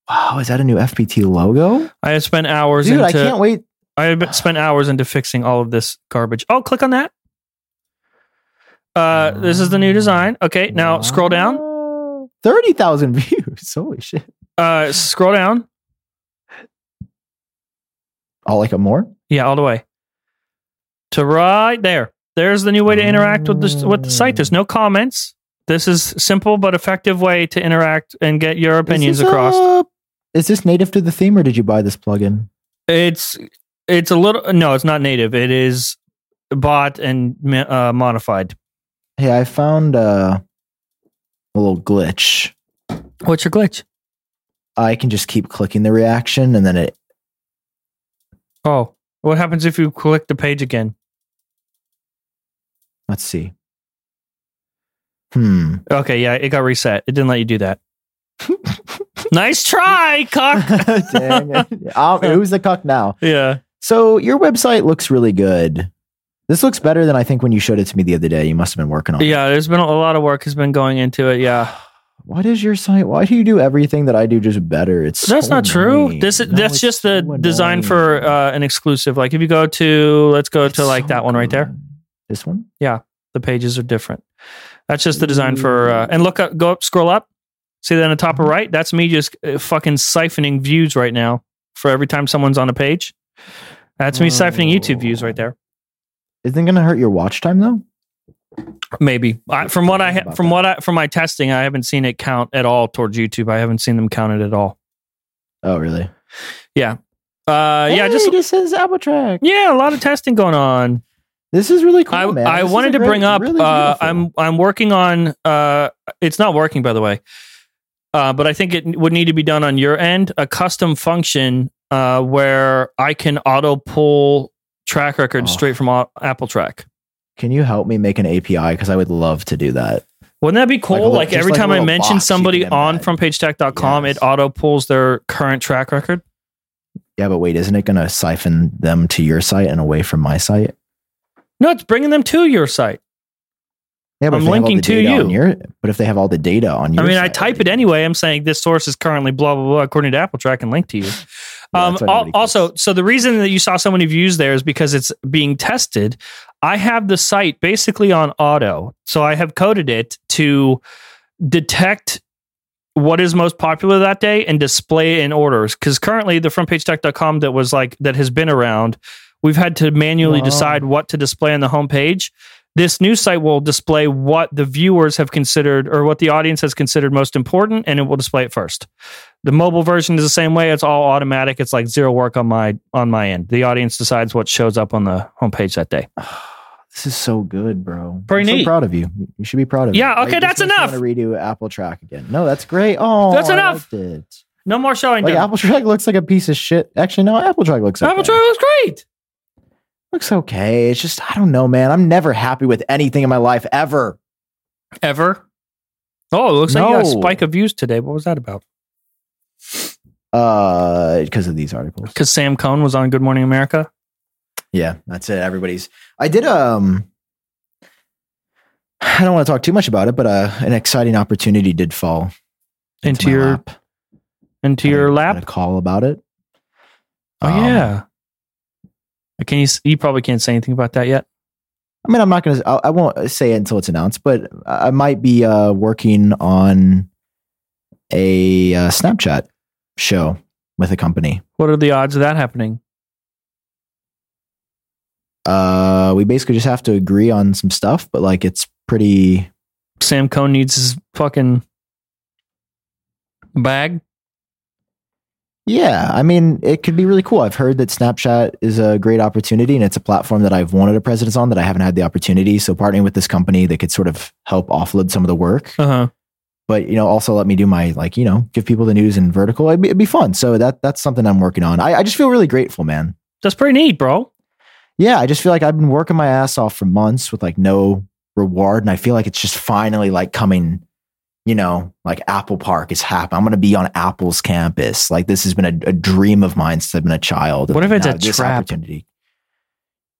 [SPEAKER 3] Wow, is that a new FPT logo?
[SPEAKER 1] I have spent hours
[SPEAKER 3] Dude,
[SPEAKER 1] into
[SPEAKER 3] I can't wait.
[SPEAKER 1] I have spent hours into fixing all of this garbage. Oh, click on that. Uh, this is the new design. Okay, now scroll down.
[SPEAKER 3] down. Thirty thousand views. Holy shit!
[SPEAKER 1] Uh, scroll down.
[SPEAKER 3] Oh, like a more.
[SPEAKER 1] Yeah, all the way to right there. There's the new way to interact with the with the site. There's no comments. This is simple but effective way to interact and get your opinions
[SPEAKER 3] Is this,
[SPEAKER 1] across.
[SPEAKER 3] uh, is this native to the theme, or did you buy this plugin?
[SPEAKER 1] it's it's a little no, it's not native. It is bought and uh, modified.
[SPEAKER 3] Hey, I found uh, a little glitch.
[SPEAKER 1] What's your glitch?
[SPEAKER 3] I can just keep clicking the reaction, and then it
[SPEAKER 1] Oh, what happens if you click the page again?
[SPEAKER 3] Let's see. Hmm.
[SPEAKER 1] Okay, yeah, it got reset. It didn't let you do that. nice try, cock.
[SPEAKER 3] Dang it. Um, who's the cuck now?
[SPEAKER 1] yeah.
[SPEAKER 3] So your website looks really good. This looks better than I think when you showed it to me the other day. You must have been working on it.
[SPEAKER 1] Yeah, there's been a lot of work has been going into it. Yeah.
[SPEAKER 3] Why does your site? Why do you do everything that I do just better? It's
[SPEAKER 1] That's
[SPEAKER 3] so
[SPEAKER 1] not true.
[SPEAKER 3] annoying.
[SPEAKER 1] This is
[SPEAKER 3] No,
[SPEAKER 1] that's
[SPEAKER 3] it's
[SPEAKER 1] just
[SPEAKER 3] so
[SPEAKER 1] the design
[SPEAKER 3] annoying.
[SPEAKER 1] for uh, an exclusive. Like if you go to let's go
[SPEAKER 3] It's
[SPEAKER 1] to like
[SPEAKER 3] so
[SPEAKER 1] that one right there.
[SPEAKER 3] good. This one.
[SPEAKER 1] The pages are different. That's just the design for uh, and look up go up scroll up. See that on the top of
[SPEAKER 3] Mm-hmm.
[SPEAKER 1] right? That's me just uh, fucking siphoning views right now for every time someone's on a page. That's me siphoning
[SPEAKER 3] Oh.
[SPEAKER 1] YouTube views right there.
[SPEAKER 3] Isn't it going to hurt your watch time though?
[SPEAKER 1] Maybe I, from what I ha-
[SPEAKER 3] About
[SPEAKER 1] from
[SPEAKER 3] that.
[SPEAKER 1] what I from my testing, I haven't seen it count at all towards YouTube. I haven't seen them count it at all.
[SPEAKER 3] Oh, really?
[SPEAKER 1] Uh, yeah,
[SPEAKER 3] Hey,
[SPEAKER 1] just
[SPEAKER 3] this is Albatrack.
[SPEAKER 1] yeah, a lot of testing going on.
[SPEAKER 3] This is really cool,
[SPEAKER 1] I,
[SPEAKER 3] man.
[SPEAKER 1] I
[SPEAKER 3] This is
[SPEAKER 1] wanted
[SPEAKER 3] a
[SPEAKER 1] to
[SPEAKER 3] great-
[SPEAKER 1] bring up.
[SPEAKER 3] really
[SPEAKER 1] uh,
[SPEAKER 3] beautiful.
[SPEAKER 1] I'm I'm working on. Uh, it's not working, by the way. Uh, but I think it would need to be done on your end. A custom function uh, where I can auto pull track records
[SPEAKER 3] Oh.
[SPEAKER 1] straight from au- Apple Track.
[SPEAKER 3] Can you help me make an API? Because I would love to do that.
[SPEAKER 1] Wouldn't that be cool?
[SPEAKER 3] Like a
[SPEAKER 1] Like,
[SPEAKER 3] little- just
[SPEAKER 1] every
[SPEAKER 3] like a
[SPEAKER 1] time I
[SPEAKER 3] little
[SPEAKER 1] mention
[SPEAKER 3] box you
[SPEAKER 1] somebody
[SPEAKER 3] can
[SPEAKER 1] on
[SPEAKER 3] embed.
[SPEAKER 1] FromPageTech.com,
[SPEAKER 3] Yes.
[SPEAKER 1] it auto pulls their current track record.
[SPEAKER 3] Yeah, but wait, isn't it going to siphon them to your site and away from my site?
[SPEAKER 1] No, it's bringing them to your site.
[SPEAKER 3] Yeah, but
[SPEAKER 1] I'm
[SPEAKER 3] if they have all
[SPEAKER 1] linking
[SPEAKER 3] the
[SPEAKER 1] to
[SPEAKER 3] data
[SPEAKER 1] you.
[SPEAKER 3] on your- but if they have all the data on your,
[SPEAKER 1] I mean, I
[SPEAKER 3] site
[SPEAKER 1] type it
[SPEAKER 3] already-
[SPEAKER 1] anyway. I'm saying this source is currently blah blah blah according to Apple Track and linked to you.
[SPEAKER 3] Yeah,
[SPEAKER 1] um,
[SPEAKER 3] that's what
[SPEAKER 1] al-
[SPEAKER 3] everybody
[SPEAKER 1] also,
[SPEAKER 3] does.
[SPEAKER 1] so the reason that you saw so many views there is because it's being tested. I have the site basically on auto, so I have coded it to detect what is most popular that day and display it in orders. Because currently, the frontpagetech.com that was like that has been around, we've had to manually
[SPEAKER 3] Wow.
[SPEAKER 1] decide what to display on the homepage. This new site will display what the viewers have considered or what the audience has considered most important, and it will display it first. The mobile version is the same way. It's all automatic. It's like zero work on my on my end. The audience decides what shows up on the homepage that day.
[SPEAKER 3] This is so good, bro.
[SPEAKER 1] Pretty
[SPEAKER 3] I'm
[SPEAKER 1] neat.
[SPEAKER 3] so proud of you. You should be proud of
[SPEAKER 1] Yeah,
[SPEAKER 3] me.
[SPEAKER 1] okay, that's
[SPEAKER 3] I want to redo Apple Track again. No, that's great. Oh,
[SPEAKER 1] That's
[SPEAKER 3] I
[SPEAKER 1] enough.
[SPEAKER 3] liked it.
[SPEAKER 1] No more showing.
[SPEAKER 3] Like
[SPEAKER 1] down.
[SPEAKER 3] Apple Track looks like a piece of shit. Actually, no, Apple Track looks.
[SPEAKER 1] Apple
[SPEAKER 3] okay.
[SPEAKER 1] Trail was great.
[SPEAKER 3] looks okay. It's just I don't know, man. I'm never happy with anything in my life ever.
[SPEAKER 1] Ever. Oh, it looks like you got a
[SPEAKER 3] No.
[SPEAKER 1] spike of views today. What was that about?
[SPEAKER 3] Uh, because of these articles.
[SPEAKER 1] Because Sam Cohn was on Good Morning America.
[SPEAKER 3] Yeah, that's it. Everybody's. I did um. I don't want to talk too much about it, but uh, an exciting opportunity did fall
[SPEAKER 1] Into
[SPEAKER 3] my
[SPEAKER 1] your-
[SPEAKER 3] lap.
[SPEAKER 1] Into
[SPEAKER 3] I
[SPEAKER 1] your
[SPEAKER 3] had
[SPEAKER 1] lap.
[SPEAKER 3] A call about it.
[SPEAKER 1] Oh
[SPEAKER 3] Um,
[SPEAKER 1] yeah. Can you? s- You probably can't say anything about that yet.
[SPEAKER 3] I mean, I'm not gonna. I, I won't say it until it's announced, but I might be uh, working on a uh, Snapchat show with a company.
[SPEAKER 1] What are the odds of that happening?
[SPEAKER 3] Uh, we basically just have to agree on some stuff, but like it's pretty.
[SPEAKER 1] Sam Cohn needs his fucking bag.
[SPEAKER 3] Yeah, I mean, it could be really cool. I've heard that Snapchat is a great opportunity, and it's a platform that I've wanted a presence on that I haven't had the opportunity. So partnering with this company that could sort of help offload some of the work
[SPEAKER 1] Uh huh.
[SPEAKER 3] but you know also let me do my like you know give people the news in vertical it'd be, it'd be fun so that that's something i'm working on I, I just feel really grateful man
[SPEAKER 1] That's pretty neat, bro.
[SPEAKER 3] yeah i just feel like i've been working my ass off for months with like no reward and i feel like it's just finally like coming you know like apple park is happening i'm gonna be on apple's campus like this has been a, a dream of mine since i've been a child
[SPEAKER 1] What if
[SPEAKER 3] Like,
[SPEAKER 1] it's a
[SPEAKER 3] now this
[SPEAKER 1] trap?
[SPEAKER 3] opportunity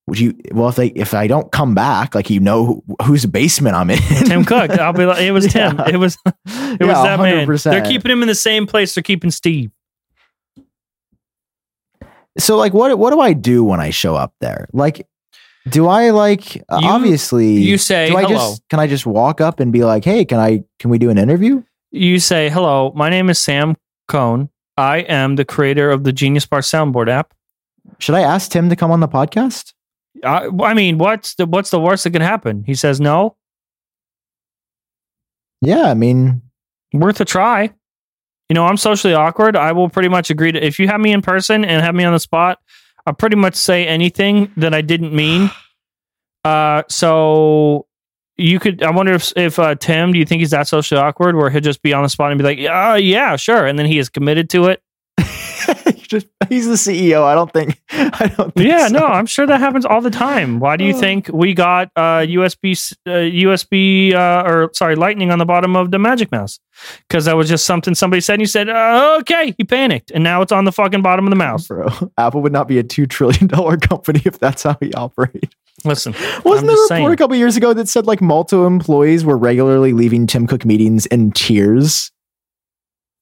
[SPEAKER 3] would you well if they if i don't come back like you know who, whose basement i'm in
[SPEAKER 1] Tim Cook. I'll be like, it was Tim.
[SPEAKER 3] Yeah.
[SPEAKER 1] It was it
[SPEAKER 3] it
[SPEAKER 1] was that man. They're keeping him in the same place. They're keeping Steve.
[SPEAKER 3] so like what what do I do when I show up there? Like do I like obviously
[SPEAKER 1] you say,
[SPEAKER 3] do I
[SPEAKER 1] "Hello."
[SPEAKER 3] just can I just walk up and be like, "Hey, can I can we do an interview?"
[SPEAKER 1] You say, "Hello, my name is Sam Cohn. I am the creator of the Genius Bar soundboard app.
[SPEAKER 3] Should I ask Tim to come on the podcast?
[SPEAKER 1] I, I mean, what's the what's the worst that can happen?" He says, "No,
[SPEAKER 3] Yeah, I mean,
[SPEAKER 1] worth a try." You know, I'm socially awkward. I will pretty much agree to if you have me in person and have me on the spot. I pretty much say anything that I didn't mean. Uh, so you could. I wonder if if uh, Tim, do you think he's that socially awkward, where he'll just be on the spot and be like, "Yeah, yeah, sure," and then he is committed to it.
[SPEAKER 3] just he's the CEO. I don't think I don't think
[SPEAKER 1] Yeah,
[SPEAKER 3] so.
[SPEAKER 1] no, I'm sure that happens all the time. Why do you
[SPEAKER 3] Oh.
[SPEAKER 1] think we got uh, USB s- uh, USB uh, or sorry Lightning on the bottom of the Magic Mouse? Because that was just something somebody said. and You said uh, okay, he panicked, and now it's on the fucking bottom of the mouse.
[SPEAKER 3] Bro, Apple would not be a two trillion dollar company if that's how he operated.
[SPEAKER 1] Listen,
[SPEAKER 3] Wasn't there a
[SPEAKER 1] just
[SPEAKER 3] report
[SPEAKER 1] saying.
[SPEAKER 3] a couple years ago that said like multiple employees were regularly leaving Tim Cook meetings in tears?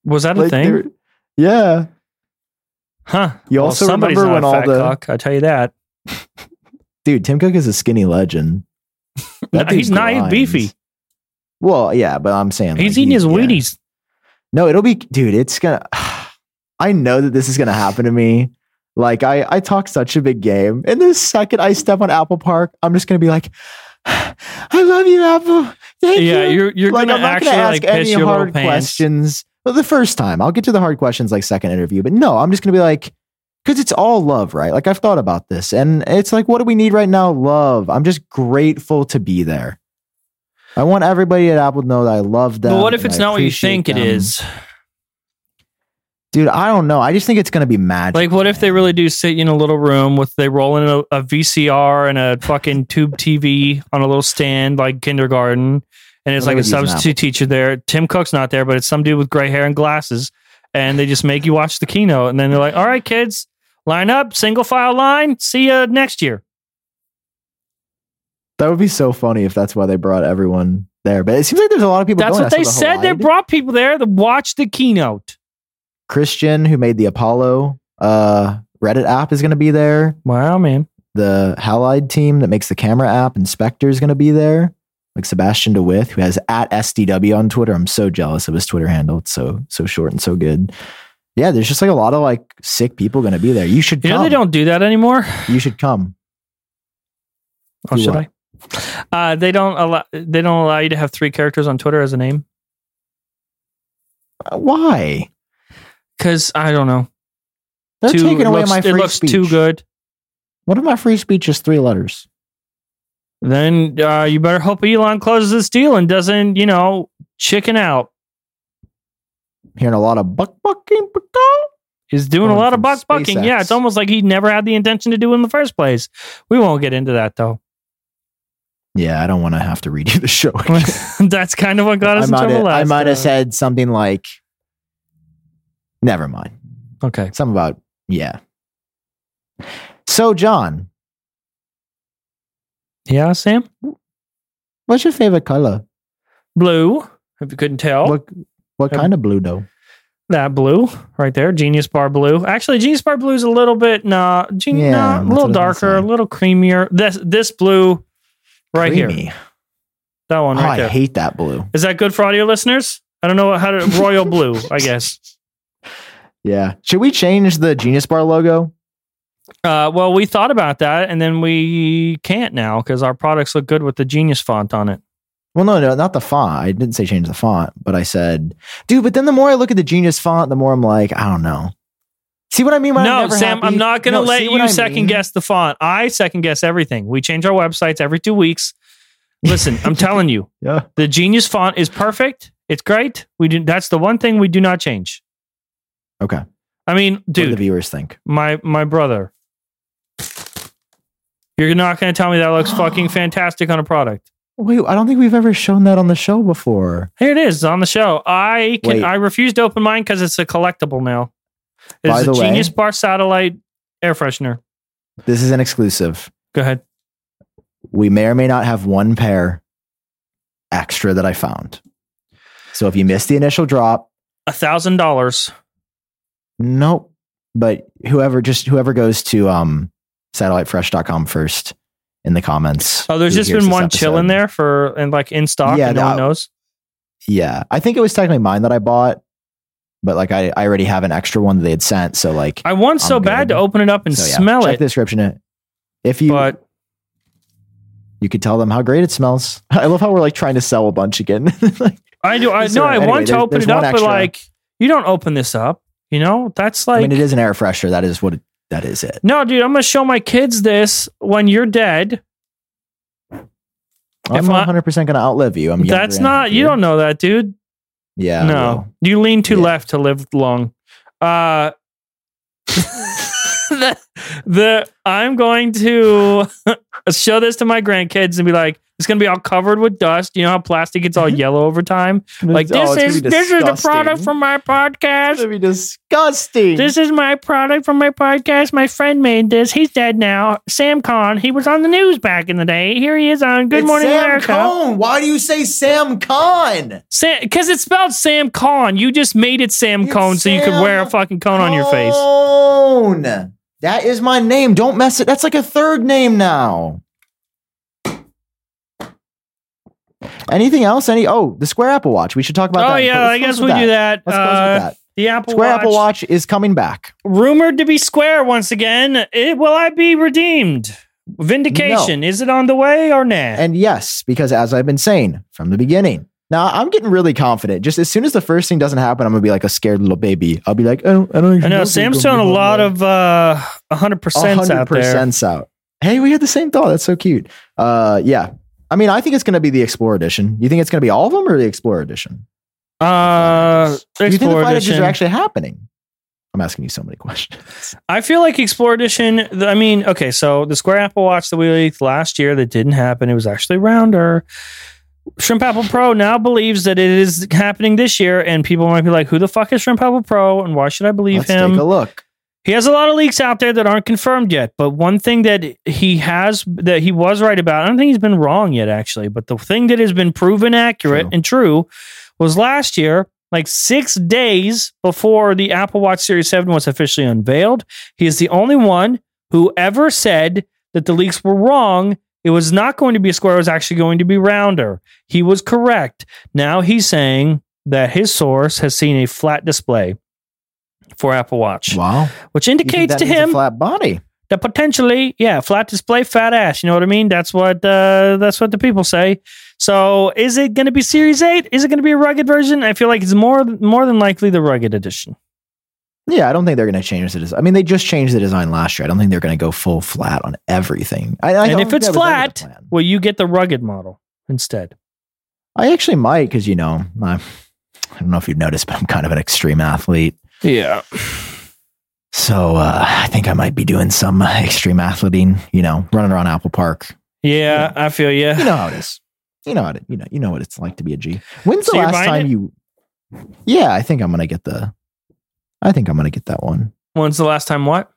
[SPEAKER 1] was that a
[SPEAKER 3] Like,
[SPEAKER 1] thing?
[SPEAKER 3] they're- yeah,
[SPEAKER 1] Huh?
[SPEAKER 3] You also
[SPEAKER 1] somebody's
[SPEAKER 3] remember
[SPEAKER 1] not a
[SPEAKER 3] when all
[SPEAKER 1] fat
[SPEAKER 3] the-
[SPEAKER 1] cock, I tell you that
[SPEAKER 3] dude, Tim Cook is a skinny legend.
[SPEAKER 1] No, he's
[SPEAKER 3] dude's
[SPEAKER 1] not, he's
[SPEAKER 3] grinds.
[SPEAKER 1] beefy.
[SPEAKER 3] Well, yeah, but I'm saying
[SPEAKER 1] he's
[SPEAKER 3] like,
[SPEAKER 1] eating
[SPEAKER 3] he-
[SPEAKER 1] his
[SPEAKER 3] Oh, yeah.
[SPEAKER 1] Wheaties.
[SPEAKER 3] No, it'll be, dude. It's gonna. I know that this is gonna happen to me. Like I, I talk such a big game, and the second I step on Apple Park, I'm just gonna be like, "I love you, Apple. Thank
[SPEAKER 1] yeah,
[SPEAKER 3] you."
[SPEAKER 1] you're you're
[SPEAKER 3] like
[SPEAKER 1] gonna
[SPEAKER 3] I'm not
[SPEAKER 1] actually
[SPEAKER 3] gonna ask
[SPEAKER 1] like piss
[SPEAKER 3] any
[SPEAKER 1] your
[SPEAKER 3] hard
[SPEAKER 1] little pants.
[SPEAKER 3] questions. Well, the first time I'll get to the hard questions like second interview, but no, I'm just gonna be like, because it's all love, right? Like I've thought about this, and it's like, what do we need right now? Love. I'm just grateful to be there. I want everybody at Apple to know that I love them.
[SPEAKER 1] But what if
[SPEAKER 3] and
[SPEAKER 1] it's
[SPEAKER 3] I
[SPEAKER 1] not what you
[SPEAKER 3] appreciate
[SPEAKER 1] think
[SPEAKER 3] them.
[SPEAKER 1] it is?
[SPEAKER 3] dude? I don't know. I just think it's gonna be magic.
[SPEAKER 1] Like, what if they really do sit you in a little room with they roll in a, a VCR and a fucking tube TV on a little stand like kindergarten, and it's
[SPEAKER 3] Well,
[SPEAKER 1] like
[SPEAKER 3] they
[SPEAKER 1] a
[SPEAKER 3] could use an
[SPEAKER 1] substitute teacher there. Tim Cook's not there, but it's some dude with gray hair and glasses, and they just make you watch the keynote, and then they're like, "All right, kids, line up, single file line. See you next year."
[SPEAKER 3] That would be so funny if that's why they brought everyone there. But it seems like there's a lot of people.
[SPEAKER 1] That's
[SPEAKER 3] going.
[SPEAKER 1] what
[SPEAKER 3] I
[SPEAKER 1] they
[SPEAKER 3] saw the
[SPEAKER 1] said. They
[SPEAKER 3] Hawaii-
[SPEAKER 1] brought people there to watch the keynote.
[SPEAKER 3] Christian, who made the Apollo uh, Reddit app, is going to be there.
[SPEAKER 1] Wow, man.
[SPEAKER 3] The Halide team that makes the camera app, Inspector, is going to be there. Like Sebastian DeWith, who has at SDW on Twitter. I'm so jealous of his Twitter handle. It's so so short and so good. Yeah, there's just like a lot of like sick people going to be there. You should
[SPEAKER 1] You
[SPEAKER 3] come.
[SPEAKER 1] know they don't do that anymore.
[SPEAKER 3] You should come.
[SPEAKER 1] Oh,
[SPEAKER 3] Do
[SPEAKER 1] should
[SPEAKER 3] what?
[SPEAKER 1] I? Uh, they don't allow. They don't allow you to have three characters on Twitter as a name.
[SPEAKER 3] Uh, Why?
[SPEAKER 1] Because I don't know.
[SPEAKER 3] They're
[SPEAKER 1] Too-
[SPEAKER 3] taking
[SPEAKER 1] it
[SPEAKER 3] away
[SPEAKER 1] looks-
[SPEAKER 3] my free
[SPEAKER 1] It looks
[SPEAKER 3] speech.
[SPEAKER 1] too good.
[SPEAKER 3] What if my free speech is three letters?
[SPEAKER 1] Then uh, you better hope Elon closes this deal and doesn't, you know, chicken out.
[SPEAKER 3] Hearing a lot of buck bucking. buck-
[SPEAKER 1] Is doing
[SPEAKER 3] Going
[SPEAKER 1] a lot
[SPEAKER 3] from
[SPEAKER 1] of buck bucking. Yeah,
[SPEAKER 3] SpaceX.
[SPEAKER 1] it's almost like he never had the intention to do it in the first place. We won't get into that though.
[SPEAKER 3] Yeah, I don't want to have to redo the show.
[SPEAKER 1] That's kind of what got
[SPEAKER 3] I
[SPEAKER 1] us in
[SPEAKER 3] might
[SPEAKER 1] trouble
[SPEAKER 3] have, I
[SPEAKER 1] last. uh,
[SPEAKER 3] might have
[SPEAKER 1] time.
[SPEAKER 3] said something like, never mind.
[SPEAKER 1] Okay.
[SPEAKER 3] Something about, yeah. So, John,
[SPEAKER 1] Yeah, Sam.
[SPEAKER 3] what's your favorite color?
[SPEAKER 1] Blue. If you couldn't tell,
[SPEAKER 3] What, what
[SPEAKER 1] Um,
[SPEAKER 3] kind of blue, though?
[SPEAKER 1] that blue right there, Genius Bar Blue. Actually, Genius Bar Blue is a little bit nah, gen-
[SPEAKER 3] Yeah,
[SPEAKER 1] nah, a
[SPEAKER 3] that's
[SPEAKER 1] little
[SPEAKER 3] what I was
[SPEAKER 1] darker, a
[SPEAKER 3] saying.
[SPEAKER 1] little creamier. This this blue, right here,
[SPEAKER 3] Creamy.
[SPEAKER 1] that one
[SPEAKER 3] Oh,
[SPEAKER 1] right
[SPEAKER 3] I
[SPEAKER 1] there.
[SPEAKER 3] hate that blue.
[SPEAKER 1] Is that good for audio listeners? I don't know how to royal blue. I guess.
[SPEAKER 3] Yeah. Should we change the Genius Bar logo?
[SPEAKER 1] Uh, well, we thought about that, and then we can't now because our products look good with the Genius font on it.
[SPEAKER 3] Well, no, no, not the font. I didn't say change the font, but I said, dude, but then the more I look at the Genius font, the more I'm like, I don't know. See what I mean? When I'm
[SPEAKER 1] no,
[SPEAKER 3] never
[SPEAKER 1] Sam,
[SPEAKER 3] happy?
[SPEAKER 1] I'm not going to
[SPEAKER 3] No,
[SPEAKER 1] let
[SPEAKER 3] see
[SPEAKER 1] you
[SPEAKER 3] what I
[SPEAKER 1] second
[SPEAKER 3] mean?
[SPEAKER 1] guess the font. I second guess everything. We change our websites every two weeks. Listen, I'm telling you,
[SPEAKER 3] Yeah.
[SPEAKER 1] the Genius font is perfect. It's great. We do. That's the one thing we do not change.
[SPEAKER 3] Okay.
[SPEAKER 1] I mean,
[SPEAKER 3] What do the
[SPEAKER 1] dude,
[SPEAKER 3] viewers think?
[SPEAKER 1] my my brother. You're not going to tell me that looks fucking fantastic on a product.
[SPEAKER 3] Wait, I don't think we've ever shown that on the show before.
[SPEAKER 1] Here it is on the show. I can
[SPEAKER 3] Wait.
[SPEAKER 1] I refuse to open mine because it's a collectible now.
[SPEAKER 3] By
[SPEAKER 1] It's
[SPEAKER 3] the
[SPEAKER 1] a
[SPEAKER 3] way-
[SPEAKER 1] Genius Bar satellite air freshener.
[SPEAKER 3] This is an exclusive.
[SPEAKER 1] Go ahead.
[SPEAKER 3] We may or may not have one pair extra that I found. So if you missed the initial drop,
[SPEAKER 1] A thousand dollars.
[SPEAKER 3] nope. But whoever just whoever goes to um satellitefresh.com first in the comments.
[SPEAKER 1] Oh, there's
[SPEAKER 3] who
[SPEAKER 1] just
[SPEAKER 3] hears
[SPEAKER 1] been
[SPEAKER 3] this
[SPEAKER 1] one chill in
[SPEAKER 3] episode-
[SPEAKER 1] there for and like in stock
[SPEAKER 3] Yeah,
[SPEAKER 1] and no one
[SPEAKER 3] that-
[SPEAKER 1] knows.
[SPEAKER 3] Yeah. I think it was technically mine that I bought, but like I, I already have an extra one that they had sent. So like
[SPEAKER 1] I want so
[SPEAKER 3] I'm
[SPEAKER 1] bad
[SPEAKER 3] good.
[SPEAKER 1] to open it up and
[SPEAKER 3] so, yeah,
[SPEAKER 1] smell
[SPEAKER 3] check
[SPEAKER 1] it.
[SPEAKER 3] the description. If you
[SPEAKER 1] but
[SPEAKER 3] you could tell them how great it smells. I love how we're like trying to sell a bunch again. Like,
[SPEAKER 1] I do I
[SPEAKER 3] So
[SPEAKER 1] no, I
[SPEAKER 3] anyway,
[SPEAKER 1] want to
[SPEAKER 3] there's-
[SPEAKER 1] open
[SPEAKER 3] there's
[SPEAKER 1] it up,
[SPEAKER 3] one
[SPEAKER 1] but
[SPEAKER 3] extra.
[SPEAKER 1] like you don't open this up. You know? That's like
[SPEAKER 3] I mean, it is an air freshener. That is what it, that is. It.
[SPEAKER 1] No, dude, I'm gonna show my kids this when you're dead.
[SPEAKER 3] I'm
[SPEAKER 1] If I-
[SPEAKER 3] 100 percent going to outlive you. I'm. younger
[SPEAKER 1] That's
[SPEAKER 3] and
[SPEAKER 1] not you
[SPEAKER 3] happier.
[SPEAKER 1] don't know that, dude.
[SPEAKER 3] Yeah. I
[SPEAKER 1] no,
[SPEAKER 3] will.
[SPEAKER 1] you lean too
[SPEAKER 3] Yeah.
[SPEAKER 1] left to live long. Uh, the, the I'm going to show this to my grandkids and be like, it's going to be all covered with dust. You know how plastic gets all yellow over time. Like
[SPEAKER 3] Mm-hmm.
[SPEAKER 1] this
[SPEAKER 3] Oh, it's gonna
[SPEAKER 1] is
[SPEAKER 3] be
[SPEAKER 1] this is the product
[SPEAKER 3] disgusting.
[SPEAKER 1] from my
[SPEAKER 3] It's
[SPEAKER 1] podcast.
[SPEAKER 3] gonna be disgusting.
[SPEAKER 1] This is my product from my podcast. My friend made this. He's dead now. Sam Kahn. He was on the news back in the day. Here he is on Good
[SPEAKER 3] It's
[SPEAKER 1] Morning
[SPEAKER 3] Sam
[SPEAKER 1] America.
[SPEAKER 3] Cone. Why do you say Sam Con?
[SPEAKER 1] Because it's spelled Sam Cone. You just made it Sam
[SPEAKER 3] It's
[SPEAKER 1] Cone so you could
[SPEAKER 3] Sam
[SPEAKER 1] wear a fucking cone on your face.
[SPEAKER 3] Cone. That is my name. Don't mess it. That's like a third name now. Anything else? Any? Oh, the Square Apple Watch. We should talk about
[SPEAKER 1] Oh
[SPEAKER 3] that.
[SPEAKER 1] yeah,
[SPEAKER 3] Let's
[SPEAKER 1] I
[SPEAKER 3] close
[SPEAKER 1] Oh, guess
[SPEAKER 3] with
[SPEAKER 1] we do that.
[SPEAKER 3] Let's close
[SPEAKER 1] Uh,
[SPEAKER 3] with that.
[SPEAKER 1] The Apple
[SPEAKER 3] Square
[SPEAKER 1] Watch,
[SPEAKER 3] Apple Watch is coming back.
[SPEAKER 1] rumored to be square once again. It, will I be redeemed? Vindication is it on the way or nah?
[SPEAKER 3] And yes, because as I've been saying from the beginning, now I'm getting really confident. Just as soon as the first thing doesn't happen, I'm gonna be like a scared little baby. I'll be like, oh, I don't.
[SPEAKER 1] I know Sam's throwing a lot of uh, 100 percent
[SPEAKER 3] hundred
[SPEAKER 1] out there.
[SPEAKER 3] percent out. Hey, we had the same thought. That's so cute. Uh, yeah. I mean, I think it's gonna be the Explorer Edition. You think it's gonna be all of them or the Explorer Edition?
[SPEAKER 1] Uh,
[SPEAKER 3] Do you think the
[SPEAKER 1] Explorer
[SPEAKER 3] flight edges
[SPEAKER 1] Edition.
[SPEAKER 3] are actually happening? I'm asking you so many questions.
[SPEAKER 1] I feel like Explorer Edition. th- I mean, okay, so the Square Apple Watch that we leaked last year that didn't happen. It was actually rounder. Shrimp Apple Pro now believes that it is happening this year, and people might be like, "Who the fuck is Shrimp Apple Pro, and why should I believe
[SPEAKER 3] Let's
[SPEAKER 1] him?"
[SPEAKER 3] take a look.
[SPEAKER 1] He has a lot of leaks out there that aren't confirmed yet, but one thing that he has that he was right about, I don't think he's been wrong yet, actually, but the thing that has been proven accurate
[SPEAKER 3] True.
[SPEAKER 1] and true was last year, like six days before the Apple Watch Series 7 was officially unveiled. He is the only one who ever said that the leaks were wrong. It was not going to be a square, it was actually going to be rounder. He was correct. Now he's saying that his source has seen a flat display for Apple Watch
[SPEAKER 3] Wow.
[SPEAKER 1] which
[SPEAKER 3] You think
[SPEAKER 1] indicates
[SPEAKER 3] that
[SPEAKER 1] to
[SPEAKER 3] means a
[SPEAKER 1] him
[SPEAKER 3] flat body.
[SPEAKER 1] that potentially, yeah, flat display, fat ass. You know what I mean? That's what uh, that's what the people say. So, is it going to be Series Eight? Is it going to be a rugged version? I feel like it's more more than likely the rugged edition.
[SPEAKER 3] Yeah, I don't think they're going to change the design. I mean, they just changed the design last year. I don't think they're going to go full flat on everything. I, I
[SPEAKER 1] and
[SPEAKER 3] don't
[SPEAKER 1] if
[SPEAKER 3] think
[SPEAKER 1] it's
[SPEAKER 3] that was ever the
[SPEAKER 1] flat,
[SPEAKER 3] plan.
[SPEAKER 1] well, you get the rugged model instead.
[SPEAKER 3] I actually might because you know I'm, I don't know if you've noticed, but I'm kind of an extreme athlete.
[SPEAKER 1] Yeah,
[SPEAKER 3] So uh, I think I might be doing some extreme athleting. You know, running around Apple Park.
[SPEAKER 1] yeah, I feel you.
[SPEAKER 3] You know how it is. You know how it. You know. You know what it's like to be a G. When's the
[SPEAKER 1] So you're
[SPEAKER 3] last
[SPEAKER 1] buying
[SPEAKER 3] time
[SPEAKER 1] it?
[SPEAKER 3] you? Yeah, I think I'm going to get the. I think I'm going to get that one.
[SPEAKER 1] When's the last time? What?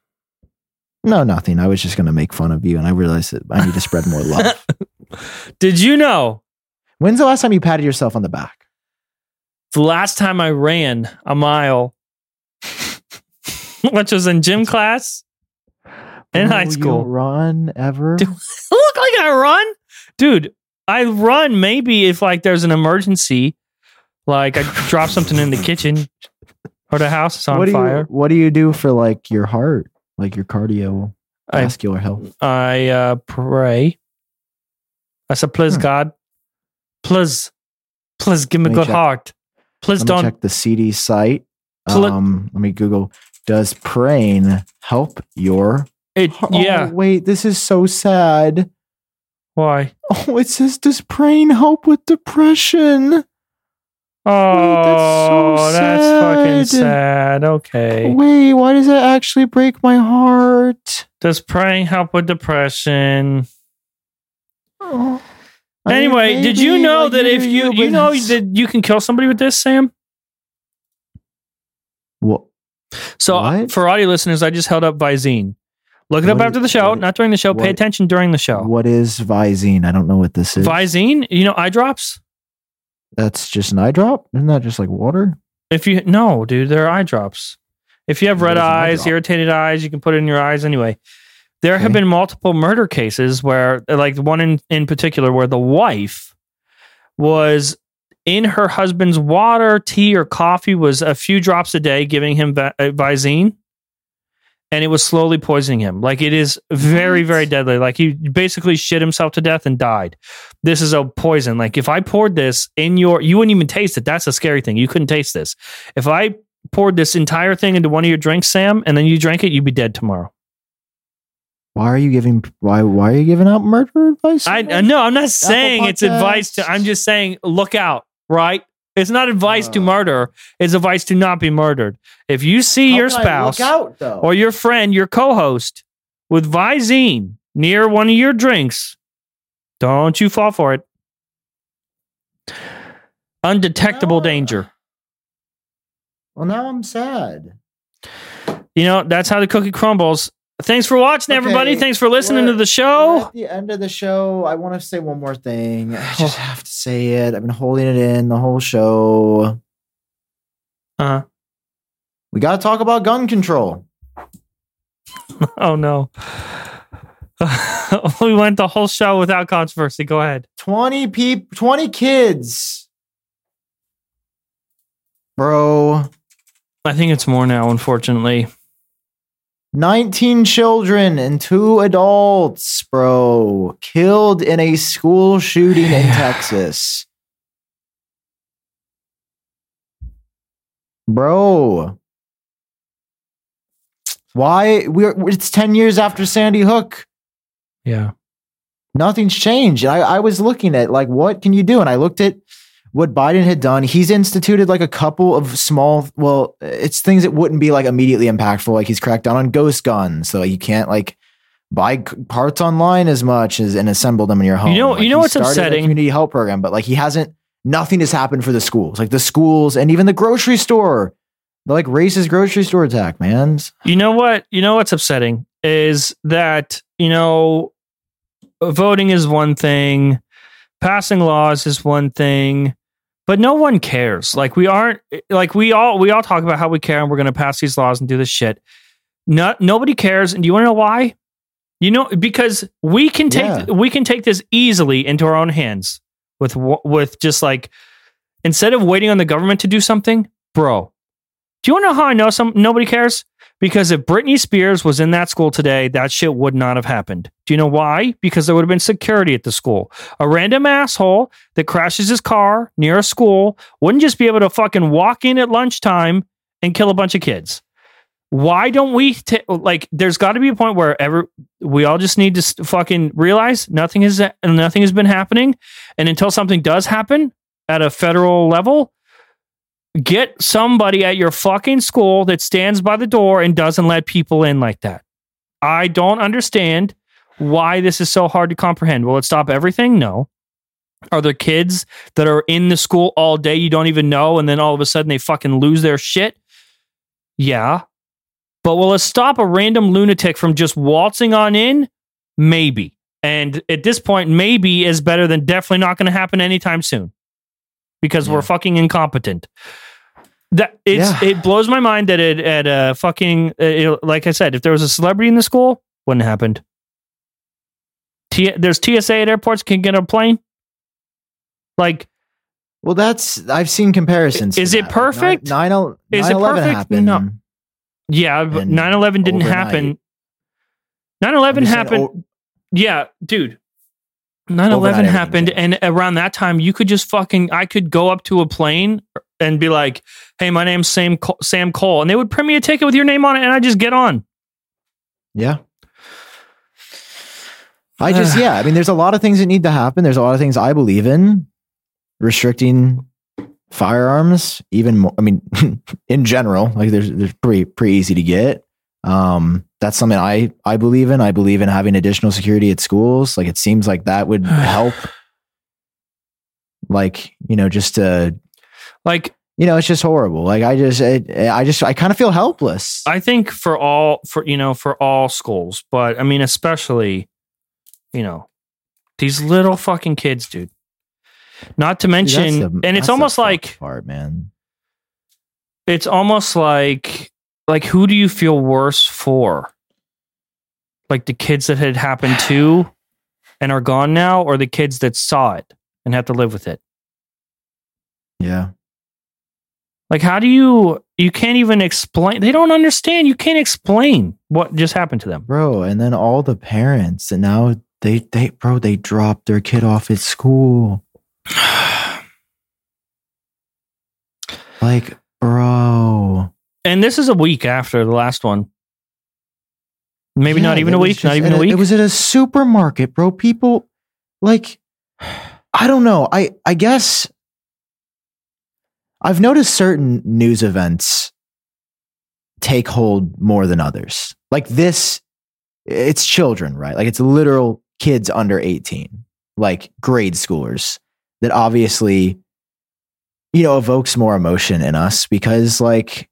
[SPEAKER 3] No, nothing. I was just going to make fun of you, and I realized that I need to spread more love.
[SPEAKER 1] Did you know
[SPEAKER 3] When's the last time you patted yourself on the back?
[SPEAKER 1] the last time I ran a mile, which was in gym class in
[SPEAKER 3] Bro,
[SPEAKER 1] high
[SPEAKER 3] you
[SPEAKER 1] school?
[SPEAKER 3] don't run ever.
[SPEAKER 1] Dude. look like I run, dude. I run maybe if like there's an emergency, like I drop something in the kitchen or the house is on
[SPEAKER 3] what do you
[SPEAKER 1] fire.
[SPEAKER 3] What do you do for like your heart, like your cardio,
[SPEAKER 1] I-
[SPEAKER 3] vascular health?
[SPEAKER 1] I uh, pray. I said, please,
[SPEAKER 3] Hmm.
[SPEAKER 1] God, please, please give me
[SPEAKER 3] Let me
[SPEAKER 1] good
[SPEAKER 3] check.
[SPEAKER 1] heart. Please
[SPEAKER 3] Let me
[SPEAKER 1] don't.
[SPEAKER 3] check the CD site.
[SPEAKER 1] Pl-
[SPEAKER 3] Um, let me Google. Does praying help your?
[SPEAKER 1] It,
[SPEAKER 3] Oh,
[SPEAKER 1] Yeah.
[SPEAKER 3] Wait, this is so sad.
[SPEAKER 1] Why?
[SPEAKER 3] Oh, it says does praying help with depression?
[SPEAKER 1] Oh,
[SPEAKER 3] so
[SPEAKER 1] that's, fucking sad.
[SPEAKER 3] sad.
[SPEAKER 1] Okay.
[SPEAKER 3] Wait, why does that actually break my heart?
[SPEAKER 1] Does praying help with depression?
[SPEAKER 3] Oh. I mean,
[SPEAKER 1] Anyway, did you
[SPEAKER 3] maybe,
[SPEAKER 1] know
[SPEAKER 3] like,
[SPEAKER 1] that
[SPEAKER 3] you
[SPEAKER 1] if
[SPEAKER 3] do
[SPEAKER 1] you
[SPEAKER 3] but
[SPEAKER 1] you know
[SPEAKER 3] it's-
[SPEAKER 1] that you can kill somebody with this, Sam?
[SPEAKER 3] Wha-
[SPEAKER 1] So uh,
[SPEAKER 3] What?
[SPEAKER 1] for audio listeners, I just held up Visine. Look it up
[SPEAKER 3] What
[SPEAKER 1] after
[SPEAKER 3] is-
[SPEAKER 1] the show,
[SPEAKER 3] what-
[SPEAKER 1] not during the show. Pay
[SPEAKER 3] what-
[SPEAKER 1] attention during the show.
[SPEAKER 3] What is Visine? I don't know what this is.
[SPEAKER 1] Visine, you know eye drops.
[SPEAKER 3] That's just an eye drop? Isn't that just like water?
[SPEAKER 1] If you no, dude, they're eye drops. If you have
[SPEAKER 3] What
[SPEAKER 1] red
[SPEAKER 3] is an eye
[SPEAKER 1] eyes,
[SPEAKER 3] drop?
[SPEAKER 1] irritated eyes, you can put it in your eyes anyway. There have
[SPEAKER 3] Okay.
[SPEAKER 1] been multiple murder cases where, like the one in, in particular, where the wife was in her husband's water, tea, or coffee was a few drops a day, giving him vi- uh, Visine, and it was slowly poisoning him. Like it is very, very deadly. Like he basically shit himself to death and died. This is a poison. Like if I poured this in your, you wouldn't even taste it. That's a scary thing. You couldn't taste this. If I poured this entire thing into one of your drinks, Sam, and then you drank it, you'd be dead tomorrow.
[SPEAKER 3] Why are you giving why why are you giving out murder advice?
[SPEAKER 1] I, I no, I'm not saying it's
[SPEAKER 3] Podcasts.
[SPEAKER 1] advice to. I'm just saying look out, right? It's not advice to
[SPEAKER 3] Uh.
[SPEAKER 1] murder. It's advice to not be murdered. If you see
[SPEAKER 3] How
[SPEAKER 1] your
[SPEAKER 3] can I
[SPEAKER 1] spouse
[SPEAKER 3] look out, though?
[SPEAKER 1] or your friend, your co-host with Visine near one of your drinks, don't you fall for it. Undetectable
[SPEAKER 3] No.
[SPEAKER 1] danger.
[SPEAKER 3] well now I'm sad.
[SPEAKER 1] You know that's how the cookie crumbles. Thanks for watching, everybody.
[SPEAKER 3] Okay,
[SPEAKER 1] Thanks for listening
[SPEAKER 3] we're-
[SPEAKER 1] to the
[SPEAKER 3] We're
[SPEAKER 1] show.
[SPEAKER 3] At the end of the show, I want to say one more thing. I just have to say it. I've been holding it in the whole show.
[SPEAKER 1] Uh,
[SPEAKER 3] We gotta talk about gun control.
[SPEAKER 1] oh no. we went the whole show without controversy. Go ahead.
[SPEAKER 3] 20 peop 20 kids. Bro,
[SPEAKER 1] I think it's more now, unfortunately.
[SPEAKER 3] 19 children and two adults, bro, killed in a school shooting in Texas. Bro. Why we're it's 10 years after Sandy Hook.
[SPEAKER 1] Yeah.
[SPEAKER 3] Nothing's changed. And I, I was looking at like what can you do? And I looked at what Biden had done, he's instituted like a couple of small, well, it's things that wouldn't be like immediately impactful. Like he's cracked down on ghost guns, so you can't like buy c- parts online as much as and assemble them in your home.
[SPEAKER 1] You know-
[SPEAKER 3] Like,
[SPEAKER 1] you know
[SPEAKER 3] he
[SPEAKER 1] what's
[SPEAKER 3] started a
[SPEAKER 1] upsetting?
[SPEAKER 3] Community help program, but like he hasn't. Nothing has happened for the schools, like the schools and even the grocery store, the like racist grocery store attack, man.
[SPEAKER 1] You know what? You know what's upsetting is that, you know, voting is one thing, passing laws is one thing, but no one cares. Like we aren't like we all we all talk about how we care and we're going to pass these laws and do this shit. No, nobody cares and do you want to know why? You know because we can take
[SPEAKER 3] Yeah.
[SPEAKER 1] we can take this easily into our own hands with wh- with just like instead of waiting on the government to do something, bro. Do you want to know how I know some nobody cares? Because if Britney Spears was in that school today, that shit would not have happened. Do you know why? Because there would have been security at the school. A random asshole that crashes his car near a school wouldn't just be able to fucking walk in at lunchtime and kill a bunch of kids. Why don't we ta- like? There's got to be a point where ever we all just need to s fucking realize nothing is nothing has been happening, and until something does happen at a federal level, get somebody at your fucking school that stands by the door and doesn't let people in like that. I don't understand why this is so hard to comprehend. Will it stop everything? No. Are there kids that are in the school all day you don't even know and then all of a sudden they fucking lose their shit? Yeah. But will it stop a random lunatic from just waltzing on in? Maybe. And at this point, maybe is better than definitely not going to happen anytime soon because we're fucking incompetent. That it's
[SPEAKER 3] Yeah.
[SPEAKER 1] it blows my mind that it at a fucking uh, it- like I said, if there was a celebrity in the school, wouldn't have happened. T- there's TSA at airports can get on a plane. Like
[SPEAKER 3] Well, that's I've seen comparisons. to
[SPEAKER 1] Is it
[SPEAKER 3] that. Like, nine-
[SPEAKER 1] perfect?
[SPEAKER 3] Nine, el-
[SPEAKER 1] Is it
[SPEAKER 3] 9/11
[SPEAKER 1] perfect?
[SPEAKER 3] happened.
[SPEAKER 1] No. yeah, but
[SPEAKER 3] And
[SPEAKER 1] 9/11 didn't
[SPEAKER 3] overnight.
[SPEAKER 1] happen.
[SPEAKER 3] I'm
[SPEAKER 1] 9/11
[SPEAKER 3] just saying,
[SPEAKER 1] happened.
[SPEAKER 3] oh,
[SPEAKER 1] yeah, dude. 9/11
[SPEAKER 3] Overnight
[SPEAKER 1] happened and around that time you could just fucking I could go up to a plane and be like, "Hey, my name's Sam Cole, Sam Cole." And they would print me a ticket with your name on it and I just get on.
[SPEAKER 3] Yeah. I just, yeah. I mean, there's a lot of things that need to happen. There's a lot of things I believe in. Restricting firearms, even more, I mean, in general, like there's, there's pretty, pretty easy to get. Um, that's something I, I believe in. I believe in having additional security at schools. Like it seems like that would help. Like, you know, just to,
[SPEAKER 1] Like
[SPEAKER 3] you know, it's just horrible. Like I just, I, I just, I kind of feel helpless.
[SPEAKER 1] I think for all for you know for all schools, but I mean especially, you know, these little fucking kids, dude. Not to
[SPEAKER 3] Dude,
[SPEAKER 1] mention,
[SPEAKER 3] that's the-
[SPEAKER 1] and
[SPEAKER 3] that's
[SPEAKER 1] it's
[SPEAKER 3] the
[SPEAKER 1] almost
[SPEAKER 3] fucked
[SPEAKER 1] like
[SPEAKER 3] part, man.
[SPEAKER 1] it's almost like like who do you feel worse for? Like the kids that had happened to and are gone now, or the kids that saw it and have to live with it.
[SPEAKER 3] Yeah.
[SPEAKER 1] Like, how do you? You can't even explain. They don't understand. You can't explain what just happened to them.
[SPEAKER 3] bro and then all the parents and now they they bro they dropped their kid off at school like bro
[SPEAKER 1] and this is a week after the last one. Maybe not
[SPEAKER 3] Yeah,
[SPEAKER 1] even
[SPEAKER 3] it
[SPEAKER 1] a
[SPEAKER 3] was
[SPEAKER 1] week.
[SPEAKER 3] just
[SPEAKER 1] not even
[SPEAKER 3] at
[SPEAKER 1] a week.
[SPEAKER 3] it was at a supermarket bro people like i don't know i i guess i've noticed certain news events take hold more than others like this it's children right like it's literal kids under 18 like grade schoolers that obviously you know evokes more emotion in us because like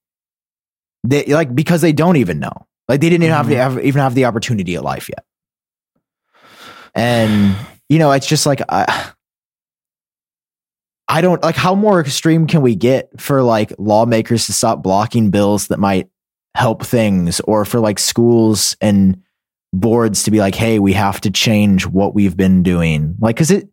[SPEAKER 3] they like because they don't even know like they didn't even have, the, have even have the opportunity at life yet and you know it's just like i i don't like how more extreme can we get for like lawmakers to stop blocking bills that might help things or for like schools and boards to be like hey we have to change what we've been doing like because it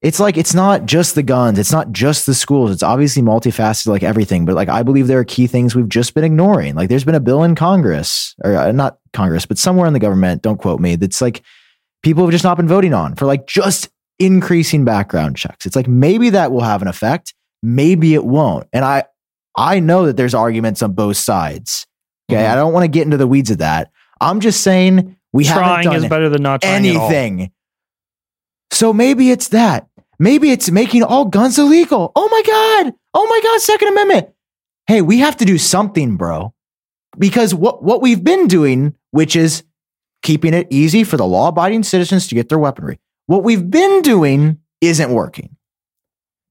[SPEAKER 3] it's like it's not just the guns, it's not just the schools. It's obviously multifaceted, like everything. But like I believe there are key things we've just been ignoring. Like there's been a bill in Congress, or uh, not Congress, but somewhere in the government. Don't quote me. That's like people have just not been voting on for like just increasing background checks. It's like maybe that will have an effect, maybe it won't. And I I know that there's arguments on both sides. Okay,
[SPEAKER 1] Mm-hmm.
[SPEAKER 3] I don't want to get into the weeds of that. I'm just saying we haven't
[SPEAKER 1] trying
[SPEAKER 3] done
[SPEAKER 1] is better than not trying at all.
[SPEAKER 3] anything. So maybe it's that. Maybe it's making all guns illegal. Oh my God. Oh my God. Second Amendment. Hey, we have to do something, bro. Because what, what we've been doing, which is keeping it easy for the law abiding citizens to get their weaponry, what we've been doing isn't working.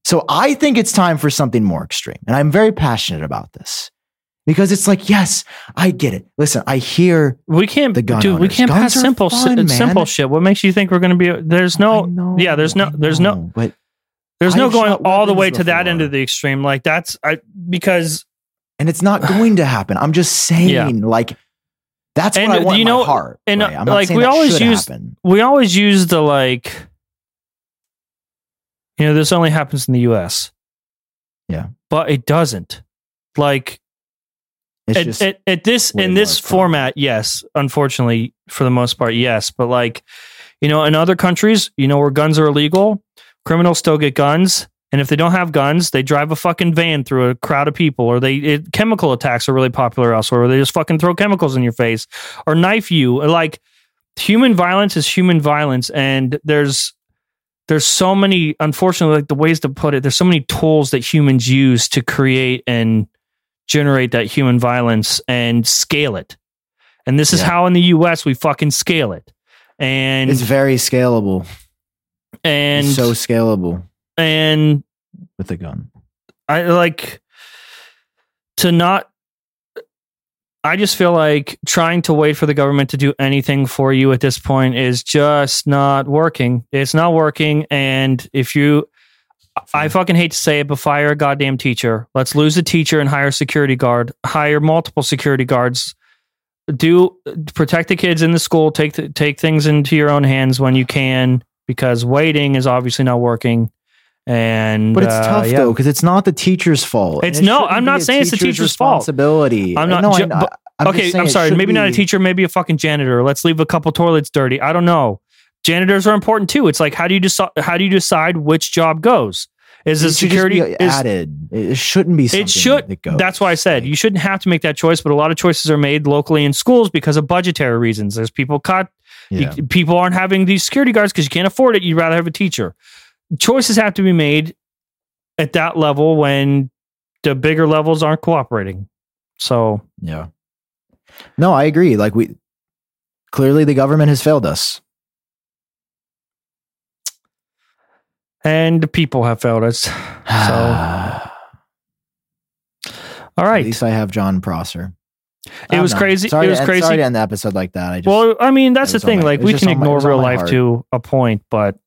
[SPEAKER 3] So I think it's time for something more extreme. And I'm very passionate about this because it's like, yes, I get it. Listen, I hear
[SPEAKER 1] We can't,
[SPEAKER 3] The gun
[SPEAKER 1] dude. We
[SPEAKER 3] owners.
[SPEAKER 1] can't
[SPEAKER 3] Guns
[SPEAKER 1] pass
[SPEAKER 3] are
[SPEAKER 1] simple, si-
[SPEAKER 3] fun, man.
[SPEAKER 1] simple shit. What makes you think we're going to be? There's
[SPEAKER 3] I
[SPEAKER 1] no,
[SPEAKER 3] know,
[SPEAKER 1] yeah. There's no,
[SPEAKER 3] I
[SPEAKER 1] there's no,
[SPEAKER 3] know, but
[SPEAKER 1] there's no
[SPEAKER 3] I've
[SPEAKER 1] going
[SPEAKER 3] shot
[SPEAKER 1] all the way
[SPEAKER 3] weapons
[SPEAKER 1] to that
[SPEAKER 3] before.
[SPEAKER 1] end of the extreme. Like that's I because
[SPEAKER 3] and it's not going to happen. I'm just saying,
[SPEAKER 1] Yeah.
[SPEAKER 3] like, that's
[SPEAKER 1] And
[SPEAKER 3] what I want
[SPEAKER 1] you
[SPEAKER 3] in my
[SPEAKER 1] know-
[SPEAKER 3] heart.
[SPEAKER 1] and,
[SPEAKER 3] Ray. I'm not
[SPEAKER 1] like,
[SPEAKER 3] saying
[SPEAKER 1] we
[SPEAKER 3] that
[SPEAKER 1] always
[SPEAKER 3] should
[SPEAKER 1] use-
[SPEAKER 3] happen.
[SPEAKER 1] we always use the like, you know, this only happens in the U.S.
[SPEAKER 3] Yeah.
[SPEAKER 1] but it doesn't. Like
[SPEAKER 3] It's
[SPEAKER 1] at,
[SPEAKER 3] just
[SPEAKER 1] at, at this
[SPEAKER 3] way
[SPEAKER 1] in this
[SPEAKER 3] more problem.
[SPEAKER 1] format, yes. Unfortunately, for the most part, yes. But like, you know, in other countries, you know, where guns are illegal, criminals still get guns, and if they don't have guns, they drive a fucking van through a crowd of people, or they it, chemical attacks are really popular elsewhere, where they just fucking throw chemicals in your face or knife you. Like, human violence is human violence, and there's there's so many unfortunately like the ways to put it there's so many tools that humans use to create and generate that human violence and scale it and this is
[SPEAKER 3] Yeah.
[SPEAKER 1] how in the us we fucking scale it and
[SPEAKER 3] it's very scalable.
[SPEAKER 1] and
[SPEAKER 3] it's so scalable
[SPEAKER 1] and
[SPEAKER 3] with a gun.
[SPEAKER 1] I like to not. I just feel like trying to wait for the government to do anything for you at this point is just not working. It's not working. And if you,
[SPEAKER 3] Hmm.
[SPEAKER 1] I fucking hate to say it, but fire a goddamn teacher. Let's lose a teacher and hire a security guard, hire multiple security guards. Do protect the kids in the school. Take th- take things into your own hands when you can, because waiting is obviously not working. And
[SPEAKER 3] But it's
[SPEAKER 1] uh,
[SPEAKER 3] tough
[SPEAKER 1] yeah.
[SPEAKER 3] though because it's not the teacher's fault.
[SPEAKER 1] It's-
[SPEAKER 3] And it
[SPEAKER 1] no,
[SPEAKER 3] shouldn't
[SPEAKER 1] I'm
[SPEAKER 3] be
[SPEAKER 1] not
[SPEAKER 3] a
[SPEAKER 1] saying it's the teacher's fault.
[SPEAKER 3] responsibility.
[SPEAKER 1] I'm not
[SPEAKER 3] No,
[SPEAKER 1] ju-
[SPEAKER 3] I'm not.
[SPEAKER 1] but-
[SPEAKER 3] I'm just
[SPEAKER 1] okay,
[SPEAKER 3] saying
[SPEAKER 1] I'm
[SPEAKER 3] it
[SPEAKER 1] sorry.
[SPEAKER 3] should
[SPEAKER 1] Maybe not a
[SPEAKER 3] be-
[SPEAKER 1] teacher, maybe a fucking janitor. Let's leave a couple toilets dirty. I don't know. Janitors are important too. It's like how do you decide how do you decide which job goes? Is the
[SPEAKER 3] it should just
[SPEAKER 1] security
[SPEAKER 3] be
[SPEAKER 1] is
[SPEAKER 3] added? It shouldn't be. Something
[SPEAKER 1] it should
[SPEAKER 3] That goes.
[SPEAKER 1] that's why i said
[SPEAKER 3] Like,
[SPEAKER 1] you shouldn't have to make that choice but a lot of choices are made locally in schools because of budgetary reasons there's people caught you-
[SPEAKER 3] yeah.
[SPEAKER 1] people aren't having these security guards because you can't afford it you'd rather have a teacher choices have to be made at that level when the bigger levels aren't cooperating so
[SPEAKER 3] Yeah. No, I agree. Like we clearly the government has failed us.
[SPEAKER 1] and the people have failed us So- all
[SPEAKER 3] At
[SPEAKER 1] right
[SPEAKER 3] least I have John Prosser.
[SPEAKER 1] It
[SPEAKER 3] I'm
[SPEAKER 1] was
[SPEAKER 3] not-
[SPEAKER 1] crazy-
[SPEAKER 3] Sorry
[SPEAKER 1] it
[SPEAKER 3] to
[SPEAKER 1] was
[SPEAKER 3] end-
[SPEAKER 1] crazy-
[SPEAKER 3] Sorry to end the episode like that. I just,
[SPEAKER 1] well i mean that's
[SPEAKER 3] it
[SPEAKER 1] the
[SPEAKER 3] was on
[SPEAKER 1] thing
[SPEAKER 3] my-
[SPEAKER 1] like
[SPEAKER 3] it was
[SPEAKER 1] we
[SPEAKER 3] just
[SPEAKER 1] can
[SPEAKER 3] on my- it
[SPEAKER 1] ignore
[SPEAKER 3] was on
[SPEAKER 1] real
[SPEAKER 3] my
[SPEAKER 1] life
[SPEAKER 3] heart.
[SPEAKER 1] to a point but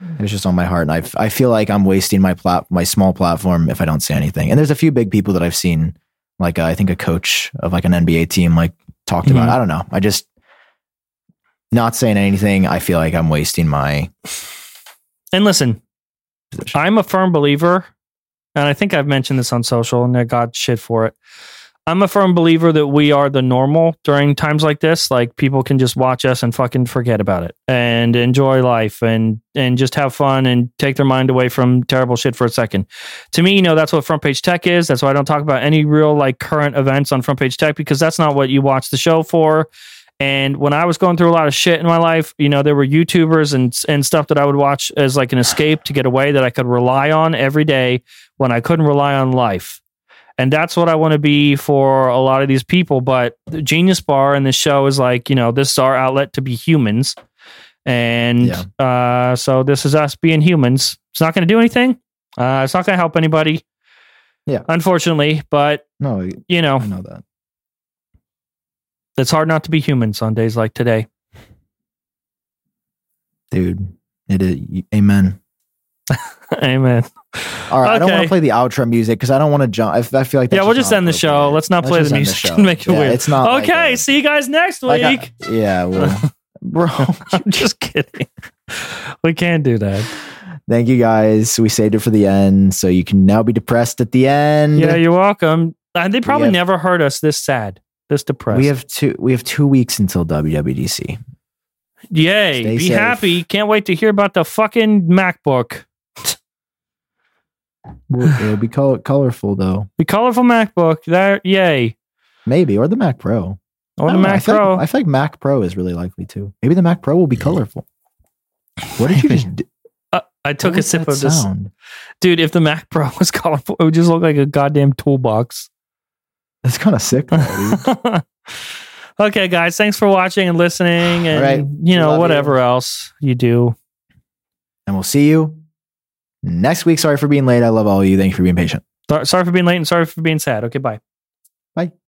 [SPEAKER 3] it was just on my heart, and I, f- I feel like I'm wasting my plat, my small platform if I don't say anything. And there's a few big people that I've seen, like uh, I think a coach of like an NBA team, like talked about.
[SPEAKER 1] Mhm.
[SPEAKER 3] it. I don't know. I just not saying anything. I feel like I'm wasting my
[SPEAKER 1] and listen
[SPEAKER 3] position.
[SPEAKER 1] I'm a firm believer, and I think I've mentioned this on social, and I got shit for it. I'm a firm believer that we are the normal during times like this. Like people can just watch us and fucking forget about it and enjoy life and and just have fun and take their mind away from terrible shit for a second. To me, you know, that's what front page tech is. That's why I don't talk about any real like current events on front page tech because that's not what you watch the show for. And when I was going through a lot of shit in my life, you know, there were YouTubers and and stuff that I would watch as like an escape to get away that I could rely on every day when I couldn't rely on life. And that's what I want to be for a lot of these people. But the Genius Bar and this show is like, you know, this is our outlet to be humans. And uh, so this is us being humans. It's not going to do anything. Uh, it's not going to help anybody.
[SPEAKER 3] Yeah.
[SPEAKER 1] Unfortunately, but,
[SPEAKER 3] No,
[SPEAKER 1] you know,
[SPEAKER 3] I know that.
[SPEAKER 1] it's hard not to be humans on days like today.
[SPEAKER 3] dude. It is amen.
[SPEAKER 1] Amen.
[SPEAKER 3] All right, I don't want
[SPEAKER 1] Okay.
[SPEAKER 3] to play the outro music because I don't want to jump. I, I feel like that's
[SPEAKER 1] Yeah, we'll just
[SPEAKER 3] not
[SPEAKER 1] end the show.
[SPEAKER 3] appropriate.
[SPEAKER 1] Let's not play
[SPEAKER 3] just
[SPEAKER 1] the
[SPEAKER 3] end
[SPEAKER 1] music.
[SPEAKER 3] show.
[SPEAKER 1] Make it
[SPEAKER 3] Yeah,
[SPEAKER 1] weird.
[SPEAKER 3] It's not
[SPEAKER 1] okay,
[SPEAKER 3] like a-
[SPEAKER 1] see you guys next week.
[SPEAKER 3] like uh, a- yeah, well, bro.
[SPEAKER 1] I'm just kidding. We can't do that.
[SPEAKER 3] Thank you guys. We saved it for the end, so you can now be depressed at the end.
[SPEAKER 1] Yeah, you're welcome. And they probably
[SPEAKER 3] Mm, have-
[SPEAKER 1] never heard us this sad, this depressed.
[SPEAKER 3] we have two. We have two weeks until WWDC.
[SPEAKER 1] Yay!
[SPEAKER 3] Stay
[SPEAKER 1] be
[SPEAKER 3] safe.
[SPEAKER 1] happy. Can't wait to hear about the fucking MacBook.
[SPEAKER 3] It'll be col- colorful though,
[SPEAKER 1] The colorful MacBook. That yay!
[SPEAKER 3] maybe, or the Mac Pro.
[SPEAKER 1] Or
[SPEAKER 3] Oh,
[SPEAKER 1] the
[SPEAKER 3] I don't know. I
[SPEAKER 1] Mac
[SPEAKER 3] feel like-
[SPEAKER 1] Pro.
[SPEAKER 3] I feel like Mac Pro is really likely too. Maybe the Mac Pro will be colorful. What did you just? d-
[SPEAKER 1] Uh, I took
[SPEAKER 3] what
[SPEAKER 1] a
[SPEAKER 3] was
[SPEAKER 1] sip
[SPEAKER 3] that
[SPEAKER 1] of this,
[SPEAKER 3] sound?
[SPEAKER 1] dude. If the Mac Pro was colorful, it would just look like a goddamn toolbox.
[SPEAKER 3] That's kind of sick. though, dude.
[SPEAKER 1] okay, guys, thanks for watching and listening, and
[SPEAKER 3] Right.
[SPEAKER 1] you know
[SPEAKER 3] Love you.
[SPEAKER 1] whatever else you do.
[SPEAKER 3] and we'll see you next week. Sorry for being late. I love all of you. Thank you for being patient.
[SPEAKER 1] Sorry for being late and sorry for being sad. Okay, bye.